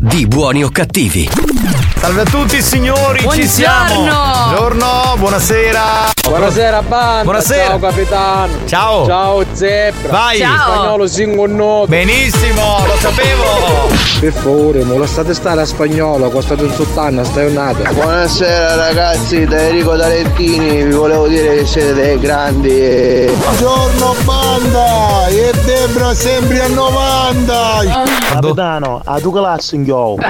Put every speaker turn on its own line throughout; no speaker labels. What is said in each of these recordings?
di buoni o cattivi.
Salve a tutti signori, ci
Buongiorno.
siamo! Buongiorno, buonasera!
Buonasera banda,
Buonasera.
ciao capitano
Ciao.
Ciao zebra
Vai. Ciao.
Spagnolo singo noto
Benissimo, lo sapevo!
Per favore, mo lasciate stare a spagnolo, costate un sottana, stai un'ata
Buonasera ragazzi, da Enrico Tarentini, vi volevo dire che siete dei grandi.
Buongiorno banda, e Debra sempre a 90.
Capitano, a tu classe in
Ciao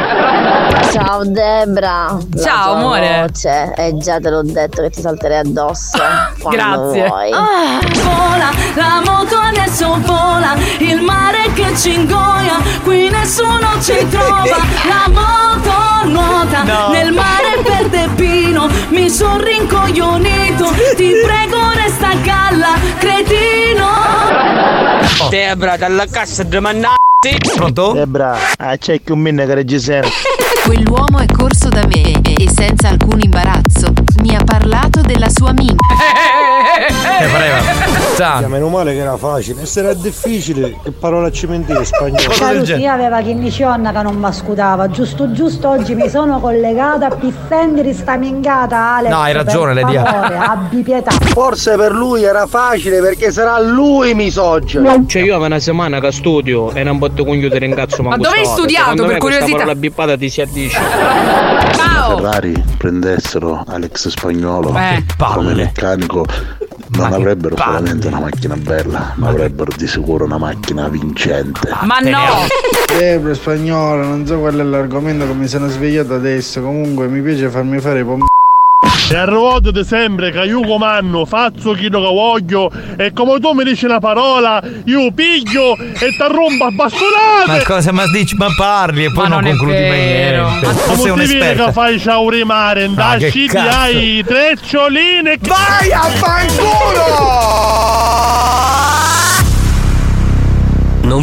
Debra. La
Ciao,
tua
amore.
Voce. E già te l'ho detto che ti salterei addosso.
Ah,
quando
Grazie.
vuoi.
Ah,
Vola, la moto adesso vola, il mare che ci ingoia, qui nessuno ci trova, la moto nuota,
No.
nel mare verde pino, mi son rincoglionito, ti prego resta a galla, cretino.
Debra, dalla cassa di manna
Pronto?
Debra, ah, c'è che un minne che regge sempre.
Quell'uomo è corso da me e, e senza alcun imbarazzo mi ha parlato della sua minchia.
Che pareva?
Meno male che era facile, sarà difficile. Che parola cimentire spagnolo?
Caro Lucia aveva 15 anni che non mi scudava, giusto giusto oggi mi sono collegata a Pissendi ristamingata Alex.
No, hai ragione,
per
Lady A.
favore, abbi pietà.
Forse per lui era facile perché sarà lui misogino.
Cioè io ho una settimana che studio e non posso chiudere in cazzo
Ma dove hai studiato, per curiosità?
La bippata ti si addice
Ferrari prendessero Alex Spagnolo
Eh.
come meccanico non avrebbero solamente una macchina bella, ma avrebbero di sicuro una macchina vincente.
Ma no!
Sempre spagnolo, non so qual è l'argomento che mi sono svegliato adesso. Comunque mi piace farmi fare i pom.
E a ruoto di sempre che io comando, faccio quello che voglio e come tu mi dici una parola, io piglio e ti rompo a
Ma
bastonate!
cosa ma dici? Ma parli e poi non, concludi mai niente. Tu sei
non ti vede
un'esperta.
che fai ciaurimare,
Ma
da
che
sciti
cazzo?
hai treccioline
Vai a
Non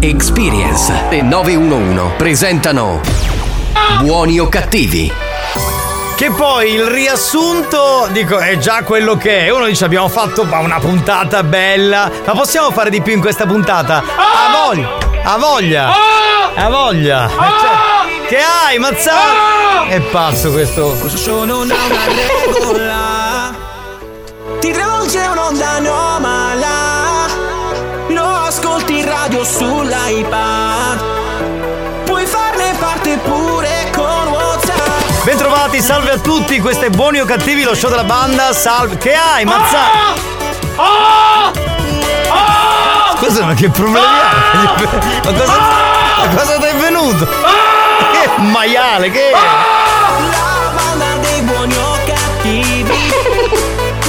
Experience e 911 presentano Buoni o cattivi?
Che poi il riassunto, dico, è già quello che è. Uno dice abbiamo fatto ma, una puntata bella, ma possiamo fare di più in questa puntata? A voglia! A voglia! A voglia! Eh, cioè, Che hai, mazzà? È pazzo questo.
Ti travolge un'onda anomala Lo ascolti in radio sull'iPad Puoi farne parte pure con WhatsApp
Bentrovati, salve a tutti, questo è Buoni o Cattivi, lo show della banda, salve. Che hai, mazzà?
Ah.
Scusa, ma che problemi hai? Ma cosa, ma cosa ti è venuto? Che maiale, che è?
Ah!
La banda dei buoni o cattivi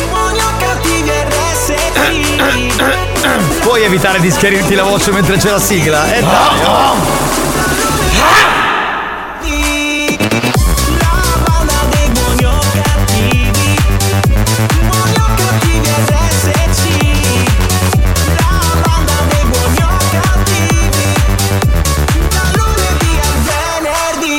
Buoni o cattivi RST
Puoi evitare di schiarirti la voce mentre c'è la sigla? Eh dai, oh.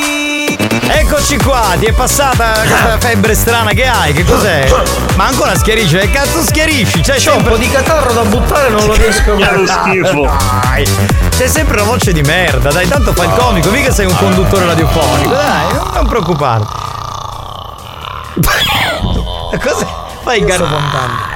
Eccoci qua, ti è passata questa febbre strana che hai, che cos'è? Ma ancora schierisci, che cazzo schierisci? C'è sempre... un po' di catarro da buttare non lo riesco a guardare. Dai. C'è sempre una voce di merda, dai, tanto fai il comico, mica sei un conduttore radiofonico, dai, non- non preoccuparti. Cos'è? Fai il gar-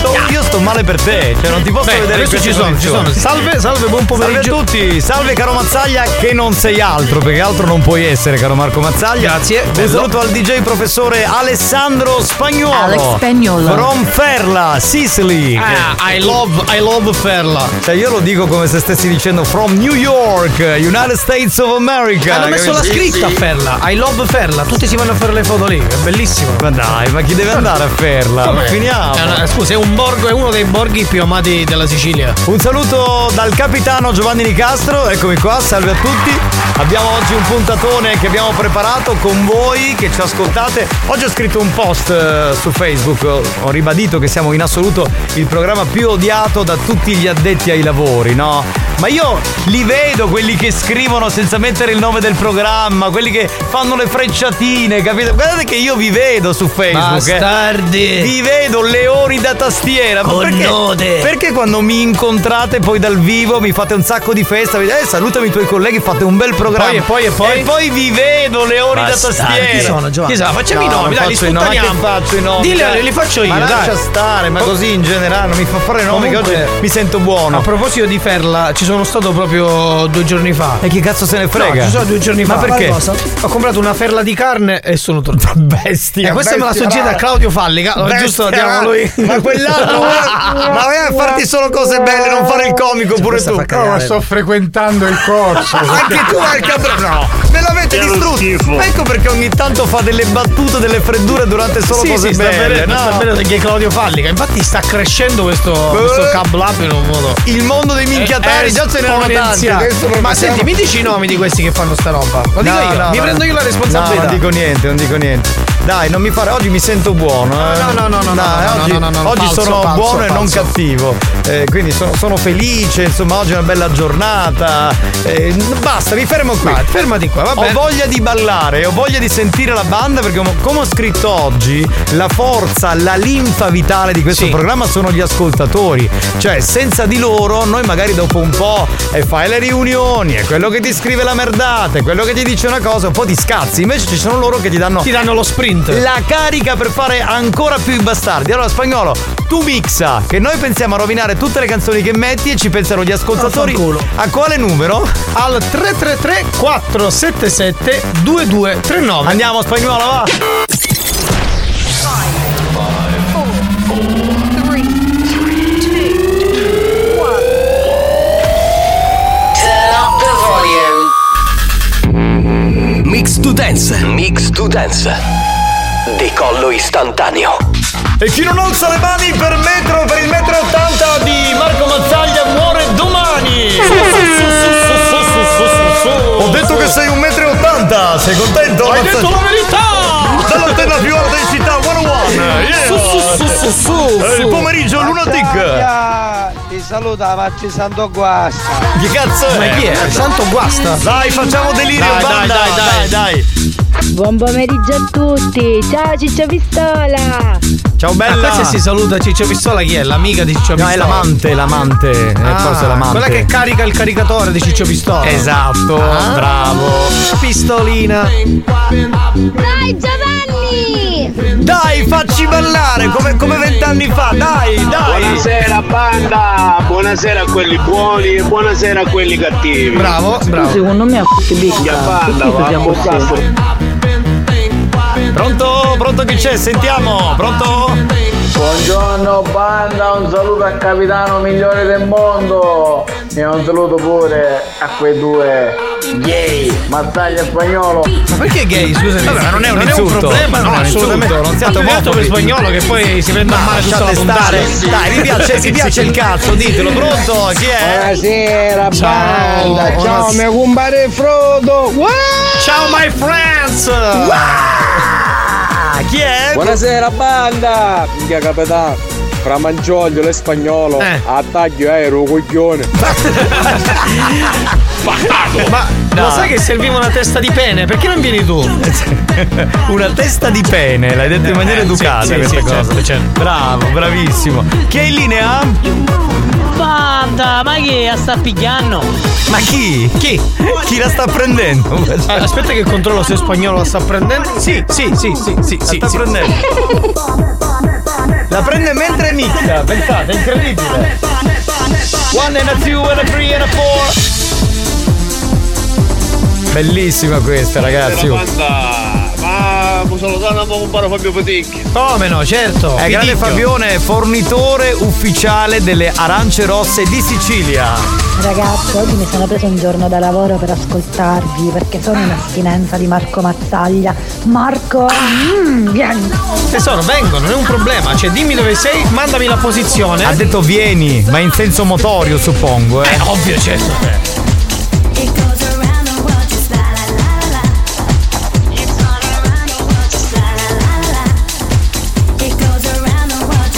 Sto- io sto male per te, cioè non ti posso
Beh,
vedere in
adesso
queste
ci sono, ci
condizioni.
sono. Salve, salve, buon pomeriggio.
Salve a tutti, salve caro Mazzaglia che non sei altro, perché altro non puoi essere caro Marco Mazzaglia. Grazie. Un saluto al DJ professore Alessandro Spagnuolo.
Alex Spagnuolo.
From Ferla, Sicily.
Ah, I love, I love Ferla.
Cioè io lo dico come se stessi dicendo from New York, United States of America.
Hanno messo la
Capito?
scritta a Ferla, I love Ferla, tutti si vanno a fare le foto lì, è bellissimo.
Ma dai, ma chi deve andare a Ferla?
Come?
Finiamo.
È una- scusa, è un borgo, è uno dei borghi più amati della Sicilia.
Un saluto dal capitano Giovanni Nicastro, eccomi qua, salve a tutti. Abbiamo oggi un puntatone che abbiamo preparato con voi che ci ascoltate. Oggi ho scritto un post eh, su Facebook, ho ho ribadito che siamo in assoluto il programma più odiato da tutti gli addetti ai lavori, no? Ma io li vedo quelli che scrivono senza mettere il nome del programma, quelli che fanno le frecciatine, capito? Guardate che io vi vedo su Facebook. eh.
Bastardi.
Vi vedo leoni da tastiera. Ma perché?
Connote.
Perché quando mi incontrate poi dal vivo mi fate un sacco di festa? mi dite, Eh, salutami i tuoi colleghi, fate un bel programma.
E poi, e poi, e poi.
E poi vi vedo leoni da
Bastardi.
tastiera.
Chi sono, Giovanni? Chi sono? Facciamo i nomi, dai, li sputtaniamo.
Ma che faccio i nomi?
Dilli,
Dai.
li faccio
Ma
io, dai.
lascia stare, ma
Com-
così in generale non mi fa fare nomi che
Comunque-
oggi mi sento buono.
A proposito di Ferla, ci sono stato proprio due giorni fa.
E che cazzo se ne frega?
No, ci sono due giorni
Ma
fa.
perché?
Qualcosa? Ho comprato una ferla di carne e sono tornato.
Bestia.
E Eh, questa me la
bestia
soggetta a
rara.
Claudio Fallica. Oh,
Bestia
giusto, diamo
rara.
lui.
Ma quell'altro vuole- ma vuole farti solo cose belle, non fare il comico pure tu.
No, sto frequentando il corso.
Anche tu, anche Andrea. No, me l'avete
Era
distrutto.
schifo.
Ma Ecco perché ogni tanto fa delle battute, delle freddure durante solo
sì,
cose
sì, sta
belle.
bene,
no?
sta bene perché è Claudio Fallica. Infatti sta crescendo questo, questo cable up in un modo.
Il mondo dei minchiatori, già ce n'erano tanti,
esponenziale.
adesso non
Ma
facciamo-
senti, mi dici i nomi di questi che fanno sta roba? Lo dico
No,
io,
no,
mi
no.
prendo io la responsabilità.
No, non dico niente, non dico niente. Dai, non mi fare. Oggi mi sento buono. eh.
no, no, no, no, no,
Dai,
no, no,
oggi,
no, no, no,
oggi
falso,
sono
falso,
buono e non
falso.
cattivo. Eh, quindi sono, sono felice, insomma, oggi è una bella giornata. Eh, basta, mi fermo qui.
Vai, fermati qua, va bene.
Ho voglia di ballare, ho voglia di sentire la banda perché mo- come ho scritto oggi, la forza, la linfa vitale di questo
Sì.
programma sono gli ascoltatori. Cioè, senza di loro noi magari dopo un po' eh, fai le riunioni, è quello che ti scrive la merdata, è quello che ti dice una cosa, un po' ti scazzi. Invece ci sono loro che ti danno
Ti danno lo sprint.
la carica per fare ancora più i bastardi. Allora, spagnolo, tu mixa, che noi pensiamo a rovinare tutte le canzoni che metti e ci pensano gli ascoltatori. A quale numero?
Al 333 477 2239.
Andiamo spagnolo, va!
Mix to dance. Mix to dance. Decollo istantaneo.
E chi non alza le mani per metro, per il metro 80 di Marco Mazzaglia muore domani! Ho detto che sei un metro e 80, sei contento?
Hai
Mazzaglia?
detto la
verità! Dall'antenna più alta di città, 101! Yeah.
Su, su, su, su, su,
Eh,
su.
Il pomeriggio, lunatic!
Ti saluta Vacci Santo Guasta.
Che cazzo è?
Ma chi è?
Santo guasta! Dai, facciamo delirio,
Dai, dai,
banda!
dai, dai.
dai.
Buon pomeriggio a tutti, ciao Ciccio Pistola!
Ciao bella!
Ma Ah, questa si saluta Ciccio Pistola chi è? L'amica di Ciccio
No,
Pistola? Ah,
è l'amante, l'amante, è Eh,
Ah.
forse l'amante.
Quella che Ah. carica il caricatore di Ciccio Pistola.
Esatto, bravo.
Pistolina.
Dai Giovanni!
Dai, facci ballare come come vent'anni fa, dai, dai!
Buonasera banda, buonasera a quelli buoni e buonasera a quelli cattivi.
Bravo, bravo.
Secondo me a che bicca. banda, va a bozzare.
Pronto? Pronto che c'è? Sentiamo! Pronto?
Buongiorno banda, un saluto al capitano migliore del mondo e un saluto pure a quei due gay, Mazzaglia spagnolo.
Ma perché gay? Scusami.
Vabbè, ma non è un insulto.
problema,
Ma
no,
non è un
assolutamente.
insulto, non siate
Tanto tanto per
omofobi. Ah,
spagnolo che poi si prende a male tutta la
lasciate
puntata.
stare. Dai, mi piace, mi piace il cazzo, ditelo, pronto? Chi è?
Buonasera banda, ciao mio compare Frodo.
Ciao my friends!
Chi è?
Buonasera banda! Minchia capitano, fra mangioglio e spagnolo,
Eh.
a taglio aereo coglione.
Ma
No.
lo sai che serviva una testa di pene? Perché non vieni tu?
Una testa di pene, l'hai detto in maniera
Eh, sì,
educata
sì,
questa
sì,
cosa.
certo, certo.
Bravo, bravissimo. Chi è in linea?
Banda, ma che la sta pigliando?
Ma chi? Chi? Chi la sta prendendo?
Eh, Aspetta che controllo se spagnolo la sta prendendo. Sì, sì, sì, sì, sì,
La
sì,
sta
sì.
prendendo. La prende mentre micchia. Pensate, è incredibile. One and a two and a three and a four. Bellissima questa, ragazzi.
Buonasera, banda. Ma mi sono dato un po' Fabio Faticchi.
Come no, certo. È grande
Piticchio.
Fabione, fornitore ufficiale delle arance rosse di Sicilia.
Ragazzi, oggi mi sono preso un giorno da lavoro per ascoltarvi perché sono in astinenza di Marco Mazzaglia. Marco, mm, vieni.
Tesoro, vengo, non è un problema. Cioè, dimmi dove sei, mandami la posizione.
Ha detto vieni, ma in senso motorio suppongo, eh.
Eh, ovvio, certo.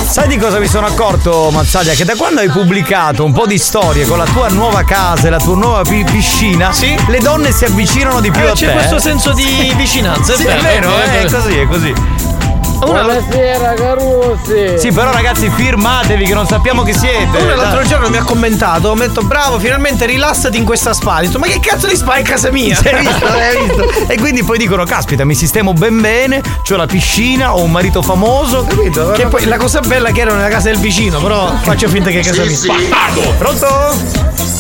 Sai di cosa mi sono accorto, Mazzaglia? Che da quando hai pubblicato un po' di storie con la tua nuova casa e la tua nuova pi- piscina, le donne si avvicinano di più
Eh,
a
c'è
te.
questo senso di vicinanza, è
Sì,
vero,
vero,
è
eh, è
vero.
così, è così.
Buonasera Carusi.
Sì, però ragazzi, firmatevi che non sappiamo chi siete.
Uno l'altro giorno mi ha commentato, mi ha detto bravo, finalmente rilassati in questa spa. Ho detto, ma che cazzo di spa è casa mia?
Sì, Hai visto, Eh, hai visto? E quindi poi dicono: Caspita, mi sistemo ben bene, c'ho la piscina, ho un marito famoso. Capito?
Che poi la cosa bella è che erano nella casa del vicino, però faccio finta che è casa
Sì,
mia.
sì.
Bastardo!
Pronto?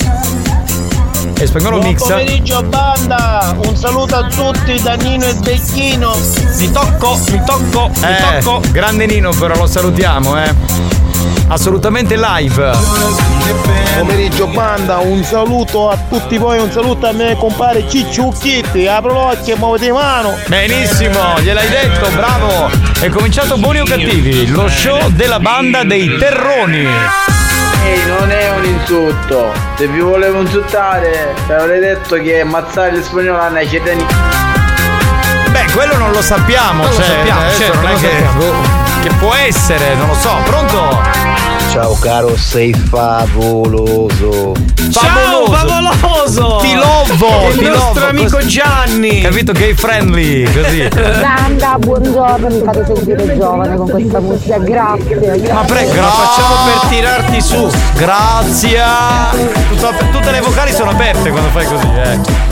E spagnolo
Buon
mixa.
pomeriggio banda, un saluto a tutti da Nino e Becchino. Mi tocco, mi tocco, mi
Eh,
tocco.
grande Nino, però lo salutiamo, eh. Assolutamente live.
Pomeriggio banda, un saluto a tutti voi, un saluto a me compare Cicciucchitti, apro l'occhio e muovete mano.
Benissimo, gliel'hai detto, bravo. È cominciato Buoni o Cattivi, lo show della banda dei Terroni.
Ehi, non è un insulto. Se vi volevo insultare, vi avrei detto che Mazzaglia e spagnolo hanno i cittadini.
Beh, quello non lo sappiamo,
Non lo
cioè,
sappiamo,
adesso
certo,
non è
lo
che, boh,
sappiamo.
che può essere, non lo so. Pronto?
Ciao caro, sei favoloso.
Ciao,
favoloso!
Ti lovo,
Il
ti lovo.
nostro amico
Gianni. Capito gay friendly, così.
Sanda, buongiorno, mi fate sentire giovane con questa musica, grazie.
Ma prego, la facciamo per tirarti su.
Grazie. Tutta- tutte le vocali sono aperte quando fai così, eh.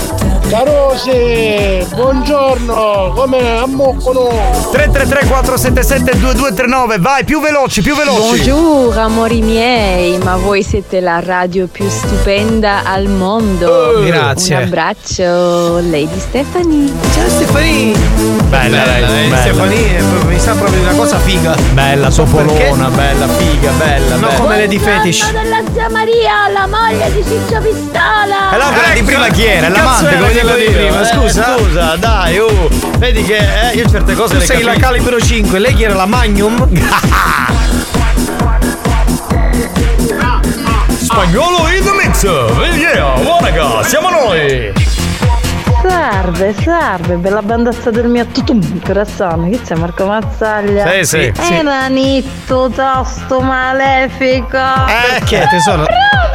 Carose, buongiorno, come ammoccolo?
333 477 2239, vai più veloci, più veloci.
Buongiorno amori miei, ma voi siete la radio più stupenda al mondo.
Eh, grazie.
Un abbraccio, Lady Stephanie. Ciao Stephanie.
Bella,
bella,
lei,
eh,
bella.
Stefania è proprio- mi sa proprio una cosa figa.
Bella, sopolona,
Perché?
bella, figa, bella.
No,
bella.
come Lady Fetish.
della zia Maria, la moglie di Ciccio Pistola!
E là quella di prima chi era?
Ecco. Che cazzo
L'amante,
era
come
quella
dico
di
io.
prima?
Eh,
Scusa.
scusa, dai, oh. Vedi che eh, io certe cose
Tu
le
sei la
capisco.
calibro 5, lei chi era la Magnum?
Spagnolo in the mix. Yeah, buona raga, siamo noi.
Salve, salve, bella bandassa del mio tutto un corazzone, che c'è Marco Mazzaglia?
Sì, sì,
Eh,
sì.
nanitto, tosto, malefico.
Eh, che tesoro?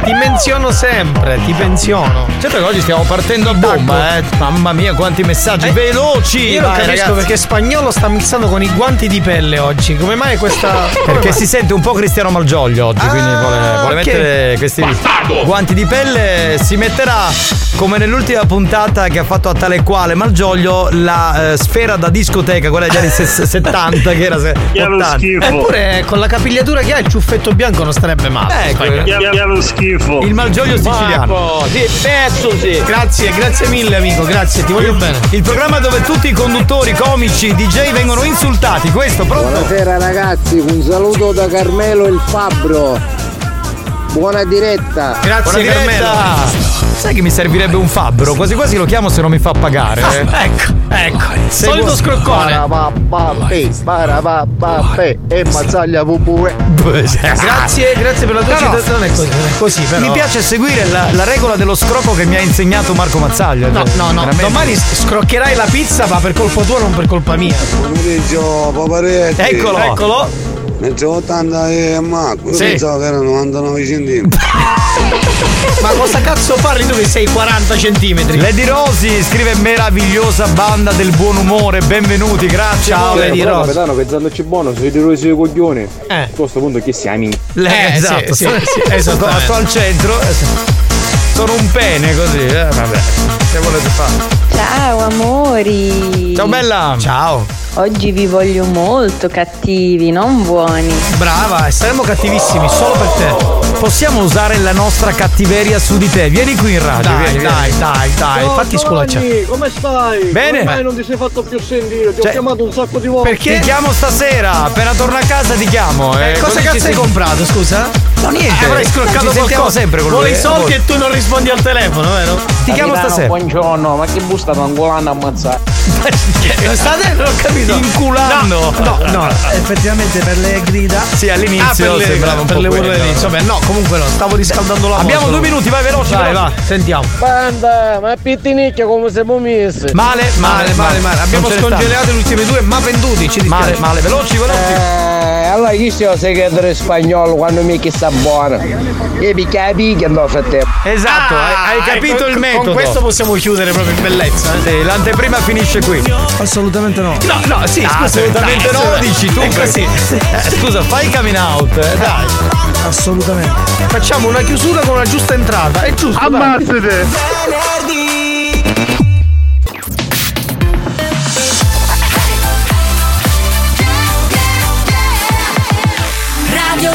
Ti menziono sempre, ti pensiono.
Certo che oggi stiamo partendo a bomba, eh. Mamma mia, quanti messaggi veloci.
Io non
vai,
capisco
ragazzi.
perché spagnolo sta mixando con i guanti di pelle oggi. Come mai questa.
Perché si sente un po' Cristiano Malgioglio oggi, quindi vuole,
ok.
vuole mettere questi guanti di pelle. Si metterà, come nell'ultima puntata che ha fatto a tale e quale Malgioglio, la eh, sfera da discoteca, quella degli anni ses- 70, che era se- 80.
Eppure eh, con la capigliatura che ha il ciuffetto bianco non starebbe
Eh,
male.
Ecco,
Spagnolo.
che- che
schifo.
Il Malgioglio siciliano.
Marco, sì, pezzo, sì. Grazie, grazie mille amico, grazie, ti voglio bene.
Il programma dove tutti i conduttori, comici, DJ vengono insultati, questo pronto?
Buonasera ragazzi, un saluto da Carmelo il Fabbro. Buona diretta.
Buona diretta. Sai che mi servirebbe un fabbro? Quasi quasi lo chiamo se non mi fa pagare. eh.
Ah, ecco, ecco. Solito scroccone.
Barabababè, barabababè, e mazzaglia pure.
Eh,
Grazie, grazie per la tua
No, no.
citazione. è Così, è così però.
Mi piace seguire la, la regola dello scrocco che mi ha insegnato Marco Mazzaglia. cioè,
No, no, no.
Veramente.
Domani s- scroccherai la pizza, ma per colpa tua, non per colpa mia.
Pomeriggio, paparetti.
Eccolo. Eccolo.
Mezzo 80 e Marco.
Sì.
Pensavo che erano 99 centimi.
Ma cosa cazzo parli tu che sei 40 centimetri?
Lady Rosy scrive meravigliosa banda del buon umore, benvenuti, grazie.
Però, capitano, pesandoci buono, se siete rossi i coglioni.
Eh.
Eh, Esatto,
A questo punto chi siamo?
Lei, esatto, sto, sto al centro. eh, sono un pene così, eh, vabbè. Che volete fare?
Ciao amori!
Ciao bella! Ciao!
Oggi vi voglio molto cattivi, non buoni.
Brava, e Ah, saremo cattivissimi solo per te. Possiamo usare la nostra cattiveria su di te? Vieni qui in radio,
Dai,
vieni,
dai,
vieni.
dai, dai,
Oh,
fatti cioè. sculacciare.
Tony,
Come stai?
Bene.
Ormai non ti sei fatto più sentire, ti
Cioè,
ho chiamato un sacco di volte.
Ti chiamo stasera, appena torno a casa ti chiamo.
Eh, cosa cazzo hai comprato,
scusa? No, niente.
Eh, avrai scroccato
Ci sentiamo
qualcosa.
sempre con lui.
Vuole i
eh,
soldi
voi.
e tu non rispondi al telefono, vero?
Ti chiamo
Capitano,
stasera.
Buongiorno, ma che busta mangolana ammazzare?
State, non Eh, ho capito.
Inculando.
No, no, no,
eh,
effettivamente per le grida.
Sì, all'inizio
Ah, per le,
sembrava un
per
po'
le urla
quello.
all'inizio. Vabbè, no, comunque no, stavo riscaldando la
Abbiamo
voce.
due minuti, vai veloce,
Vai,
veloce.
va, sentiamo.
Banda, ma pittinicchia come siamo messi?
Male, male, male, male. Abbiamo scongelato le ultime due, ma venduti. Ci dispiace. Male, male, veloci, veloci.
Eh, allora chi se lo sai chiedere in spagnolo quando mi che sta buono? E picchia la picchia andò a frattempo.
Esatto,
Ah,
hai, hai capito
ecco,
il
con-
metodo.
Con questo possiamo chiudere proprio in bellezza. eh.
Sì, l'anteprima finisce qui. Ah,
Assolutamente no. No, no, sì, scusa,
assolutamente
dai,
no, lo
sì,
dici tu.
È così.
Eh, scusa, fai coming out, eh, dai.
Assolutamente. Facciamo una chiusura con una giusta entrata. È giusto. dai.
Radio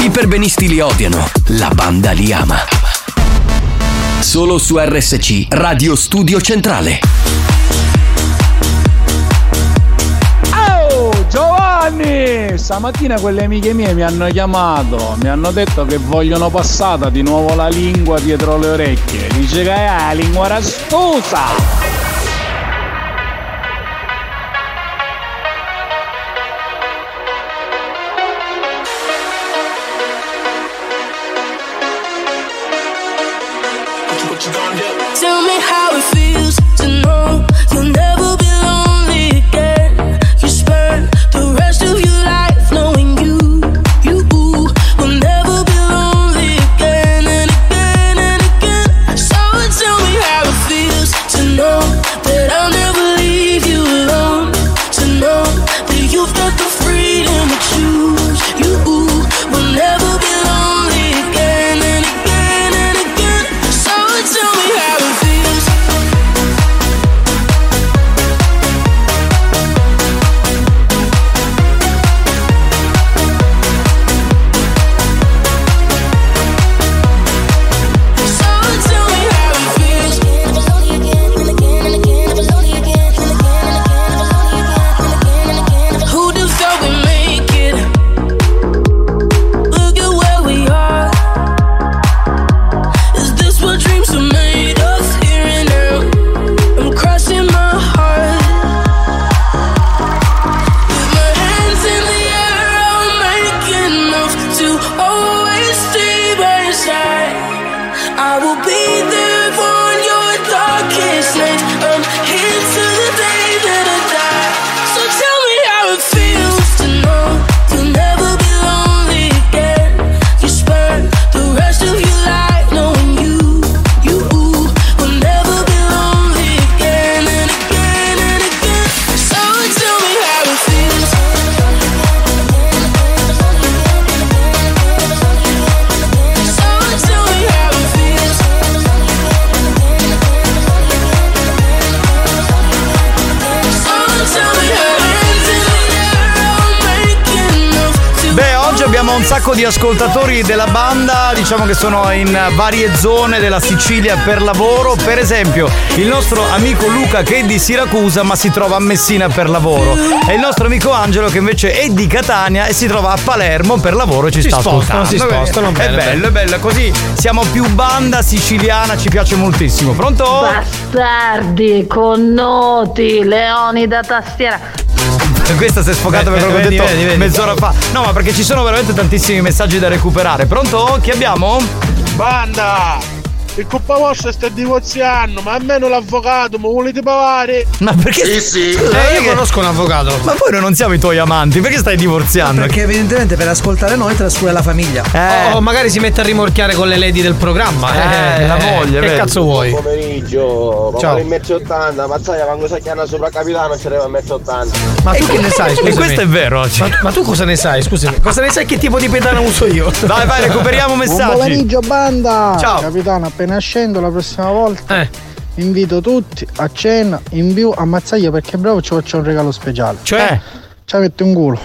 I perbenisti li odiano, la banda li ama. Solo su RSC, Radio Studio Centrale.
Oh, Giovanni! Stamattina quelle amiche mie mi hanno chiamato, mi hanno detto che vogliono passata di nuovo la lingua dietro le orecchie. Dice che è la lingua rastosa!
Tell me how it feels to know you'll never be lonely again. You spend the rest of your life knowing you, you will never be lonely again and again and again. So tell me how it feels to know that I'll never leave you alone. To know that you've got the freedom to choose, you will never be lonely again and again and again. So tell me how it feels. So tell me how it feels. Who'd have thought we'd make it? Look at where we are. Is this what dreams are made of? Here and now, I'm crossing my heart. With my hands in the air, I'll make enough to always stay by your side. I will be there for your darkest night. I'm here till the day that I die. So tell me how it feels to know you'll never be lonely again. You spend the rest of your life knowing you, you will never be lonely again and again and again. So tell me how it feels. So tell me how it feels. So tell me how it
Beh, oggi abbiamo un sacco di ascoltatori della banda, diciamo che sono in varie zone della Sicilia per lavoro. Per esempio, il nostro amico Luca che è di Siracusa ma si trova a Messina per lavoro. E il nostro amico Angelo che invece è di Catania e si trova a Palermo per lavoro e ci
Si
sta
spostano,
ascoltando.
si
Vabbè,
spostano,
È
bene,
bello,
bene.
è bello. Così siamo più banda siciliana, ci piace moltissimo. Pronto?
Bastardi, connoti, leoni da tastiera.
Questa si è sfogata per
Vedi,
quello che ho
vedi,
detto
vedi, vedi.
mezz'ora fa. No, ma perché ci sono veramente tantissimi messaggi da recuperare. Pronto? Chi abbiamo?
Banda!
il colpa vostra sta divorziando, ma almeno l'avvocato, mi volete pagare?
Ma perché? Sì, sì.
cioè,
Eh, io conosco un avvocato. Ma poi noi non siamo i tuoi amanti, perché stai divorziando?
Perché evidentemente per ascoltare noi trascura la famiglia.
Oh,
O magari si mette a rimorchiare con le lady del programma.
Eh, la moglie,
Che
vedi.
cazzo
Buon
vuoi?
pomeriggio,
Ciao.
ma in mezzo 80, mazzaglia, quando sai che hanno sopra capitano ci arriva in mezzo 80.
Ma
Eh,
tu che ne sai? Scusami.
E questo è vero.
Ma, ma tu cosa ne sai? Scusami. Cosa ne sai che tipo di pedana uso io?
Vai, vai, recuperiamo
Buon pomeriggio banda!
Ciao. Eh.
Capitano, appena scendo la prossima volta invito tutti a cena in più a Mazzaglia perché bravo ci faccio un regalo speciale. Eh,
Cioè?
Ci metto in culo.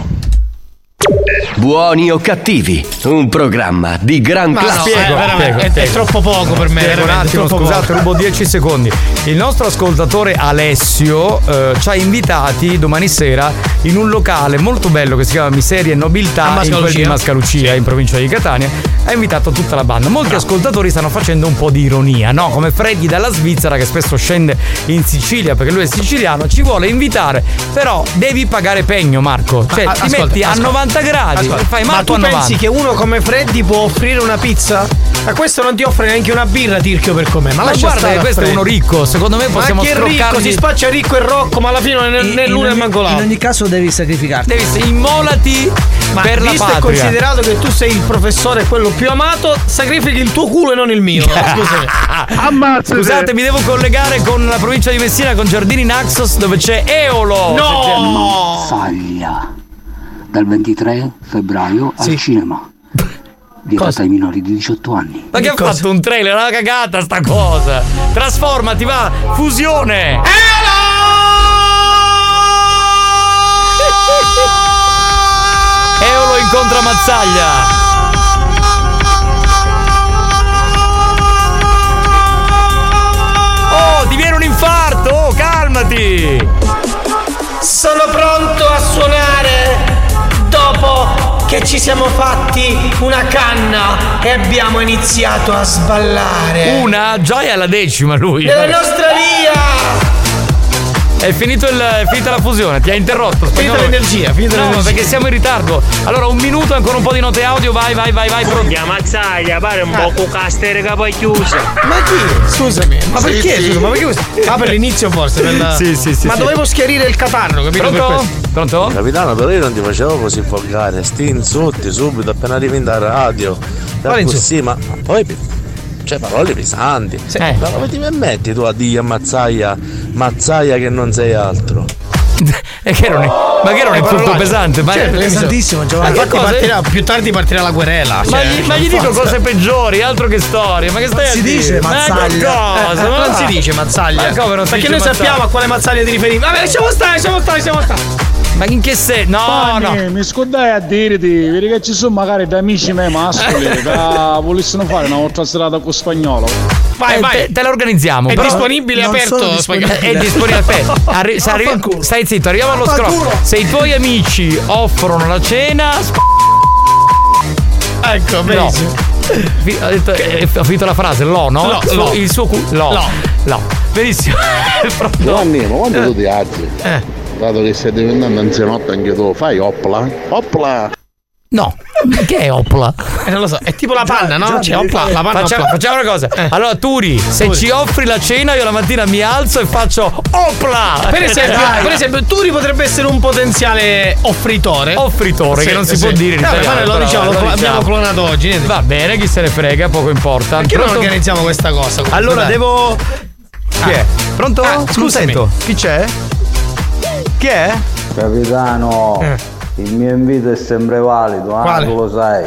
Buoni o cattivi, un programma di gran
Ma
eh,
eh,
classe.
spiego, spiego, spiego. Spiego un attimo, scusate, rubo 10 secondi. Il nostro ascoltatore Alessio eh, ci ha invitati domani sera in un locale molto bello che si chiama Miseria e Nobiltà
A
in quel di
Mascalucia.
Mascalucia, in provincia di Catania. Ha invitato tutta la banda. Molti ascoltatori stanno facendo un po' di ironia, no? Come Freddy dalla Svizzera che spesso scende in Sicilia perché lui è siciliano, ci vuole invitare, però devi pagare pegno, Marco. Cioè,
Ah,
ti
ascolta,
metti a
ascolta.
90 gradi,
Ascolta,
fai
ma
Marco
tu
a 90.
pensi che uno come Freddy può offrire una pizza? Ma questo non ti offre neanche una birra, Tirchio, per com'è. Ma,
Ma
lascia
guarda,
stare a
questo è
Freddy.
uno ricco, secondo me possiamo
Ma che ricco,
scroccargli-
si spaccia ricco e rocco, ma alla fine non è
In-
né
in
l'uno né
ogni-
manco
In
l'altro.
ogni caso devi sacrificarti.
Devi immolati
Ma
per la
visto e
patria.
considerato che tu sei il professore, quello più amato, sacrifichi il tuo culo e non il mio. Scusami. Ammazzate.
Scusate, mi devo collegare con la provincia di Messina, con Giardini Naxos, dove c'è Eolo.
No!
Mazzaglia dal 23 febbraio al cinema vietata ai minori di 18 anni
Ma che ha fatto un trailer? È Una cagata sta cosa! Trasformati, va! Fusione! Eolo incontra Mazzaglia! Oh, ti viene un infarto! Oh, calmati!
Sono pronto a suonare dopo che ci siamo fatti una canna e abbiamo iniziato a sballare.
Una, già è alla decima lui!
Nella nostra via!
È, finito il- è finita la fusione, ti ha interrotto.
Finita
Spagnolo.
l'energia, finita
no,
l'energia.
perché siamo in ritardo. Allora, un minuto, ancora un po' di note audio, vai, vai, vai, vai. Pronti.
Mazzaglia, pare un po' con castere che poi chiusa.
Ma chi? Scusami, ma
Sì,
perché?
sì.
Scusa, ma perché questo? Ah, per l'inizio forse. Per la-
Sì, sì, sì,
Ma
sì.
dovevo schiarire il catarro, capito? Per
Pronto?
questo.
Pronto?
Capitano, però io non ti facevo così volgare. Sti insulti subito appena arrivi in radio.
Quale
Ecco, Sì, ma poi. Cioè, parole pesanti.
Eh.
Ma come ti permetti tu a dire a Mazzaia, Mazzaia che non sei altro?
E che non è, ma che non è tutto pesante? Ma
Cioè,
pesantissimo,
Giovanni.
Ma che
Infatti
cosa-
partirà- più tardi partirà la querela.
Ma
cioè,
gli, ma
per
gli dico
forza.
cose peggiori, altro che storie. Ma che stai
Non
a
si
dire?
dice
Ma che
mazzaglia.
cosa?
Eh,
Ma
non si dice mazzaglia.
Ma come non si
Perché
dice
noi sappiamo
mazzaglia?
a quale mazzaglia ti riferivi. Vabbè, lasciamo stare, lasciamo stare, lasciamo stare.
Ma in che se? No, no.
Mi scordai a dirti, vedi che ci sono magari da amici miei mascoli che volessero fare una volta serata con spagnolo.
Eh, Te, te la organizziamo.
È
però-
disponibile, Non aperto, sono disponibile.
È disponibile
Ah,
aperto. Arri- se arrivi- stai zitto, arriviamo allo scrollo.
Vaffanculo.
Se i tuoi amici offrono la cena. sp-
Ecco,
No.
benissimo.
Fi- ho, detto- eh, ho finito la frase, lo, no?
Lo,
Su-
lo.
Il suo culo. Lo.
Lo.
Lo. Benissimo. Pronto?
Giovanni, ma
Eh.
quando tu ti alzi, dato che stai diventando anzianotto anche tu, fai oppla? Oppla!
No, che è opla?
Eh, non lo so, è tipo la panna, no? Cioè, opla, la panna.
Facciamo,
opla.
facciamo una cosa. Allora, Turi, se
Turi.
ci offri la cena, io la mattina mi alzo e faccio opla!
Per esempio,
Dai.
per esempio, Turi potrebbe essere un potenziale offritore.
Offritore,
Sì,
che non si
sì.
può dire in
Eh, vabbè,
italiano,
lo
però,
diciamo, lo
lo
abbiamo
diciamo.
clonato oggi. niente.
Va bene, chi se ne frega, poco importa.
Perché non
Pronto?
organizziamo questa cosa? comunque,
Allora,
dai?
devo. Chi è? Pronto?
Ah,
Scusa,
scusami.
Chi c'è? Chi è?
capitano il mio invito è sempre valido ah,
Eh. Quale?
tu lo sai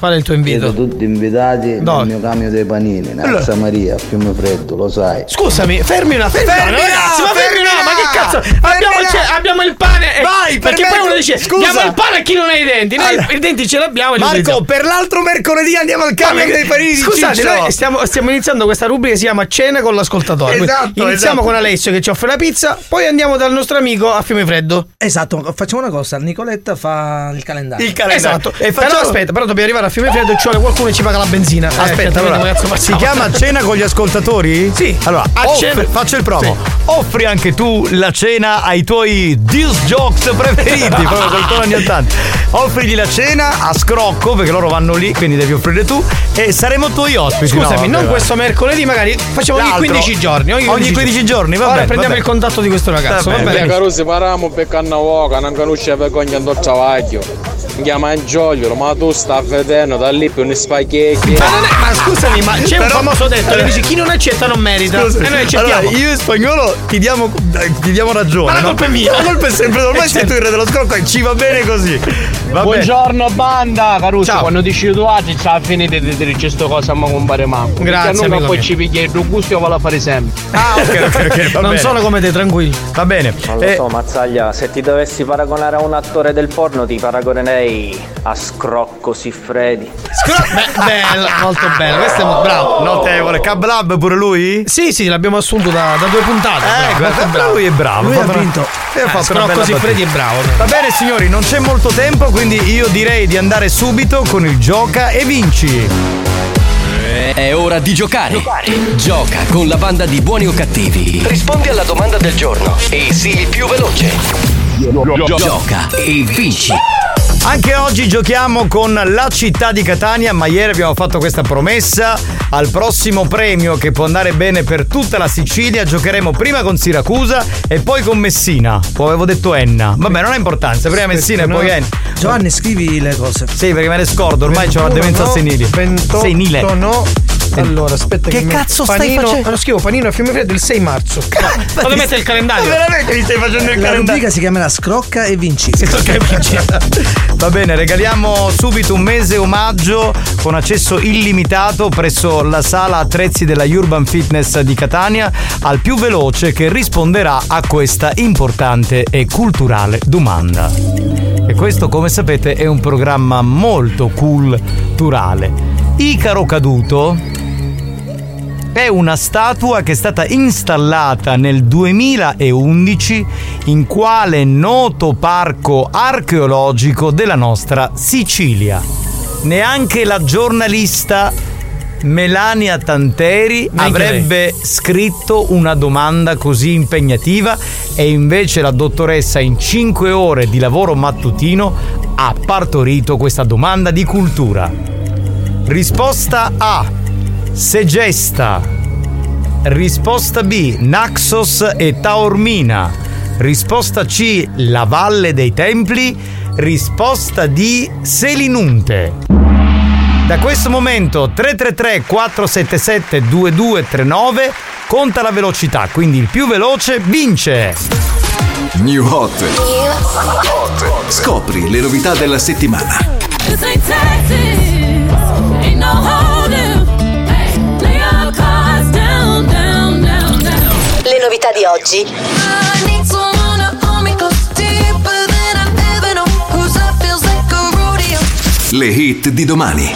qual è il tuo invito?
siete tutti invitati
Dove?
nel mio camion dei panini in
Allora.
Arsa Maria a Fiume Freddo lo sai
Scusami, fermi una, fermi,
Fermi
una,
là,
ragazzi, ma fermi
fermi
una,
là,
ma che cazzo? Abbiamo,
là.
cioè, abbiamo il pane, eh,
Vai,
perché
perfetto.
poi uno dice,
Scusa.
diamo il pane a chi non ha i denti, noi
Allora.
i denti ce l'abbiamo. e li
Marco,
utilizziamo.
per l'altro mercoledì andiamo al camion
Vabbè,
dei panini di
Scusate,
Ciccio.
noi stiamo, stiamo iniziando questa rubrica che si chiama Cena con l'ascoltatore. Quindi
Esatto,
Iniziamo
esatto.
con Alessio che ci offre la pizza, poi andiamo dal nostro amico a Fiume Freddo.
Esatto, facciamo una cosa, Nicoletta fa il calendario.
Esatto. Però aspetta, però dobbiamo arrivare a Fiume Freddo, ci vuole qualcuno che ci paga la benzina.
Eh, certo,
Aspetta, allora, si chiama cena con gli ascoltatori? Sì. Allora,
A
offri-
cena-
faccio il promo. Offri anche tu la cena ai tuoi disc jokes preferiti, proprio cantone anni 80. Offrigli la cena a scrocco, perché loro vanno lì, quindi devi offrire tu, e saremo tuoi ospiti.
Scusami,
No,
non
vabbè.
questo mercoledì, magari facciamo ogni
L'altro.
15 giorni.
Ogni 15 giorni, va
Ora
bene,
prendiamo
va
il contatto di questo ragazzo, va bene.
Caro, separiamo per cannavoca, non conosce vergogna andò travaglio. Mi chiama Angiogliolo, ma tu sta vedendo da lì per uno spaghetti.
Ma non è- ma Ah, scusami, ma c'è un
Però-
famoso detto che dice chi non accetta non merita.
Scusa,
e noi accettiamo.
allora, io e spagnolo ti diamo, dai, ti diamo ragione.
Ma la
no?
colpa è mia.
La colpa è sempre. Ormai
Eh,
sei tu il re dello scrocco e ci va bene così. Va
Buongiorno banda, Caruso, quando ah, ti ci tuati c'ha finito di dire questa cosa a me compare Marco.
Grazie,
Perché a noi
amico
poi
mio.
ci piglia il gusto vado a fare sempre.
Ah, ok, ok, ok, va
non
bene.
sono come te, tranquilli.
Va bene. Eh,
Non lo so, Mazzaglia, se ti dovessi paragonare a un attore del porno, ti paragonerei a Scrocco Siffredi.
Bello, molto bello, questo è mo- bravo.
Notevole, Cablab pure lui?
Sì, sì, l'abbiamo assunto da, da due puntate.
Ecco,
bravo, molto bravo.
lui è bravo.
Lui
fa
ha
una-
vinto.
e ha
Eh,
fatto
Scrocco
una bella
Siffredi
battuta.
è bravo.
Va bene signori, non c'è molto tempo, quindi io direi di andare subito con il gioca e vinci.
È ora di giocare. Gioca con la banda di buoni o cattivi. Rispondi alla domanda del giorno e sii il più veloce. Gioca e vinci.
Anche oggi giochiamo con la città di Catania, ma ieri abbiamo fatto questa promessa. Al prossimo premio che può andare bene per tutta la Sicilia giocheremo prima con Siracusa e poi con Messina. Poi avevo detto Enna. Vabbè, non ha importanza, prima Messina e poi Enna.
Giovanni, scrivi le cose.
Sì, perché me ne scordo, ormai c'ho la
21
demenza
no,
senile.
28
senile.
no. Allora, aspetta
Che
che mi-
cazzo stai
Panino-
facendo?
Lo scrivo panino a fiume Freddo del 6 marzo.
Dove mette il calendario?
Ma veramente mi stai facendo il
la
calendario?
rubrica si chiamerà Scrocca e Vinci.
Va bene, regaliamo subito un mese omaggio con accesso illimitato presso la sala attrezzi della Urban Fitness di Catania al più veloce che risponderà a questa importante e culturale domanda. E questo, come sapete, è un programma molto culturale. Icaro caduto è una statua che è stata installata nel 2011 in quale noto parco archeologico della nostra Sicilia. Neanche la giornalista Melania Tanteri
Neanche lei.
avrebbe scritto una domanda così impegnativa e invece la dottoressa in 5 ore di lavoro mattutino ha partorito questa domanda di cultura. Risposta A. Segesta. Risposta B. Naxos e Taormina. Risposta C. La Valle dei Templi. Risposta D. Selinunte. Da questo momento 333 477 2239 conta la velocità, quindi il più veloce vince.
New Hot. Scopri le novità della settimana.
This ain't Texas, ain't no holding. Hey, lay your cards down, down, down, down.
Le novità di oggi.
I need someone to hold me close, deeper than I've ever known. 'Cause I feels like a rodeo.
Le hit di domani.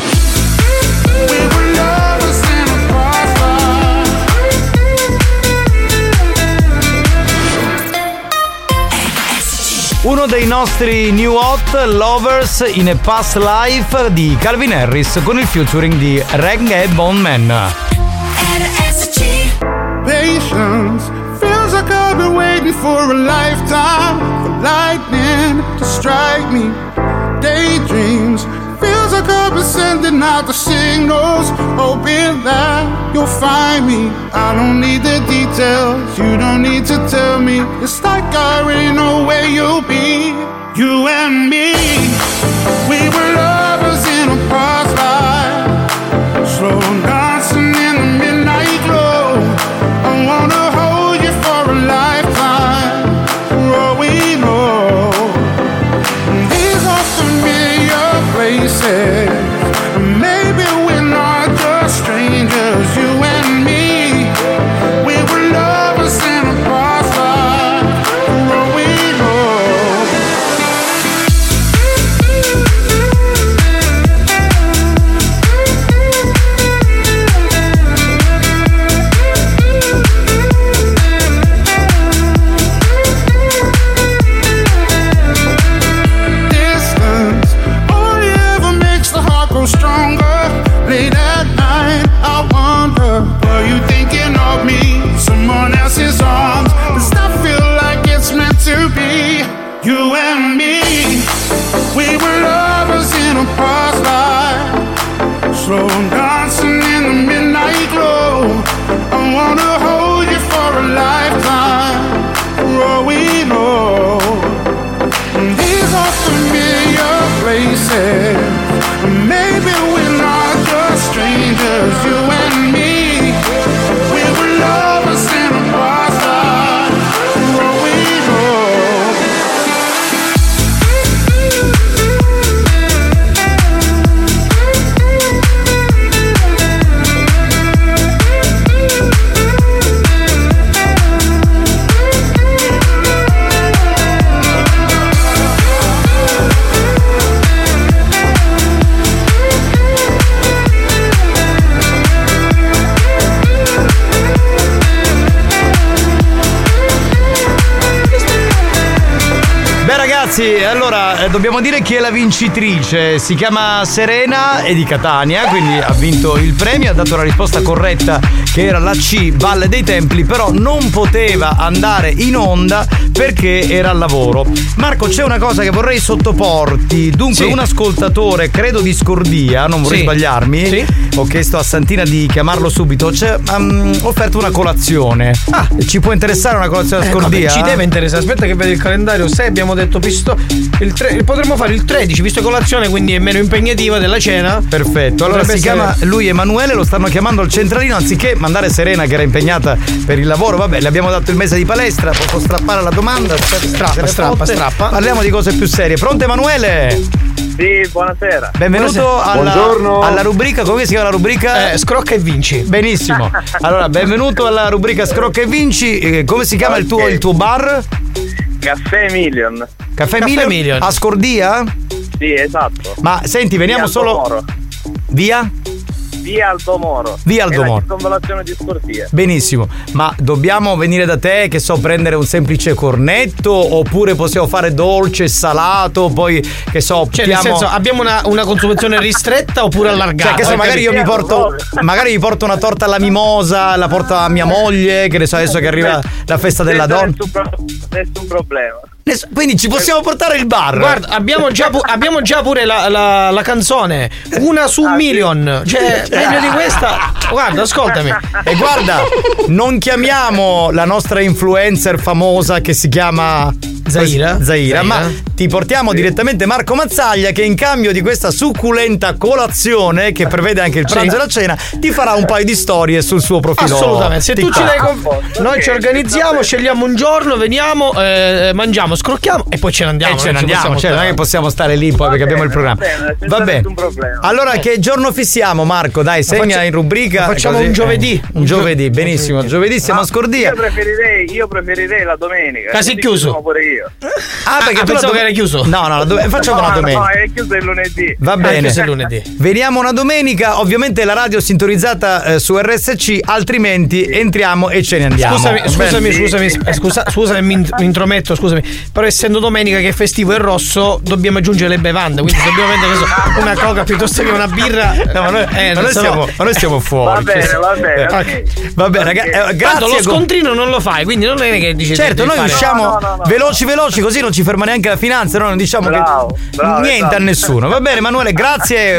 Uno dei nostri new hot lovers in a past life di Calvin Harris con il featuring di Reggae Bone Man.
Patience feels like I've been waiting for a lifetime for lightning to strike me. Daydreams feels like I've been sending out the signals, hoping that you'll find me. I don't need the details, you don't need to tell me. It's like I already know where you'll be. You and me, we were lovers in a past life. Slow dancing in the midnight glow. I wanna hold you for a lifetime. For all we know, these are familiar places. Maybe we're not just strangers. You and me, we were lovers in a past life. For all we know. it. Maybe we're not just strangers, you and me. We were lovers in a bastard. Where we go.
Beh ragazzi, allora eh, dobbiamo dire chi è la vincitrice. Si chiama Serena, è di Catania, quindi ha vinto il premio, ha dato la risposta corretta che era la C, Valle dei Templi, però non poteva andare in onda perché era al lavoro. Marco, c'è una cosa che vorrei sottoporti. Dunque,
Sì.
un ascoltatore, credo di Scordia, non vorrei
Sì.
sbagliarmi, ho chiesto a Santina di chiamarlo subito, c'è, ehm, ho offerto una colazione. Ah, ci può interessare una colazione a
Eh,
Scordia?
vabbè, ci deve interessare, aspetta che vedo il calendario. Se abbiamo detto pisto. Il tre- potremmo fare il 13, visto colazione, quindi è meno impegnativa della cena. Cioè,
Perfetto, allora si
Potrebbe
chiama
essere-
lui Emanuele, lo stanno chiamando al centralino anziché mandare Serena che era impegnata per il lavoro, vabbè le abbiamo dato il mese di palestra, posso strappare la domanda, aspetta,
Strappa,
se ne
strappa,
fotte.
strappa.
Parliamo di cose più serie, pronto Emanuele?
Sì, buonasera.
Benvenuto alla, alla rubrica, come si chiama la rubrica? scrocca e vinci. Benissimo, allora benvenuto alla rubrica Scrocca e vinci, Eh, come si chiama il, tuo,
Ok.
il tuo bar?
Caffè Million.
Caffè, Million? A Scordia?
Sì, esatto.
Ma senti, veniamo
Via
solo...
Aldomoro.
Via?
Via Aldomoro.
Via Aldomoro.
È la circonvallazione di Scordia.
Benissimo, ma dobbiamo venire da te, che so, prendere un semplice cornetto oppure possiamo fare dolce, salato, poi che so,
Cioè, nel senso, abbiamo una, una consumazione ristretta oppure allargata?
Cioè, che so, magari io mi porto. Magari mi porto una torta alla mimosa, la porto a mia moglie, che ne so, adesso che arriva la festa della
Senza
donna.
Nessun, pro- nessun problema.
Ness- Quindi ci possiamo portare il bar.
Guarda, abbiamo già, pu- abbiamo già pure la, la- la canzone. Una su un million. Cioè, meglio di questa. Guarda, ascoltami.
E guarda, non chiamiamo la nostra influencer famosa che si chiama Zaira,
Zaira.
ma ti portiamo direttamente Marco Mazzaglia che in cambio di questa succulenta colazione che prevede anche il pranzo
Sì.
e la cena ti farà un paio di storie sul suo profilo.
Assolutamente, se tu ci
TikTok.
dai
Ah,
conf- noi ci organizziamo, scegliamo un giorno, veniamo, eh, mangiamo, scrocchiamo e poi ce ne andiamo.
E ce
non
ne
ci
andiamo,
possiamo
cioè, non è
stare.
che possiamo stare lì poi perché abbiamo il programma. Va bene. Allora, che giorno fissiamo, Marco? Dai, segna
faccia-
in rubrica. Eh,
lo facciamo un giovedì. Ah.
Un giovedì, benissimo. Giovedì siamo a Scordia.
Io preferirei, io preferirei la domenica.
Casi
Quindi
chiuso.
sono Pure io.
Ah,
ah,
perché tu la
pensavo
dove-
che era chiuso.
No, no, la dove- facciamo
no,
la domenica.
No, è chiuso il lunedì.
Va
È
bene,
chiuso il
Veniamo una domenica, ovviamente la radio è sintonizzata eh, su RSC, altrimenti entriamo e ce ne andiamo.
Scusami,
Va
scusami,
bene?
scusami, eh, scusa, scusami, mi, in- mi intrometto, scusami. Però essendo domenica che è festivo e rosso, dobbiamo aggiungere le bevande, quindi dobbiamo vendere che so, una coca piuttosto che una birra.
No, ma noi,
Eh,
ma
non
noi
so.
siamo, ma noi siamo fuori.
Va bene, va bene,
Eh,
ok.
Va bene, raga- eh, grazie.
Tanto lo
com-
scontrino non lo fai, quindi non è che dici
Certo,
devi
noi
fare-
usciamo veloci veloci così non ci ferma neanche la finanza, noi non diciamo
Bravo,
che
bravo,
niente
esatto.
a nessuno. Va bene Emanuele, grazie,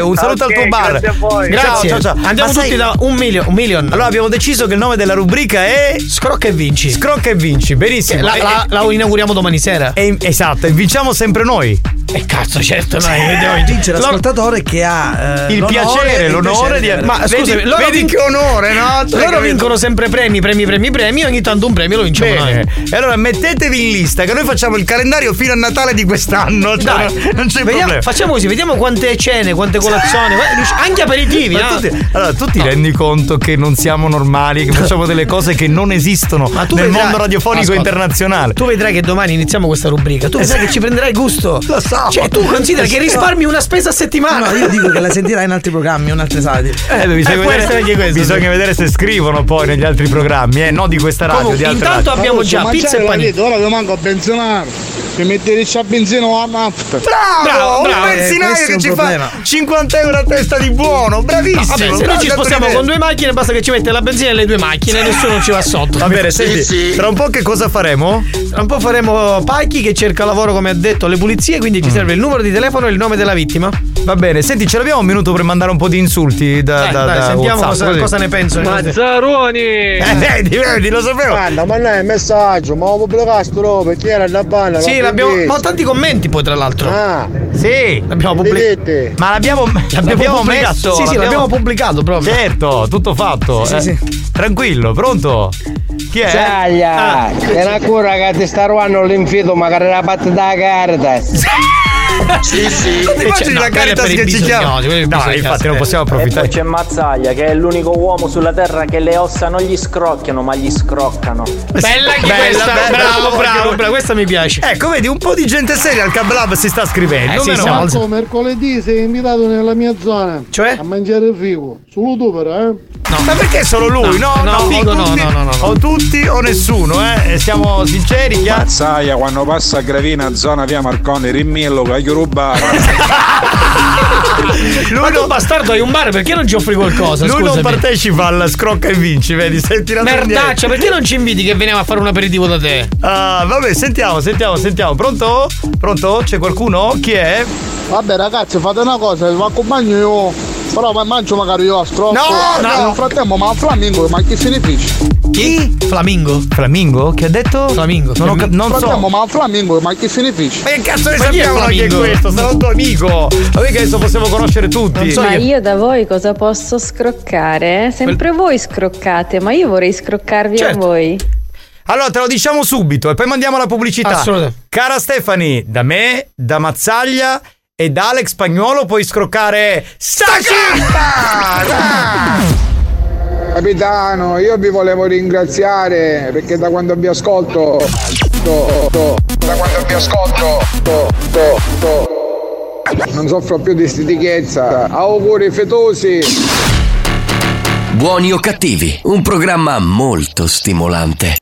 un saluto
Ok,
al tuo bar.
grazie a voi. Grazie.
Ciao, ciao, ciao.
Andiamo
Ma
tutti da un milion,
Allora abbiamo deciso che il nome della rubrica è
Scrocca e vinci.
Scrocca e vinci, benissimo.
La-
E-
la-
e-
la inauguriamo domani sera.
e- esatto, e vinciamo sempre noi.
E cazzo, certo, noi
Dice l'ascoltatore che ha eh,
Il
l'onore-
piacere,
il
l'onore
piacere
di-
Ma
Vedi-
scusami, loro
vedi
vin-
che onore, no? Cioè,
loro
capito?
vincono sempre premi, premi, premi, premi. Ogni tanto un premio lo vinciamo
Bene.
noi.
E allora mettetevi in lista che noi facciamo il calendario fino a Natale di quest'anno. Cioè,
Dai,
non- non c'è
vediamo-
problema.
Facciamo così, vediamo quante cene, quante colazioni, guarda, riusci- anche aperitivi.
Ma
no?
tu ti- allora, tu ti rendi conto che non siamo normali, che facciamo delle cose che non esistono
Ma tu
nel
vedrai-
mondo radiofonico
Ascolta,
internazionale?
Tu vedrai che domani iniziamo questa rubrica. Tu vedrai che ci prenderai gusto.
Lo so.
Cioè, tu considera che risparmi una spesa a settimana.
No, io dico che la sentirai in altri programmi, in altre sale.
Eh, beh, bisogna, vedere, bisogna vedere se scrivono poi negli altri programmi, eh, no di questa radio.
Comunque,
di altre
intanto
radio.
abbiamo già
mangiare la vita, ora che manco a benzinare mi mettere a benzina o a nafta
Bravo, un benzinaio che ci fa 50 euro a testa di buono, bravissimo.
Vabbè, se noi
bravo,
ci spostiamo
Gabriele.
con due macchine, basta che ci mette la benzina e le due macchine, nessuno ci va sotto.
Va bene, senti, tra un po' che cosa faremo?
Tra un po' faremo Pacchi che cerca lavoro, come ha detto, alle pulizie, quindi ci serve il numero di telefono e il nome della vittima.
Mm. Va bene, senti, ce l'abbiamo un minuto per mandare un po' di insulti da,
Dai,
da-
Eh, dai,
da
sentiamo
WhatsApp,
cosa,
così.
cosa ne Cioè, pensano.
Mazzaroni!
Eh, vedi, vedi, lo sapevo.
Guarda, ma non è un messaggio, ma lo pubblicare sto roba, chi era la banda?
Sì, la l'abbiamo. Ma tanti commenti poi, tra l'altro. Ah. Sì. L'abbiamo pubblicato.
Ma l'abbiamo, l'abbiamo messo.
Sì, sì, l'abbiamo pubblicato proprio.
Certo, tutto fatto.
Sì,
eh.
sì.
Tranquillo, pronto? Chi è?
Saglia,
Ah.
è una cura che ti sta rubando l'infido, magari la parte da carta.
Sì, sì.
Tu ti immagini
Eh,
la Caritas che ci chiama?
No, infatti non possiamo approfittare.
Eh, E poi c'è Mazzaglia che è l'unico uomo sulla terra che le ossa non gli scrocchiano, ma gli scroccano.
Eh,
Bella anche questa, bravo, bravo, bravo, questa mi piace.
Ecco, vedi, un po' di gente seria al Cablab si sta
Eh,
scrivendo.
sì,
meno
siamo
male.
Marco, mercoledì sei invitato nella mia zona.
Cioè?
A mangiare il rigo. Solo tu però, eh?
No, ma perché solo lui? No, no, o
figo,
tutti,
no, no, no, no.
O tutti o nessuno, eh? E Siamo sinceri, chiaro.
Mazzaia quando passa a Gravina zona via Marconi rimmillo che gli rubare
Lui non bastardo hai un bar, perché non ci offri qualcosa?
Lui non
Scusami.
partecipa alla scrocca e vinci, vedi? Sei tirato
Merdaccia, perché non ci inviti che veniamo a fare un aperitivo da te?
Ah, vabbè, sentiamo, sentiamo, sentiamo. Pronto? Pronto? C'è qualcuno? Chi è?
Vabbè ragazzi, fate una cosa, vi accompagno io. Però ma- mangio magari io Eh, a strocco.
No,
Nel
no.
frattempo, ma un flamingo, ma chi se ne frega?
Chi? Flamingo. Flamingo? Che ha detto? Flamingo. Non, ho cap- non so.
Frattempo, ma un flamingo, ma chi se ne frega?
Ma che cazzo ne
Ma chi è
sappiamo noi chi è
Flamingo?
questo? Sarà un tuo amico. Ma mica adesso possiamo conoscere tutti.
ma io. da voi cosa posso scroccare? Sempre voi scroccate, ma io vorrei scroccarvi
Certo.
a voi.
Allora, te lo diciamo subito e poi mandiamo la pubblicità.
Assolutamente.
Cara Stefani, da me, da Mazzaglia e da Alex Spagnolo puoi scroccare.
Capitano, io vi volevo ringraziare perché da quando vi ascolto. to- to- da quando vi ascolto. to- to- to- non soffro più di stitichezza. Auguri fetosi.
Buoni o cattivi, un programma molto stimolante.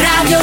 Radio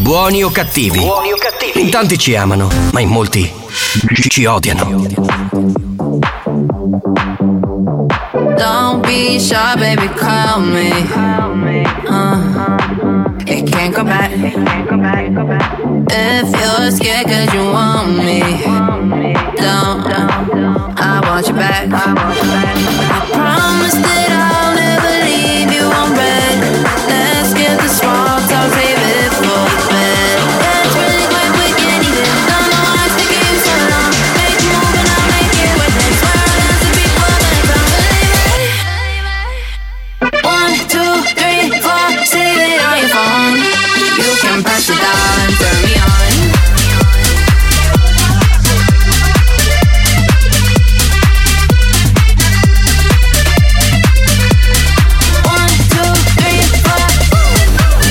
Buoni o cattivi? Buoni o cattivi? In tanti ci amano, ma in molti ci- ci odiano.
Don't be shy, baby, call me. Uh, it can't go back. If you're scared, cause you want me. Don't, I want you back. I promise that I'll never leave you on red. Let's get the small talk, save it for bed. Let's really quick, we can't even. Don't know why it's taking you so long. Make you move and I'll make it with this world. One, two, three, four, save it on your phone. You can press it down and turn me on. One, two, three, four.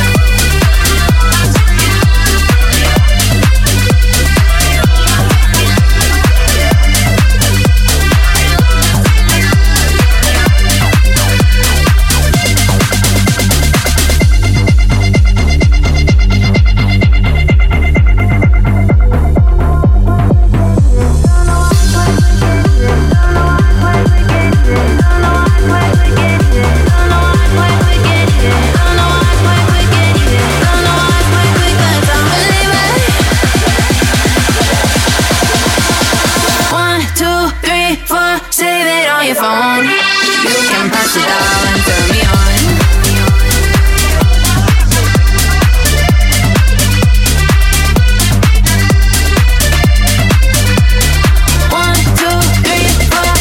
One, two, three, four, save it on your phone. You can press it down and turn me on. One, two, three, four.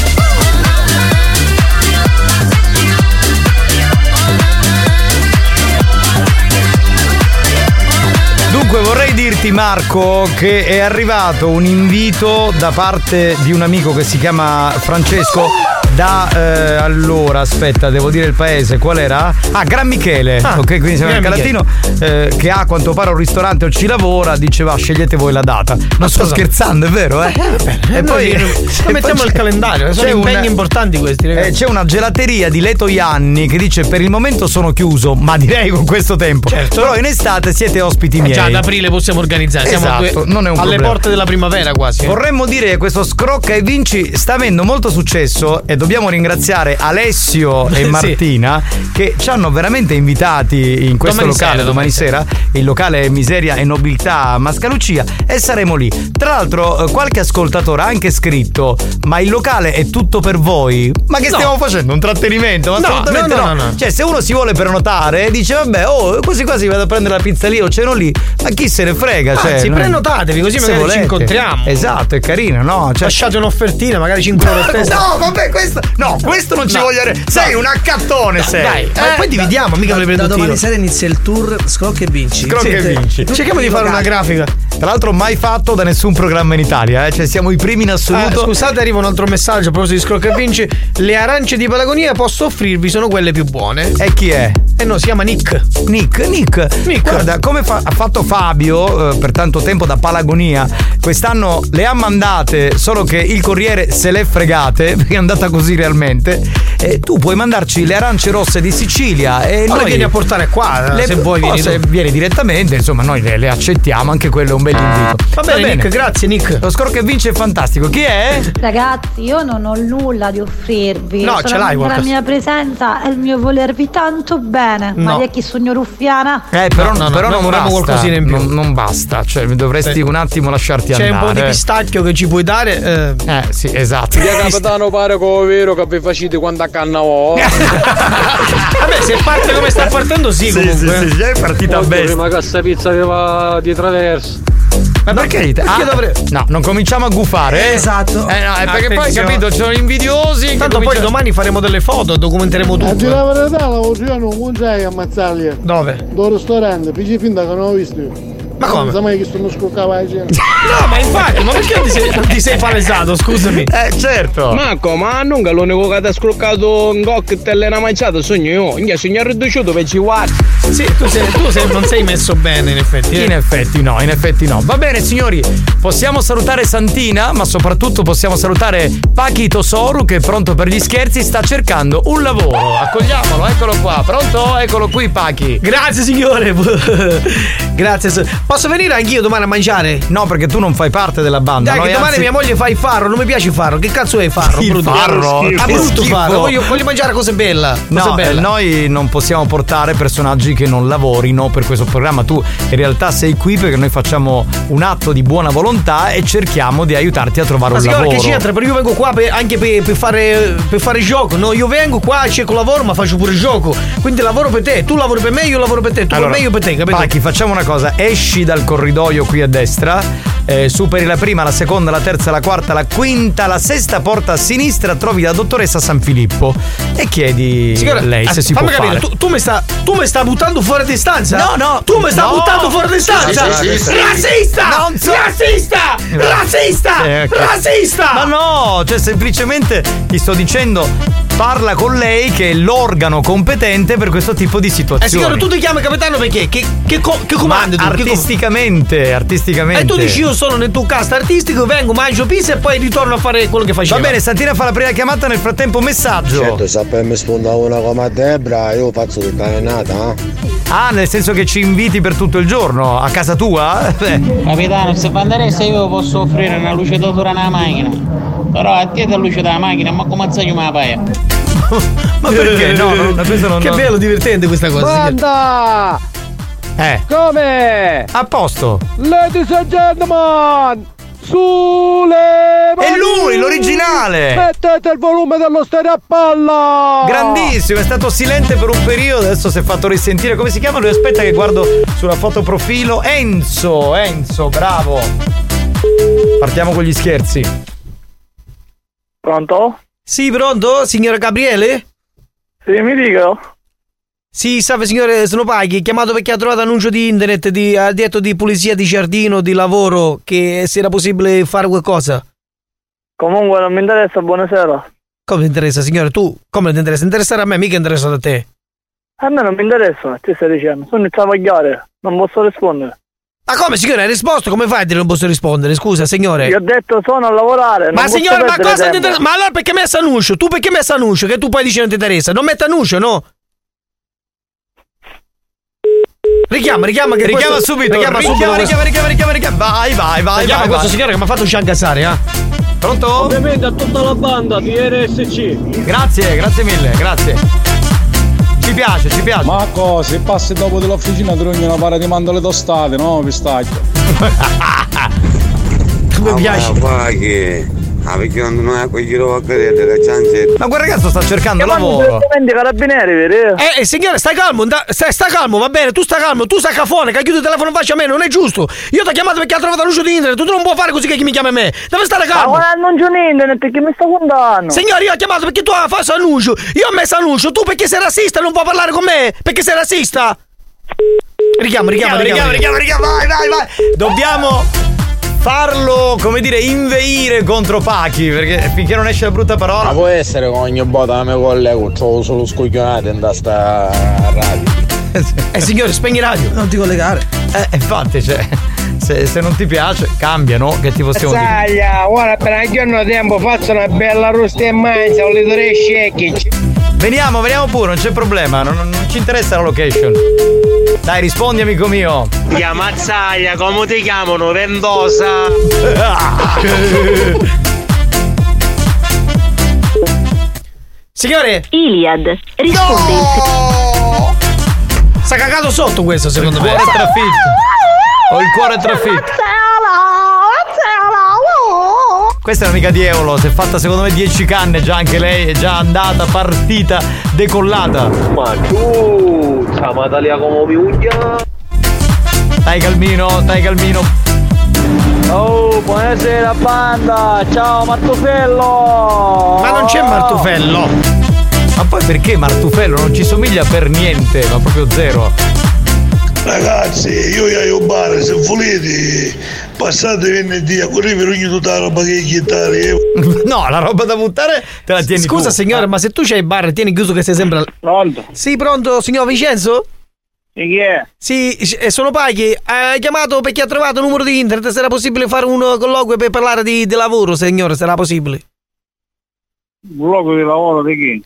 Dunque vorrei dirti Marco che è arrivato un invito da parte di un amico che si chiama Francesco da eh, allora, aspetta, devo dire il paese, qual era? Ah, Gran Michele.
Ah,
ok, quindi siamo in
Gran
Calatino eh, che ha a quanto pare un ristorante o ci lavora, diceva scegliete voi la data. Non sto
scusa.
scherzando, è vero, eh?
eh, noi- noi
e
mettiamo
poi
il
c'è-
calendario, sono
c'è un-
impegni importanti questi, ragazzi.
eh, c'è una gelateria di Leto Ianni che dice per il momento sono chiuso, ma direi con questo tempo. Però in estate siete ospiti
Certo. Eh,
miei.
già ad aprile possiamo organizzare. Siamo a
Esatto,
due-
non è un
alle
problema.
porte della primavera quasi. eh.
Vorremmo dire che questo scrocca e vinci sta avendo molto successo e dobbiamo ringraziare Alessio
Sì.
e Martina che ci hanno veramente invitati in questo
Domani
locale
sera,
domani
domani
sera, il locale è Miseria e Nobiltà a Mascalucia e saremo lì. Tra l'altro eh, qualche ascoltatore ha anche scritto "Ma il locale è tutto per voi?". Ma che
No.
stiamo facendo? Un trattenimento? Ma
No,
assolutamente
no, no, no, no.
Cioè, se uno si vuole prenotare, dice "Vabbè, oh, quasi quasi vado a prendere la pizza lì o ceno lì". Ma chi se ne frega,
Anzi,
cioè, no?
prenotatevi, così
Se
magari ci
volete.
incontriamo.
Esatto, è carino, no? Cioè-
Lasciate un'offertina, magari 5 euro a testa.
No, vabbè, questo. No, questo non ci
No.
voglio. re- Sei un accattone, sei. Eh,
dai, ma poi dividiamo, mica
Eh, da,
le
da
prendo
domani
tiro.
sera inizia il tour Scroc e vinci.
Scroc e
Siete
vinci.
tutti
Cerchiamo di fare una
locali.
grafica. Tra l'altro mai fatto da nessun programma in Italia, eh? cioè siamo i primi in
Ah,
assoluto.
scusate, arriva un altro messaggio a proposito di Scrocca e Vinci. Le arance di Patagonia posso offrirvi, sono quelle più buone.
E chi è?
Eh no, si chiama Nick.
Nick, Nick, Guarda, come fa- ha fatto Fabio eh, per tanto tempo da Palagonia, quest'anno le ha mandate, solo che il Corriere se l'è fregate, perché è andata così realmente. E tu puoi mandarci le arance rosse di Sicilia e
Ma le
noi
vieni a portare qua, eh, se vuoi
o
vieni
se
tu. Ah,
vieni direttamente, insomma, noi le, le accettiamo, anche quello è un bel invito.
Va bene, Nick, grazie Nick.
Lo score che vince è fantastico. Chi è?
Ragazzi, io non ho nulla di offrirvi.
No, ce l'hai
La
qualcosa.
mia presenza e il mio volervi tanto bene. Ma
No.
di chi sogno ruffiana?
Eh, però,
No, no, no,
però
noi
non
vorremmo
basta.
qualcosina in più.
Non, non basta, cioè dovresti
Sì.
un attimo lasciarti
C'è un
andare.
po' di pistacchio che ci puoi dare.
Eh, sì, esatto.
Via capitano pare che è vero che vi facete quando accannavo.
Vabbè, se parte come sta partendo, sì, comunque.
sì, sì, è partita
bene.
Prima che sta pizza che va di traverso.
Ma perché?
Perché
ah, No, non cominciamo a gufare. eh?
Esatto.
Eh, no, è perché poi,
Attenzione.
capito, ci sono invidiosi. che
Tanto poi
cominciano-
domani faremo delle foto, documenteremo
Eh,
A
tutto.
dire la verità, l'avevo girato in un museo a Mazzaglia.
Dove?
Da un ristorante, feci finta che non l'ho visto io. Ma
come?
Non so mai che sono scroccava la gente.
No, Ah, ma infatti, ma perché ti sei, ti sei palesato? Scusami.
Eh, certo.
Marco, ma non che l'unico che ti ha scroccato un cocktail e una manciata sogno io. Inghia, sogno riduciuto per ci guardi.
Sì, tu, sei- tu sei- non sei messo bene, in effetti. eh.
In effetti no, in effetti no. Va bene signori, possiamo salutare Santina, ma soprattutto possiamo salutare Pakito Soru che è pronto per gli scherzi, sta cercando un lavoro. Accogliamolo, eccolo qua. Pronto? Eccolo qui Paki.
Grazie signore. Grazie. so- Posso venire anch'io domani a mangiare?
No, perché tu non fai parte della banda.
Dai,
noi
che domani
anzi-
mia moglie fa il farro, non mi piace il farro. Che cazzo è il farro?
Il
brutto?
farro?
Ah,
Che
brutto
schifo.
farro. Voglio, voglio mangiare cose bella. Cosa
No, eh,
bella.
noi non possiamo portare personaggi che non lavorino per questo programma. Tu in realtà sei qui perché noi facciamo un atto di buona volontà e cerchiamo di aiutarti a trovare
Ma
un
signora
lavoro.
che c'entra? Perché io vengo qua per- anche per, per fare, per fare gioco. No, io vengo qua, cerco lavoro, ma faccio pure gioco. Quindi lavoro per te. Tu lavori per me, io lavoro per te. Tu
Allora,
per me, io per te, capito?
Pacchi, facciamo una cosa: esci dal corridoio qui a destra, eh, superi la prima, la seconda, la terza, la quarta, la quinta, la sesta porta a sinistra, trovi la dottoressa San Filippo e chiedi
Signora,
a lei se
aspetta,
si può
fammi capire,
fare.
tu, tu mi sta, tu mi sta buttando fuori di stanza?
No, no.
Tu mi sta
No.
buttando fuori di stanza?
Sì, sì, sì, sì.
Razzista!
Non so-
Razzista! Razzista!
Eh, ok.
Razzista!
Ma no, cioè semplicemente ti sto dicendo parla con lei che è l'organo competente per questo tipo di situazioni.
Eh signora, tu ti chiami capitano perché? Che, che, co- che comandi
Ma
tu? Che com-
artisticamente, artisticamente.
e tu dici io sono nel tuo cast artistico, vengo, mangio pizza e poi ritorno a fare quello che
Va
facevo.
bene, Santina fa la prima chiamata, nel frattempo messaggio.
Certo, se appena mi sponda una come a Debra, io faccio tutta la nata, eh.
Ah, nel senso che ci inviti per tutto il giorno a casa tua? Eh, Beh.
Capitano, se andare se io posso offrire una luce d'odora alla macchina. Però a te è la luce della macchina, ma come sai come la paia?
Ma perché? No, no, no, questo non
Che
no.
bello, divertente questa cosa. signora.
Banda!
Eh,
Come?
a posto.
Ladies and gentlemen! Sulle
È
mani!
lui, l'originale!
Mettete il volume dello stereo a
Oh.
palla!
Grandissimo, è stato silente per un periodo, adesso si è fatto risentire. Come si chiama? Lui aspetta che guardo sulla foto profilo. Enzo, Enzo, bravo. Partiamo con gli scherzi.
Pronto?
Sì, pronto, signora Gabriele?
Sì, mi dico.
Sì, salve signore Snopaghi, chiamato perché ha trovato annuncio di internet di ha detto di pulizia di giardino, di lavoro, che se era possibile fare qualcosa.
Comunque non mi interessa, buonasera.
Come ti interessa, signore? Tu come ti interessa? Interessare a me, mica interessa a te.
A me non mi interessa, ti stai dicendo. Sono il travagliare, non posso rispondere.
Ma come, signore? Hai risposto? Come fai a dire non posso rispondere? Scusa, signore.
Gli ho detto sono a lavorare. non
Ma
posso
signore, ma
perdere
cosa ti
tempo.
interessa? Ma allora perché mi messo annuncio? Tu perché mi messo annuncio? Che tu poi dici non ti interessa? Non metta annuncio, no? Richiama, richiama che
Richiama
questo-
subito.
Richiama subito.
Richiama,
questo-
richiama, richiama, richiama, richiama. Vai, vai, vai.
Richiama
vai,
questo
vai.
signore che mi ha fatto sciancazzare, eh. Pronto?
Ovviamente a tutta la banda di RSC.
Grazie, grazie mille, grazie. Ci piace, ci piace.
Ma cosa, se passi dopo dell'officina ti rognano una pare di mandorle tostate, no? Pistacchio.
Mi
piace.
Ah, Ma che? Ah, perché non non ha quel giro a cadere, la chance.
Ma quel ragazzo sta cercando
lavoro.
i carabinieri, vero?
Eh, eh, signore, stai calmo, da- stai, sta calmo, va bene, tu sta calmo, tu sta cafone, che chiudi il telefono in faccia a me, non è giusto. Io ti ho chiamato perché ha trovato la luce di internet, tu non puoi fare così che chi mi chiama a me. Devi stare calmo.
Ma non c'è internet, perché mi sto contando.
Signore, io ho chiamato perché tu hai fatto annuncio. Io ho messo annuncio, tu perché sei razzista non puoi parlare con me? Perché sei razzista? Richiamo, richiamo, richiamo,
richiamo, richiamo, richiamo, vai, vai, vai. Dobbiamo farlo, come dire, inveire contro Pachi, perché finché non esce la brutta parola.
Ma può essere che ogni botta la mia collega trovo solo scoglionate in da sta radio.
Eh signore, spegni radio.
Non ti collegare. Eh, infatti, cioè, se, se non ti piace, cambiano, che ti possiamo dire.
Mazzaglia, ora per un giorno tempo faccio una bella rosta e mangia, un litro di shaking.
Veniamo, veniamo pure, non c'è problema, non, non- non ci interessa la location. Dai, rispondi, amico mio.
Ya mazzaglia, come ti chiamano? Vendosa.
Ah,
Signore! Iliad, rispondi. Sta cagato sotto questo, secondo me.
Cuore trafitto. Ho il cuore trafitto. Questa è un'amica di Eolo, si è fatta secondo me 10 canne già anche lei, è già andata, partita, decollata. Ma tu, Samatalia come miuglia. Dai calmino, dai calmino.
Oh, buonasera banda, Ah, ciao Martufello!
Ma non c'è Martufello. Ma poi perché Martufello non ci somiglia per niente, ma proprio zero.
Ragazzi, io vi aiuto, se volete, passate venerdì a correre per ogni tutta la roba che eh, chiedete.
No, la roba da buttare te la tieni
Scusa,
tu. Ah.
signore, ma se tu c'hai il bar, tieni chiuso che sei sempre.
Pronto?
Sì, pronto, signor Vincenzo?
Chi è?
Sì, eh, sono Paghi. Hai chiamato perché ha trovato il numero di internet. Se era possibile fare un colloquio per parlare di, di lavoro, signore, se era possibile.
Blocco di lavoro di chi?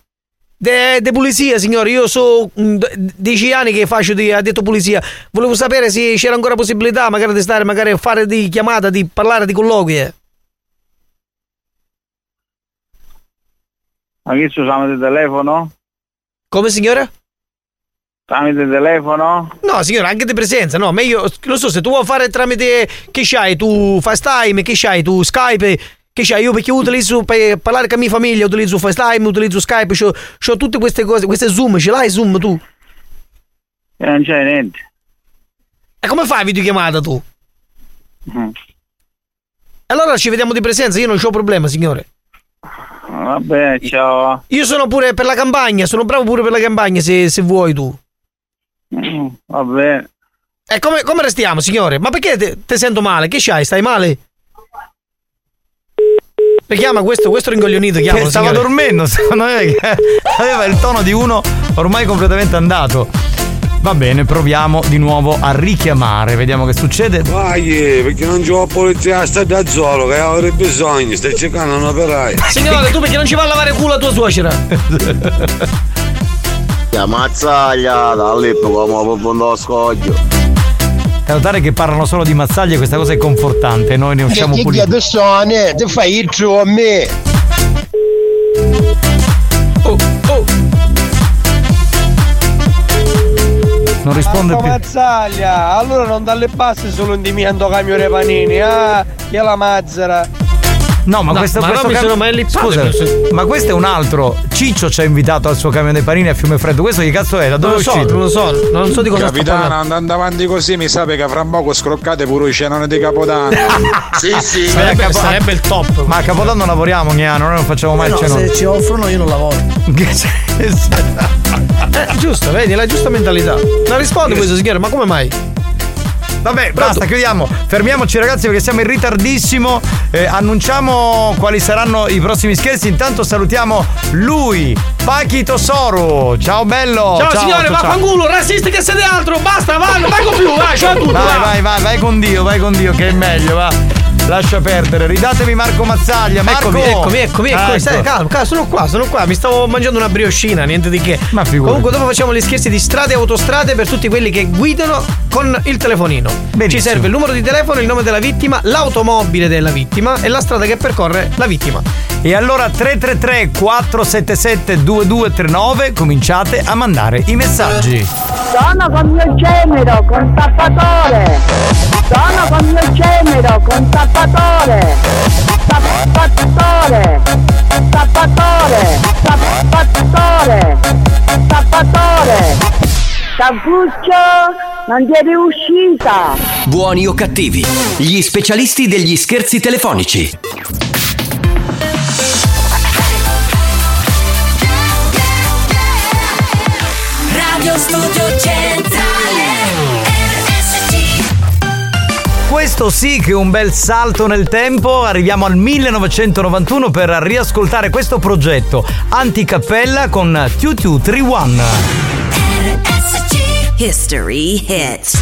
De, de pulizia, signore, io so mm, d- dieci anni che faccio di addetto pulizia. Volevo sapere se c'era ancora possibilità, magari di stare, magari a fare di chiamata, di parlare di eh. colloquie.
Ma chi c'è tramite telefono?
Come signore?
Tramite telefono?
No, signore, anche di presenza, no, meglio. Lo so, se tu vuoi fare tramite che c'hai, tu FaceTime, che c'hai, tu Skype, che c'hai, io perché utilizzo per parlare con mia famiglia, utilizzo FaceTime, utilizzo Skype, c'ho, c'ho tutte queste cose, queste Zoom, ce l'hai Zoom tu?
E Eh, non c'è niente.
E come fai videochiamata tu?
Mm.
Allora ci vediamo di presenza, io non c'ho problema, signore.
Vabbè, ciao.
Io sono pure per la campagna, sono bravo pure per la campagna se, se vuoi tu.
Mm, Vabbè.
E come, come restiamo, signore? Ma perché te- te sento male? Che c'hai? Stai male? Richiama questo, questo ringoglionito,
Che
chiama.
stava dormendo, secondo me che aveva il tono di uno ormai completamente andato. Va bene, proviamo di nuovo a richiamare, vediamo che succede.
Vai, eh, perché non c'è la polizia, sta da zolo, che avrei bisogno, stai cercando un operaio.
Signore, tu perché non ci vai a lavare il culo a tua suocera?
La mazzaglia, da lì come proprio lo scoglio.
Da notare che parlano solo di mazzaglie, questa cosa è confortante, noi ne usciamo
Che
puliti.
chiedo sono, ti fai il tuo a me.
Oh, oh.
Non risponde più.
Mazzaglia, allora non dalle basse solo un dimiando camione panini, ah, che la mazzera.
No, ma
No,
questo,
ma
questo
non mi sono mai lippato,
Scusa,
penso-
ma questo è un altro. Ciccio ci ha invitato al suo camion dei panini a Fiume Freddo. Questo che cazzo è? Da
Non
dove è
lo so,
uscito?
non lo so, non so di cosa sta
Capitano,
parlando.
andando avanti così mi sa che fra un poco scroccate pure i cenone di Capodanno. sì, sì.
Sarebbe- sarebbe
il top.
Ma a Capodanno lavoriamo ogni anno, noi non facciamo mai
Eh
il
no,
cenone.
se ci offrono io non lavoro.
Eh, giusto, vedi, è la giusta mentalità. Non risponde questo signore, ma come mai?
Vabbè, basta, chiudiamo. Fermiamoci, ragazzi, perché siamo in ritardissimo. Eh, annunciamo quali saranno i prossimi scherzi. Intanto salutiamo lui, Pachito Soru. Oh, Ciao bello!
Ciao, signore, vaffanculo, razzisti che siete altro, basta, vai, non vai con più, vai, ciao a tutti.
Vai,
va.
vai, vai, vai con Dio, vai con Dio, che è meglio, va. Lascia perdere, ridatemi Marco Mazzaglia. Marco.
Eccomi, eccomi, eccomi, eccomi.
Ecco.
Eh, Stai, calmo, calmo, sono qua, sono qua. Mi stavo mangiando una brioscina, niente di che. Ma Comunque, dopo facciamo gli scherzi di strade e autostrade per tutti quelli che guidano con il telefonino. Ci serve il numero di telefono, il nome della vittima, l'automobile della vittima e la strada che percorre la vittima.
E allora 333 477 2239 cominciate a mandare i messaggi.
Sono con mio genero, con tappatore. Sono con mio genero, con tappatore. Tappatore. Tappatore. Tappatore. Tappatore. Cappuccio, non ti è riuscita.
Buoni o cattivi, gli specialisti degli scherzi telefonici.
Radio Studio Centrale.
Questo sì che è un bel salto nel tempo, arriviamo al 1991 per riascoltare questo progetto Anticappella con TUTU31.
History hits.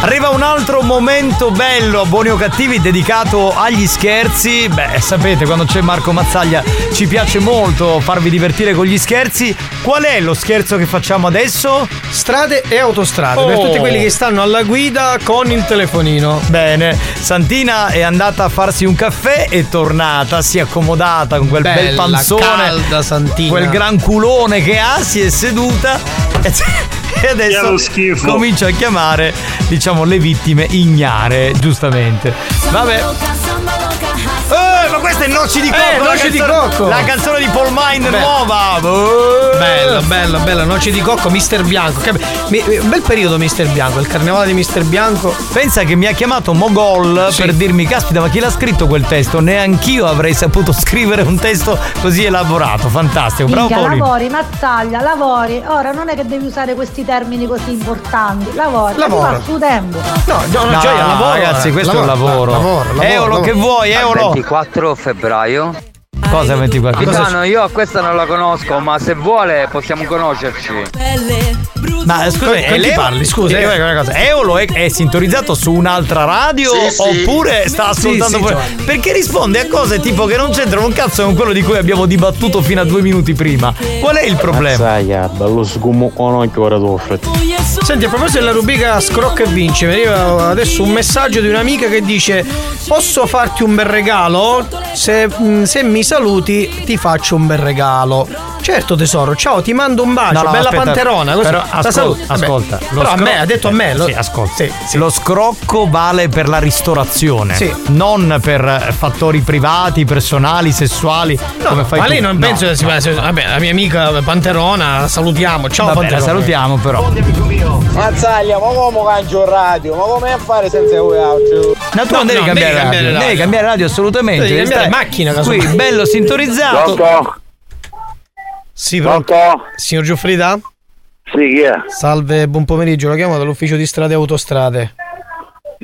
Arriva un altro momento bello, buoni o cattivi, dedicato agli scherzi. Beh, sapete, quando c'è Marco Mazzaglia ci piace molto farvi divertire con gli scherzi. Qual è lo scherzo che facciamo adesso? Oh.
Strade e autostrade, per tutti quelli che stanno alla guida con il telefonino.
Bene, Santina è andata a farsi un caffè e tornata, si è accomodata con quel bel
Bella,
panzone,
calda, Santina.
quel gran culone che ha, si è seduta e e adesso comincia a chiamare, diciamo, le vittime ignare, giustamente. Vabbè. Eh, ma questa è Noci di Cocco,
Eh,
la
Noci di
canzone-
Cocco.
La canzone di Paul Mind
Beh.
nuova.
Bella, bella, bella, noce di cocco, Mister Bianco. Che be- mi- mi- bel periodo Mister Bianco, il carnevale di Mister Bianco.
Pensa che mi ha chiamato Mogol per dirmi, caspita, ma chi l'ha scritto quel testo? Neanch'io avrei saputo scrivere un testo così elaborato, fantastico. Bravo
Minchia,
Paolino.
lavori, mazzaglia, lavori. Ora non è che devi usare questi termini così importanti. Lavori,
Lavoro.
lavora il tuo tempo.
No, no,
No,
gioia, lavoro.
ragazzi, questo è un
Lavoro,
lavoro.
lavoro,
Eolo,
lavoro.
che vuoi,
Al
Eolo?
24 febbraio
Cosa 24? Cosa
Capitano, io questa non la conosco, ma se vuole possiamo conoscerci.
Ma scusa,
Con- con
è
chi
lei
parli? Scusi.
Scusa, una cosa. Eolo è, è sintonizzato su un'altra radio
Sì, sì.
oppure sta
Sì,
ascoltando
sì,
pure-
Giovanni.
Perché risponde a cose tipo che non c'entrano un cazzo con quello di cui abbiamo dibattuto fino a due minuti prima. Qual è il problema?
Saia, bello sgumo Eh, con occhio ora tu freddo.
Senti, a proposito della rubrica Scrocca e Vince, mi arriva adesso un messaggio di un'amica che dice: Posso farti un bel regalo? Se, mm, se mi saluti, ti faccio un bel regalo. Certo, tesoro, ciao, ti mando un bacio.
No, no,
Ah, Bella
aspetta.
panterona. Così.
Però
La
ascol-
saluto. Vabbè.
ascolta. lo
Però a
scro-
me, ha detto a me. lo-
Sì, ascolta. Lo scrocco vale per la ristorazione,
Sì.
non per eh, fattori privati, personali, sessuali. come fai
ma
tu.
lei non
No.
penso che si Vabbè, la mia amica Panterona, la salutiamo. Ciao,
Vabbè, la
Panterona.
salutiamo però.
Mazzaglia, ma come cangio radio? Ma come a fare senza voi altri?
No, tu
No,
non devi
no,
cambiare
devi
radio.
cambiare radio.
Devi cambiare radio assolutamente.
Devi cambiare
stare
macchina,
Qui,
casomai.
bello sintonizzato.
Pronto?
Sì, pronto. Signor Giuffrida?
Sì, chi è?
Salve, buon pomeriggio. La chiamo dall'ufficio di strade e autostrade.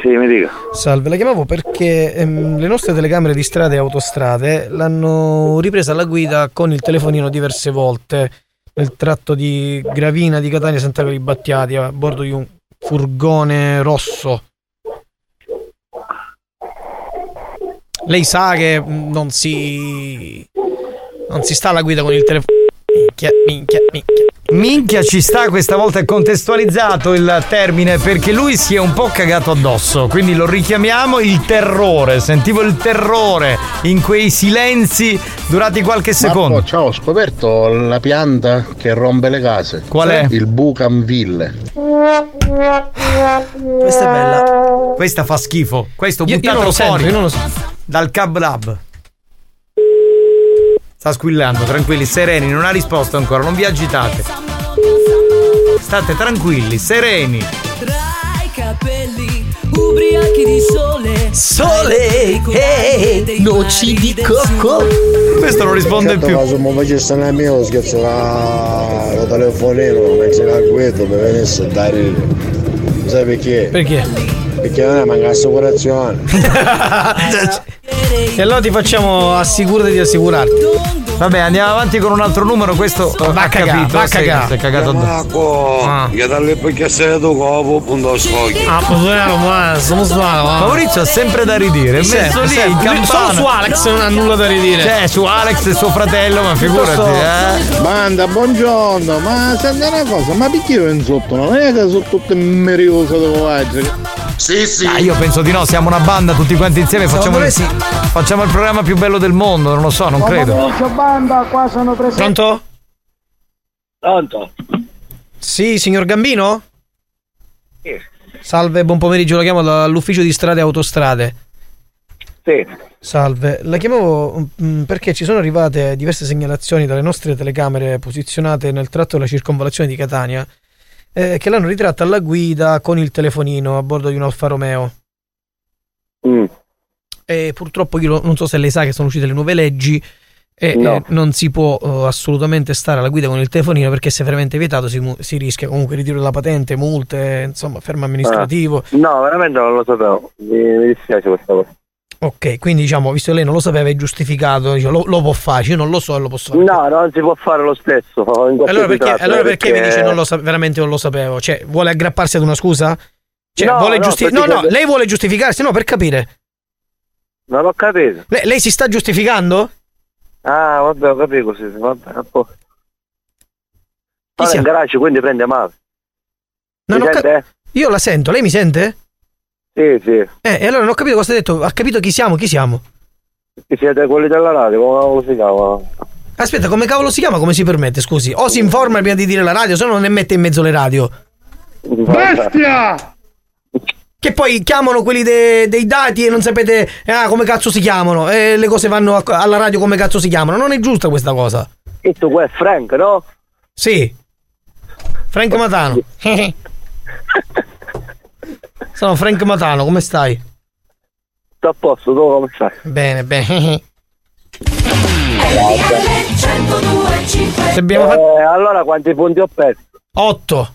Sì, mi dica.
Salve, la chiamavo perché ehm, le nostre telecamere di strade e autostrade l'hanno ripresa alla guida con il telefonino diverse volte nel tratto di Gravina di Catania Santa Maria di Battiati a bordo di un furgone rosso. Lei sa che mm, non si non si sta alla guida con il telefono. Minchia, minchia, minchia.
Minchia ci sta, questa volta è contestualizzato il termine perché lui si è un po' cagato addosso, quindi lo richiamiamo il terrore, sentivo il terrore in quei silenzi durati qualche secondo.
Marco, ciao, ho scoperto la pianta che rompe le case.
Qual è?
Il bucanville.
Questa è bella. Questa fa schifo, questo
Io- io non
buttato
lo sento,
fuori
io non lo so.
dal Cab Lab. Sta squillando, tranquilli, sereni, non ha risposto ancora, non vi agitate. State tranquilli, sereni.
Tra i capelli ubriachi di sole.
Sole,
eh, noci di cocco.
Questo non risponde più.
Caso mi facesse un amico scherzo la... lo telefonino, mentre la guido per venisse a dare. Sai perché?
Perché?
Perché non è manca assicurazione.
E allora ti facciamo assicurare di assicurarti.
Vabbè, andiamo avanti con un altro numero, questo
va
ha
a cagà,
capito,
va a
sì,
cagà.
si è cagato addosso.
Marco, che dalle perché sei tu copo, punto sfoghi.
Ah, potremmo, ma sono suono.
Maurizio ha sempre da ridire, è messo lì in campana.
Solo su Alex non ha nulla da ridire.
Cioè, su Alex e suo fratello, ma figurati, eh.
Banda, buongiorno, ma senti una cosa, ma perché io in sotto? Non è che sono tutte meriose tatuaggi.
Sì, sì. Ah, io penso di no, siamo una banda tutti quanti insieme, facciamo il, facciamo il programma più bello del mondo, non lo so, non credo.
banda, qua sono presente.
Pronto?
Pronto?
Sì, signor Gambino?
Sì.
Salve, buon pomeriggio, la chiamo dall'ufficio di strade e autostrade.
Sì.
Salve, la chiamavo mm, perché ci sono arrivate diverse segnalazioni dalle nostre telecamere posizionate nel tratto della circonvalazione di Catania eh, che l'hanno ritratta alla guida con il telefonino a bordo di un Alfa Romeo.
Mm.
E purtroppo io lo- non so se lei sa che sono uscite le nuove leggi e
No.
eh, non si può eh, assolutamente stare alla guida con il telefonino perché se è veramente vietato si, mu- si rischia comunque il ritiro della patente, multe, insomma, fermo amministrativo.
Ah. No, veramente non lo sapevo. Mi, mi dispiace questa cosa.
Ok, quindi diciamo, visto che lei non lo sapeva è giustificato, dice, lo, lo può fare, cioè io non lo so e lo posso fare.
No, non si può fare lo stesso. in qualsiasi
Allora perché,
tratto,
allora perché mi dice non lo sa- veramente non lo sapevo? Cioè, vuole aggrapparsi ad una scusa? Cioè,
No,
vuole
no,
giusti- no,
perché-
no, lei vuole giustificarsi, no, per capire.
Non ho capito.
Le- lei si sta giustificando?
Ah, vabbè, ho capito così. Vabbè, a posto. Parla in garage, quindi prende male.
Non
Mi
ho
sente?
cap- Io la sento, lei mi sente?
Sì, sì.
Eh, e allora non ho capito cosa ha detto, ha capito chi siamo, chi siamo?
Che siete quelli della radio, come cavolo si chiama?
Aspetta, come cavolo si chiama? Come si permette, scusi? O si informa prima di dire la radio, se no non ne mette in mezzo le radio.
Bestia!
Che poi chiamano quelli de- dei dati e non sapete ah, come cazzo si chiamano. E le cose vanno a- alla radio come cazzo si chiamano. Non è giusta questa cosa.
E tu qua è Frank, no?
Sì. Frank Matano. Sono Frank Matano, come stai?
Sto a posto, tu come stai?
Bene, bene. Se abbiamo
fatto... Eh, allora quanti punti ho perso?
8.